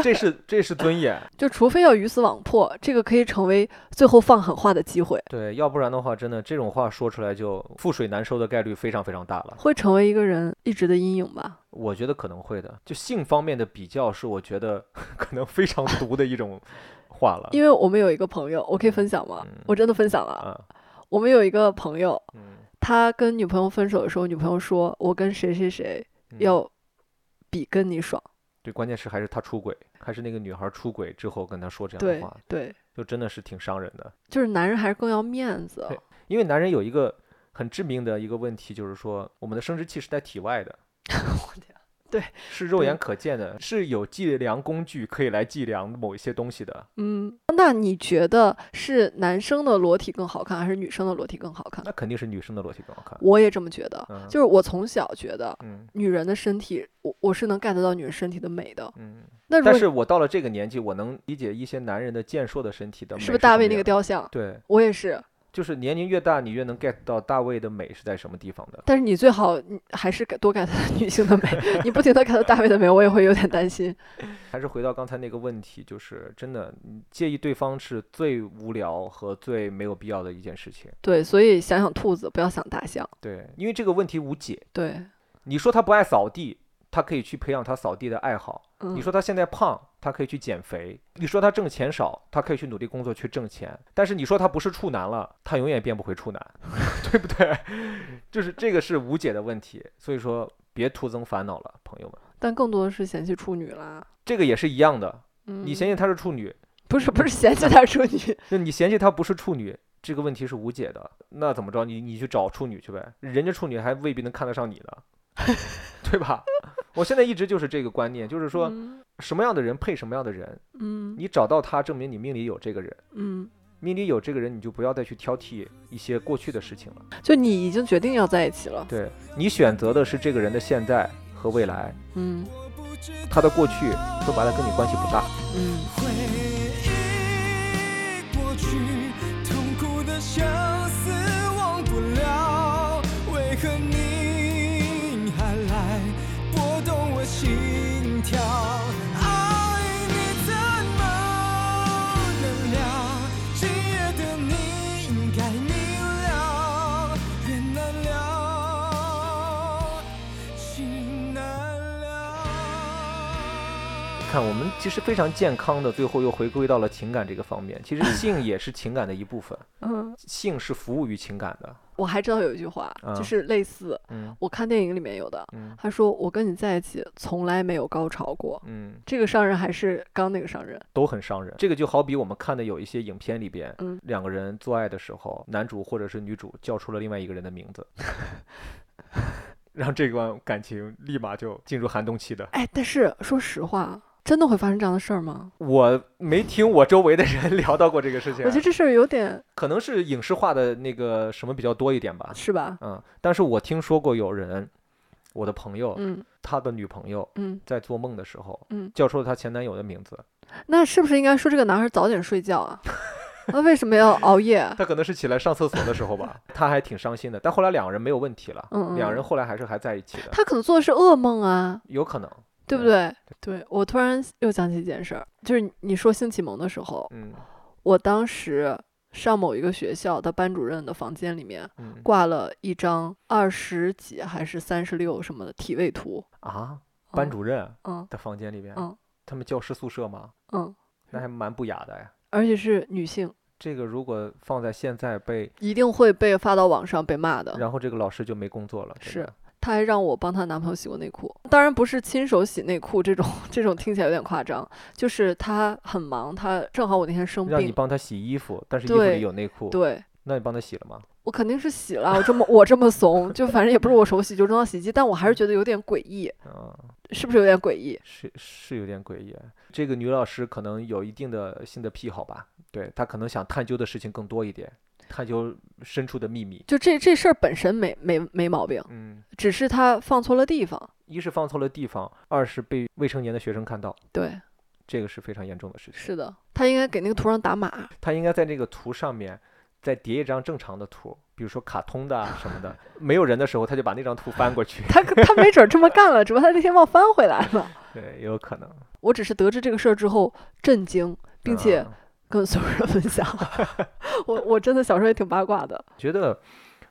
Speaker 1: 这是这是尊严。
Speaker 2: 就除非要鱼死网破，这个可以成为最后放狠话的机会，
Speaker 1: 对，要不然的话，真的这种话说出来就覆水难收的概率非常非常大了。
Speaker 2: 会成为一个人一直的阴影吧。
Speaker 1: 我觉得可能会的，就性方面的比较是我觉得 *laughs* 可能非常毒的一种话了。
Speaker 2: 因为我们有一个朋友，我可以分享吗？
Speaker 1: 啊嗯
Speaker 2: 我真的分享了。
Speaker 1: 啊，
Speaker 2: 我们有一个朋友，
Speaker 1: 嗯，
Speaker 2: 他跟女朋友分手的时候，女朋友说：“我跟谁谁谁
Speaker 1: 嗯
Speaker 2: 要比跟你爽。
Speaker 1: 对，关键是还是他出轨，还是那个女孩出轨之后跟他说这样
Speaker 2: 对
Speaker 1: 的话，
Speaker 2: 对，
Speaker 1: 就真的是挺伤人的。
Speaker 2: 就是男人还是更要面子。哦 *laughs*
Speaker 1: 对因为男人有一个很致命的一个问题，就是说我们的生殖器是在体外的，是肉
Speaker 2: 对
Speaker 1: 眼可见的，是有计量工具可以来计量某一些东西的。
Speaker 2: 嗯，那你觉得是男生的裸体更好看，还是女生的裸体更好看
Speaker 1: 那？肯定是女生的裸体更好看。
Speaker 2: 我也这么觉得。
Speaker 1: 呃嗯
Speaker 2: 就是我从小觉得
Speaker 1: 嗯
Speaker 2: 女人的身体，我我是能 get 到女人身体的美的。
Speaker 1: 嗯，
Speaker 2: 那如
Speaker 1: 但
Speaker 2: 果
Speaker 1: 是我到了这个年纪，我能理解一些男人的健硕的身体的美
Speaker 2: 是不是大卫
Speaker 1: 什
Speaker 2: 那
Speaker 1: 么
Speaker 2: 个
Speaker 1: 样
Speaker 2: 雕像？
Speaker 1: 对，
Speaker 2: 我也是，
Speaker 1: 就是年龄越大，你越能 get 到大卫的美是在什么地方的。
Speaker 2: 但是你最好你还是给多改 *laughs* 女性
Speaker 1: *laughs*
Speaker 2: 的美，你不停的改到大卫的美，我也会有点担心。
Speaker 1: 还是回到刚才那个问题，就是真的你介意对方是最无聊和最没有必要的一件事情。
Speaker 2: 对，所以想想兔子，不要想大象。
Speaker 1: 对，因为这个问题无解。
Speaker 2: 对，
Speaker 1: 你说他不爱扫地，他可以去培养他扫地的爱好。
Speaker 2: 嗯，
Speaker 1: 你说他现在胖，他可以去减肥；你说他挣钱少，他可以去努力工作去挣钱。但是你说他不是处男了，他永远变不回处男， *laughs* 对不对？就是这个是无解的问题，所以说别徒增烦恼了，朋友们。
Speaker 2: 但更多的是嫌弃处女啦。
Speaker 1: 这个也是一样的，
Speaker 2: 嗯，
Speaker 1: 你嫌弃她是处女，
Speaker 2: 不是不是
Speaker 1: *laughs*
Speaker 2: 嫌弃他是处女，
Speaker 1: 那你嫌弃她不是处女，这个问题是无解的。那怎么着？你你去找处女去呗，人家处女还未必能看得上你呢，
Speaker 2: *laughs*
Speaker 1: 对吧？ *laughs* 我现在一直就是这个观念，就是说
Speaker 2: 嗯
Speaker 1: 什么样的人配什么样的人，
Speaker 2: 嗯
Speaker 1: 你找到他，证明你命里有这个人。
Speaker 2: 嗯，
Speaker 1: 命里有这个人，你就不要再去挑剔一些过去的事情了。
Speaker 2: 就你已经决定要在一起了。
Speaker 1: 对你选择的是这个人的现在和未来，
Speaker 2: 嗯
Speaker 1: 他的过去说白了跟你关系不大。
Speaker 2: 嗯，
Speaker 4: 回忆过去，痛苦的相思忘不了，为何你还来拨动我心跳？爱你怎么能了？今夜的你应该明了，缘难了，情难了。
Speaker 1: 看，我们其实非常健康的，最后又回归到了情感这个方面。其实性也是情感的一部分，
Speaker 2: 嗯，
Speaker 1: 性是服务于情感的。
Speaker 2: 我还知道有一句话，
Speaker 1: 啊
Speaker 2: 就是类似
Speaker 1: 嗯
Speaker 2: 我看电影里面有的，
Speaker 1: 嗯
Speaker 2: 他说我跟你在一起从来没有高潮过。
Speaker 1: 嗯，
Speaker 2: 这个商人还是刚那个商人，
Speaker 1: 都很伤人。这个就好比我们看的有一些影片里边，
Speaker 2: 嗯
Speaker 1: 两个人做爱的时候，男主或者是女主叫出了另外一个人的
Speaker 2: *laughs*
Speaker 1: 名字，让这段感情立马就进入寒冬期的。
Speaker 2: 哎，但是说实话，真的会发生这样的事儿吗？
Speaker 1: 我没听我周围的人 *laughs* 聊到过这个事情
Speaker 2: 我，觉得这事儿有点
Speaker 1: 可能是影视化的那个什么比较多一点吧。
Speaker 2: 是吧？
Speaker 1: 嗯，但是我听说过有人，我的朋友，
Speaker 2: 嗯
Speaker 1: 他的女朋友
Speaker 2: 嗯，
Speaker 1: 在做梦的时候，
Speaker 2: 嗯
Speaker 1: 叫出了她前男友的名字，
Speaker 2: 那是不是应该说这个男孩早点睡
Speaker 1: *laughs*
Speaker 2: 觉啊？那为什么要熬夜？
Speaker 1: 他可能是起来上厕所的时候
Speaker 2: *laughs*
Speaker 1: 吧，他还挺伤心的。但后来两个人没有问题了，
Speaker 2: 嗯嗯
Speaker 1: 两人后来还是还在一起的，
Speaker 2: 他可能做的是噩梦啊，
Speaker 1: 有可能，
Speaker 2: 对不对？对我突然又想起一件事儿，就是你说性启蒙的时候，
Speaker 1: 嗯
Speaker 2: 我当时上某一个学校的班主任的房间里面
Speaker 1: 嗯
Speaker 2: 挂了一张二十几还是三十六什么的体位图，
Speaker 1: 啊，班
Speaker 2: 嗯
Speaker 1: 主任
Speaker 2: 嗯
Speaker 1: 的房间里边，
Speaker 2: 嗯
Speaker 1: 他们教师宿舍吗？
Speaker 2: 嗯，
Speaker 1: 那还蛮不雅的呀。
Speaker 2: 而且是女性，
Speaker 1: 这个如果放在现在被，
Speaker 2: 一定会被发到网上被骂的。
Speaker 1: 然后这个老师就没工作了。真
Speaker 2: 嗯是
Speaker 1: 的，
Speaker 2: 她还让我帮她男朋友洗过内裤，当然不是亲手洗内裤这种，这种听起来有点夸张。就是她很忙，她正好我那天生
Speaker 1: 让你
Speaker 2: 病，
Speaker 1: 帮他洗衣服，但是衣服里
Speaker 2: 嗯对
Speaker 1: 有内裤，
Speaker 2: 对
Speaker 1: 那你帮他洗了吗？
Speaker 2: 我肯定是洗了。我这么我这么怂，就反正也不是我手洗，就扔到洗衣机。但我还是觉得有点诡异，
Speaker 1: 嗯，
Speaker 2: 是不是有点诡异？
Speaker 1: 是是有点诡异。啊这个女老师可能有一定的性的癖好吧，对她可能想探究的事情更多一点，探究深处的秘密。
Speaker 2: 就这这事儿本身没没没毛病，
Speaker 1: 嗯，
Speaker 2: 只是她放错了地方。
Speaker 1: 一是放错了地方，二是被未成年的学生看到，
Speaker 2: 对，
Speaker 1: 这个是非常严重的事情。
Speaker 2: 是的，她应该给那个图上打码。
Speaker 1: 她应该在那个图上面再叠一张正常的图，比如说卡通的啊什么的。
Speaker 2: *laughs*
Speaker 1: 没有人的时候，她就把那张图翻过去。 *laughs*
Speaker 2: 她她没准儿这么干了，只不过她那天忘翻回来了。 *laughs*
Speaker 1: 对，也有可能，
Speaker 2: 我只是得知这个事儿之后震惊，并且
Speaker 1: 嗯
Speaker 2: 跟所有人分
Speaker 1: *laughs*
Speaker 2: 享。我我真的小时候也挺八卦的，
Speaker 1: 觉得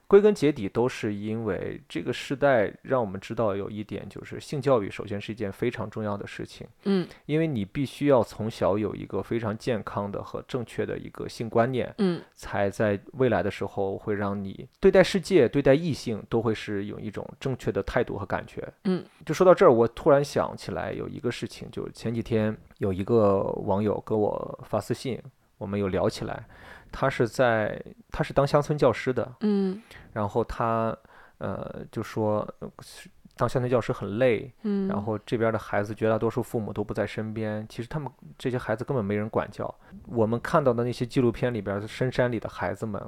Speaker 1: 归根结底都是因为这个时代让我们知道有一点，就是性教育首先是一件非常重要的事情，
Speaker 2: 嗯
Speaker 1: 因为你必须要从小有一个非常健康的和正确的一个性观念，
Speaker 2: 嗯
Speaker 1: 才在未来的时候会让你对待世界、对待异性都会是有一种正确的态度和感觉。
Speaker 2: 嗯，
Speaker 1: 就说到这儿，我突然想起来有一个事情，就前几天有一个网友跟我发私信，我们有聊起来。他是在他是当乡村教师的，
Speaker 2: 嗯
Speaker 1: 然后他呃就说呃是当乡村教师很累，
Speaker 2: 嗯，
Speaker 1: 然后这边的孩子绝大多数父母都不在身边，其实他们这些孩子根本没人管教。我们看到的那些纪录片里边儿，深山里的孩子们，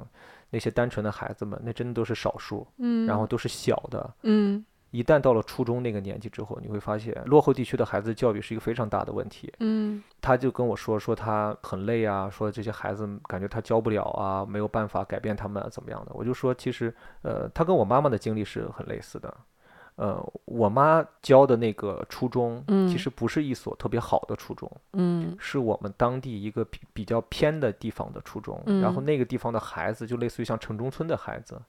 Speaker 1: 那些单纯的孩子们，那真的都是少数，
Speaker 2: 嗯，
Speaker 1: 然后都是小的。
Speaker 2: 嗯
Speaker 1: 一旦到了初中那个年纪之后，你会发现落后地区的孩子教育是一个非常大的问题。
Speaker 2: 嗯
Speaker 1: 他就跟我说，说他很累啊，说这些孩子感觉他教不了啊，没有办法改变他们啊怎么样的。我就说，其实，呃，他跟我妈妈的经历是很类似的。呃，我妈教的那个初中，
Speaker 2: 嗯
Speaker 1: 其实不是一所特别好的初中，
Speaker 2: 嗯
Speaker 1: 是我们当地一个比比较偏的地方的初中。然后
Speaker 2: 嗯
Speaker 1: 那个地方的孩子，就类似于像城中村的孩子，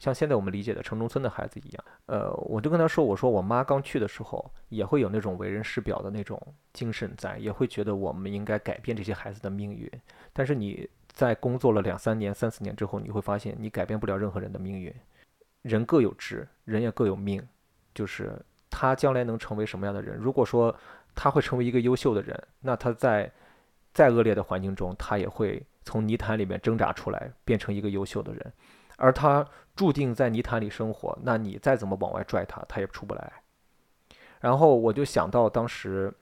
Speaker 1: 像现在我们理解的城中村的孩子一样。呃，我就跟他说，我说我妈刚去的时候，也会有那种为人师表的那种精神在，也会觉得我们应该改变这些孩子的命运。但是你在工作了两三年、三四年之后，你会发现你改变不了任何人的命运。人各有志，人也各有命，就是他将来能成为什么样的人？如果说他会成为一个优秀的人，那他在再恶劣的环境中，他也会从泥潭里面挣扎出来，变成一个优秀的人。而他注定在泥潭里生活，那你再怎么往外拽他，他也出不来。然后我就想到当时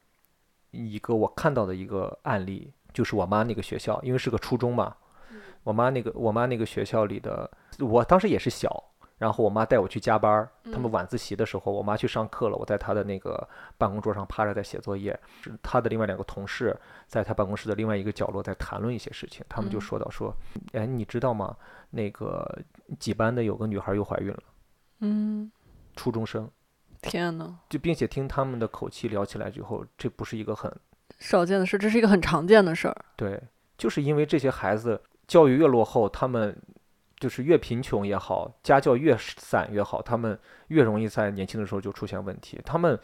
Speaker 1: 一个我看到的一个案例，就是我妈那个学校，因为是个初中嘛，
Speaker 2: 嗯
Speaker 1: 我妈那个我妈那个学校里的，我当时也是小，然后我妈带我去加班儿，他们
Speaker 2: 嗯
Speaker 1: 晚自习的时候，我妈去上课了，我在她的那个办公桌上趴着在写作业，她的另外两个同事在她办公室的另外一个角落在谈论一些事情，他们就
Speaker 2: 嗯
Speaker 1: 说到说，哎，你知道吗？那个几班的有个女孩又怀孕了，
Speaker 2: 嗯，
Speaker 1: 初中生。
Speaker 2: 天呐，
Speaker 1: 就并且听他们的口气聊起来之后，这不是一个很
Speaker 2: 少见的事，这是一个很常见的事儿。
Speaker 1: 对，就是因为这些孩子教育越落后，他们就是越贫穷也好，家教越散越好，他们越容易在年轻的时候就出现问题。他们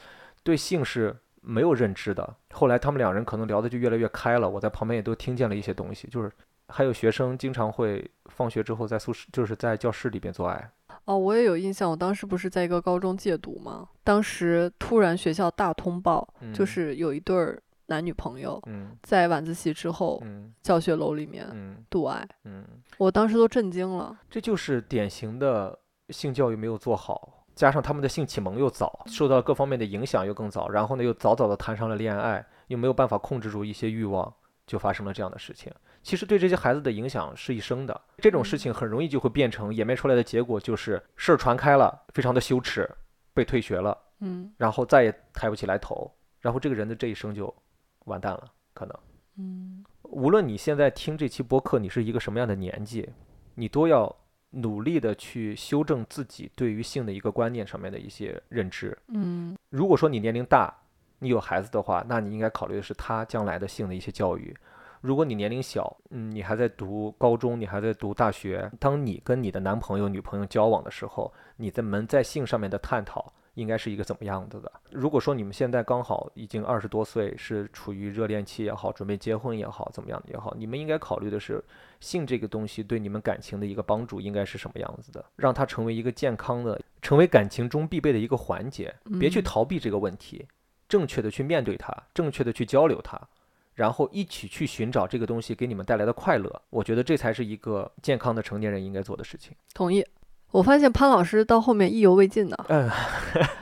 Speaker 1: 对性是没有认知的。后来他们两人可能聊的就越来越开了，我在旁边也都听见了一些东西，就是还有学生经常会放学之后在宿舍，就是在教室里边做爱。
Speaker 2: 哦，我也有印象，我当时不是在一个高中戒毒吗？当时突然学校大通报，就
Speaker 1: 嗯
Speaker 2: 是有一对儿男女朋友
Speaker 1: 嗯
Speaker 2: 在晚自习之后，
Speaker 1: 嗯
Speaker 2: 教学楼里面
Speaker 1: 嗯
Speaker 2: 度爱，
Speaker 1: 嗯，
Speaker 2: 我当时都震惊了。
Speaker 1: 这就是典型的性教育没有做好，加上他们的性启蒙又早，受到各方面的影响又更早，然后呢又早早的谈上了恋爱，又没有办法控制住一些欲望，就发生了这样的事情。其实对这些孩子的影响是一生的，这种事情很容易就会变成演变出来的结果就是事儿传开了，非常的羞耻，被退学了，
Speaker 2: 嗯
Speaker 1: 然后再也抬不起来头，然后这个人的这一生就完蛋了，可能。
Speaker 2: 嗯，
Speaker 1: 无论你现在听这期播客，你是一个什么样的年纪，你都要努力的去修正自己对于性的一个观念上面的一些认知。
Speaker 2: 嗯，
Speaker 1: 如果说你年龄大，你有孩子的话，那你应该考虑的是他将来的性的一些教育。如果你年龄小，嗯，你还在读高中，你还在读大学，当你跟你的男朋友、女朋友交往的时候，你在们在性上面的探讨应该是一个怎么样子的？如果说你们现在刚好已经二十多岁，是处于热恋期也好，准备结婚也好，怎么样也好，你们应该考虑的是性这个东西对你们感情的一个帮助应该是什么样子的，让它成为一个健康的，成为感情中必备的一个环节，别去
Speaker 2: 嗯
Speaker 1: 逃避这个问题，正确的去面对它，正确的去交流它，然后一起去寻找这个东西给你们带来的快乐。我觉得这才是一个健康的成年人应该做的事情。
Speaker 2: 同意。我发现潘老师到后面意犹未尽呢。
Speaker 1: 嗯，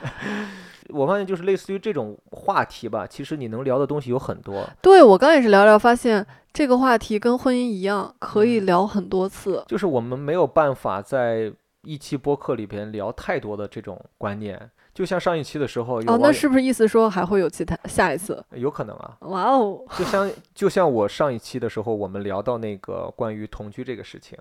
Speaker 1: *laughs* 我发现就是类似于这种话题吧，其实你能聊的东西有很多，
Speaker 2: 对我刚也是聊聊，发现这个话题跟婚姻一样，可以
Speaker 1: 嗯
Speaker 2: 聊很多次。
Speaker 1: 就是我们没有办法在一期播客里边聊太多的这种观念。就像上一期的时候，有
Speaker 2: 哦，
Speaker 1: 网
Speaker 2: 那
Speaker 1: 友
Speaker 2: 是不是意思说还会有其他下一次？
Speaker 1: 有可能啊，
Speaker 2: 哇哦，
Speaker 1: 就像就像我上一期的时候，我们聊到那个关于同居这个事情，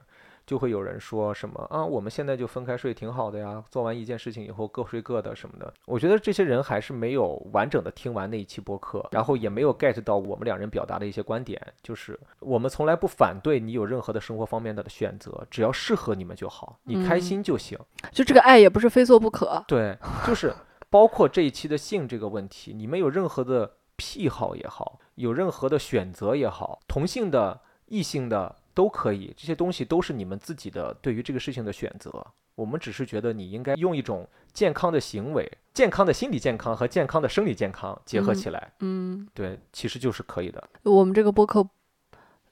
Speaker 1: 就会有人说什么啊，我们现在就分开睡挺好的呀，做完一件事情以后各睡各的什么的。我觉得这些人还是没有完整的听完那一期播客，然后也没有 get 到我们两人表达的一些观点，就是我们从来不反对你有任何的生活方面的选择，只要适合你们就好，你开
Speaker 2: 嗯
Speaker 1: 心就行。
Speaker 2: 就这个爱也不是非做不可。
Speaker 1: 对，就是包括这一期的性这个问题，你们有任何的癖好也好，有任何的选择也好，同性的、异性的都可以，这些东西都是你们自己的对于这个事情的选择。我们只是觉得你应该用一种健康的行为、健康的心理健康和健康的生理健康结合
Speaker 2: 嗯
Speaker 1: 起来，
Speaker 2: 嗯，
Speaker 1: 对，其实就是可以的。
Speaker 2: 我们这个播客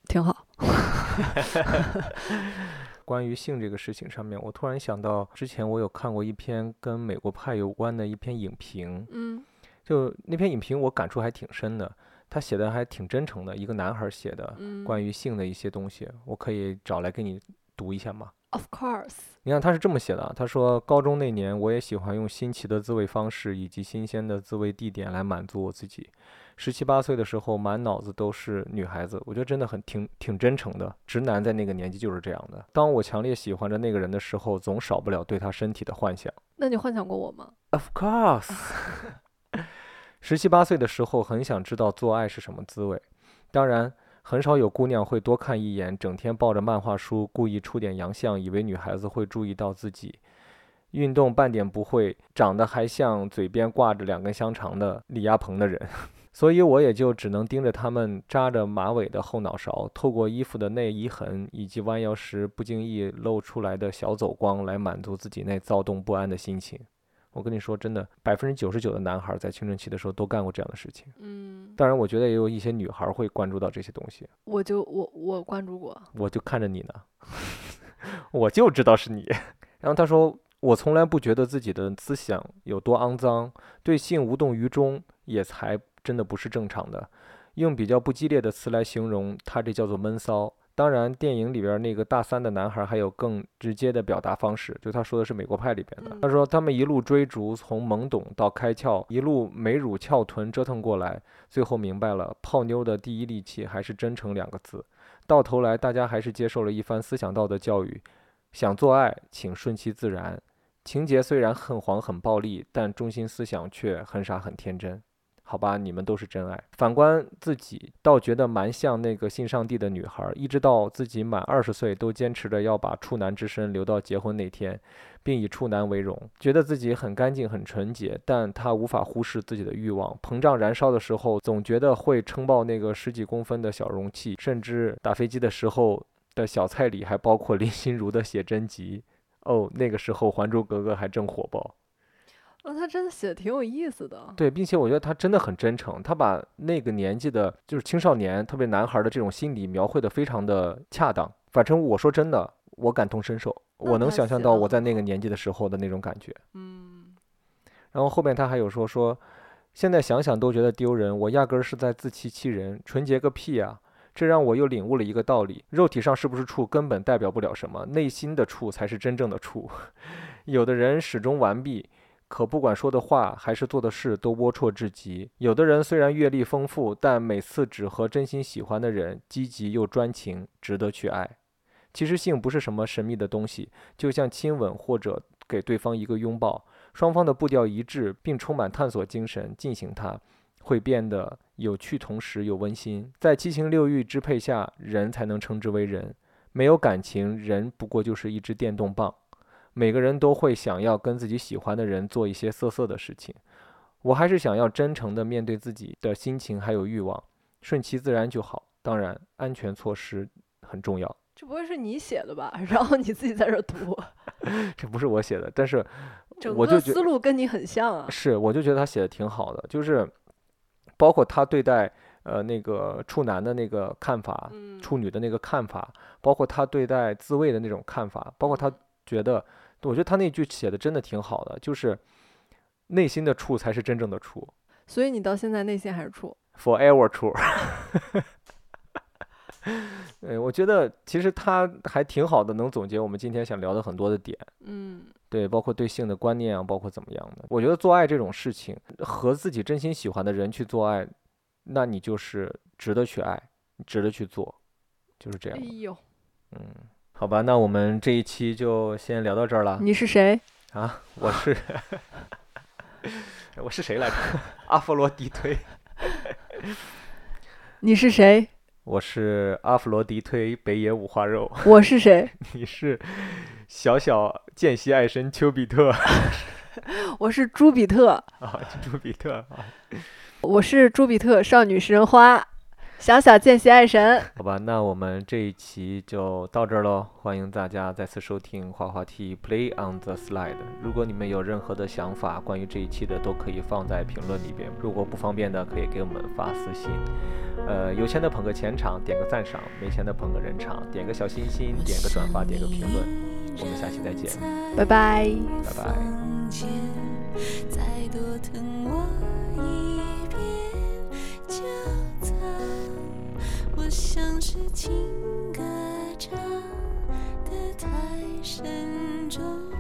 Speaker 2: 挺好。
Speaker 1: 关于性这个事情上面，我突然想到，之前我有看过一篇跟美国派有关的一篇影评，
Speaker 2: 嗯
Speaker 1: 就那篇影评，我感触还挺深的。他写的还挺真诚的，一个男孩儿写的
Speaker 2: 嗯
Speaker 1: 关于性的一些东西，我可以找来给你读一下吗？
Speaker 2: Of course，
Speaker 1: 你看他是这么写的啊，他说高中那年我也喜欢用新奇的自慰方式以及新鲜的自慰地点来满足我自己。十七八岁的时候，满脑子都是女孩子，我觉得真的很挺挺真诚的。直男在那个年纪就是这样的。当我强烈喜欢着那个人的时候，总少不了对他身体的幻想。
Speaker 2: 那你幻想过我吗？
Speaker 1: Of course 。 *laughs* 十七八岁的时候，很想知道做爱是什么滋味。当然，很少有姑娘会多看一眼，整天抱着漫画书，故意出点洋相，以为女孩子会注意到自己。运动半点不会，长得还像嘴边挂着两根香肠的李亚鹏的人， *laughs* 所以我也就只能盯着他们扎着马尾的后脑勺，透过衣服的内衣痕以及弯腰时不经意露出来的小走光，来满足自己那躁动不安的心情。我跟你说，真的，百分之九十九的男孩儿在青春期的时候都干过这样的事情。
Speaker 2: 嗯，
Speaker 1: 当然，我觉得也有一些女孩儿会关注到这些东西。
Speaker 2: 我就我我关注过。啊
Speaker 1: 我就看着你呢， *laughs* 我就知道是你。 *laughs* 然后他说，我从来不觉得自己的思想有多肮脏，对性无动于衷，也才真的不是正常的。用比较不激烈的词来形容，他这叫做闷骚。当然，电影里边那个大三的男孩还有更直接的表达方式，就他说的是《美国派》里边的。他
Speaker 2: 嗯
Speaker 1: 说他们一路追逐，从懵懂到开窍，一路美乳翘臀折腾过来，最后明白了，泡妞的第一利器还是真诚两个字。到头来，大家还是接受了一番思想道德教育。想做爱，请顺其自然。情节虽然很黄很暴力，但中心思想却很傻很天真。好吧，你们都是真爱。反观自己，倒觉得蛮像那个信上帝的女孩儿，一直到自己满二十岁，都坚持着要把处男之身留到结婚那天，并以处男为荣，觉得自己很干净、很纯洁，但她无法忽视自己的欲望膨胀燃烧的时候，总觉得会撑爆那个十几公分的小容器，甚至打飞机的时候的小菜里还包括林心如的写真集。哦，那个时候《还珠格格》还正火爆。
Speaker 2: 那他真的写的挺有意思的。
Speaker 1: 对，并且我觉得他真的很真诚，他把那个年纪的，就是青少年，特别男孩儿的这种心理描绘的非常的恰当。反正我说真的，我感同身受，我
Speaker 2: 那嗯
Speaker 1: 能
Speaker 2: 他
Speaker 1: 想象
Speaker 2: 写
Speaker 1: 到
Speaker 2: 得
Speaker 1: 我在
Speaker 2: 很
Speaker 1: 那个
Speaker 2: 好
Speaker 1: 年纪的时候的那种感觉。
Speaker 2: 嗯，
Speaker 1: 然后后面他还有说说，现在想想都觉得丢人，我压根儿是在自欺欺人，纯洁个屁呀、这让我又领悟了一个道理：肉体上是不是处根本代表不了什么，内心的处才是真正的处。 *laughs* 有的人始终完璧，可不管说的话还是做的事都龌龊至极；有的人虽然阅历丰富，但每次只和真心喜欢的人积极又专情，值得去爱。其实性不是什么神秘的东西，就像亲吻或者给对方一个拥抱，双方的步调一致，并充满探索精神进行它，会变得有趣，同时又温馨。在七情六欲支配下，人才能称之为人。没有感情，人不过就是一支电动棒。每个人都会想要跟自己喜欢的人做一些色色的事情。我还是想要真诚的面对自己的心情还有欲望，顺其自然就好。当然，安全措施很重要。 *laughs*
Speaker 2: 这不会是你写的吧？ *laughs* 然后你自己在这儿读，
Speaker 1: 这不是我写的，但是
Speaker 2: *laughs* 整
Speaker 1: 我就
Speaker 2: 个
Speaker 1: 觉
Speaker 2: 思路跟你很像啊。
Speaker 1: 是，我就觉得他写的挺好的，就是包括他对待呃那个处男的那个看法，
Speaker 2: 嗯，
Speaker 1: 处女的那个看法，包括他对待自慰的那种看法，包括他
Speaker 2: 嗯
Speaker 1: 觉得，我觉得他那句写的真的挺好的，就是内心的处才是真正的处
Speaker 2: 所以你到现在内心还是处，
Speaker 1: ，forever 处。 *laughs* 对，我觉得其实他还挺好的，能总结我们今天想聊的很多的点。
Speaker 2: 嗯，
Speaker 1: 对，包括对性的观念啊，包括怎么样的。我觉得做爱这种事情，和自己真心喜欢的人去做爱，那你就是值得去爱，值得去做，就是这
Speaker 2: 哎
Speaker 1: 样的。
Speaker 2: 呦，
Speaker 1: 嗯，好吧，那我们这一期就先聊到这儿了。
Speaker 2: 你是谁？
Speaker 1: 啊，我是 *laughs* 我是谁来着？阿佛罗狄忒，
Speaker 2: 你是谁？
Speaker 1: 我是阿佛罗狄忒北野五花肉，
Speaker 2: 我是谁？ *laughs*
Speaker 1: 你是小小间隙爱神丘比特 *laughs*
Speaker 2: 我是朱比特，
Speaker 1: 啊，朱比特啊。
Speaker 2: 我是朱比特少女食人花，小小见习爱神。
Speaker 1: 好吧，那我们这一期就到这儿喽，欢迎大家再次收听滑滑梯 Play on the Slide。如果你们有任何的想法，关于这一期的都可以放在评论里边，如果不方便的可以给我们发私信。呃，有钱的捧个钱场，点个赞赏；没钱的捧个人场，点个小心心，点个转发，点个评论。我们下期再见。
Speaker 2: 拜拜
Speaker 1: 拜拜
Speaker 3: 房间再多疼我一遍就藏，我像是情歌唱的太慎重。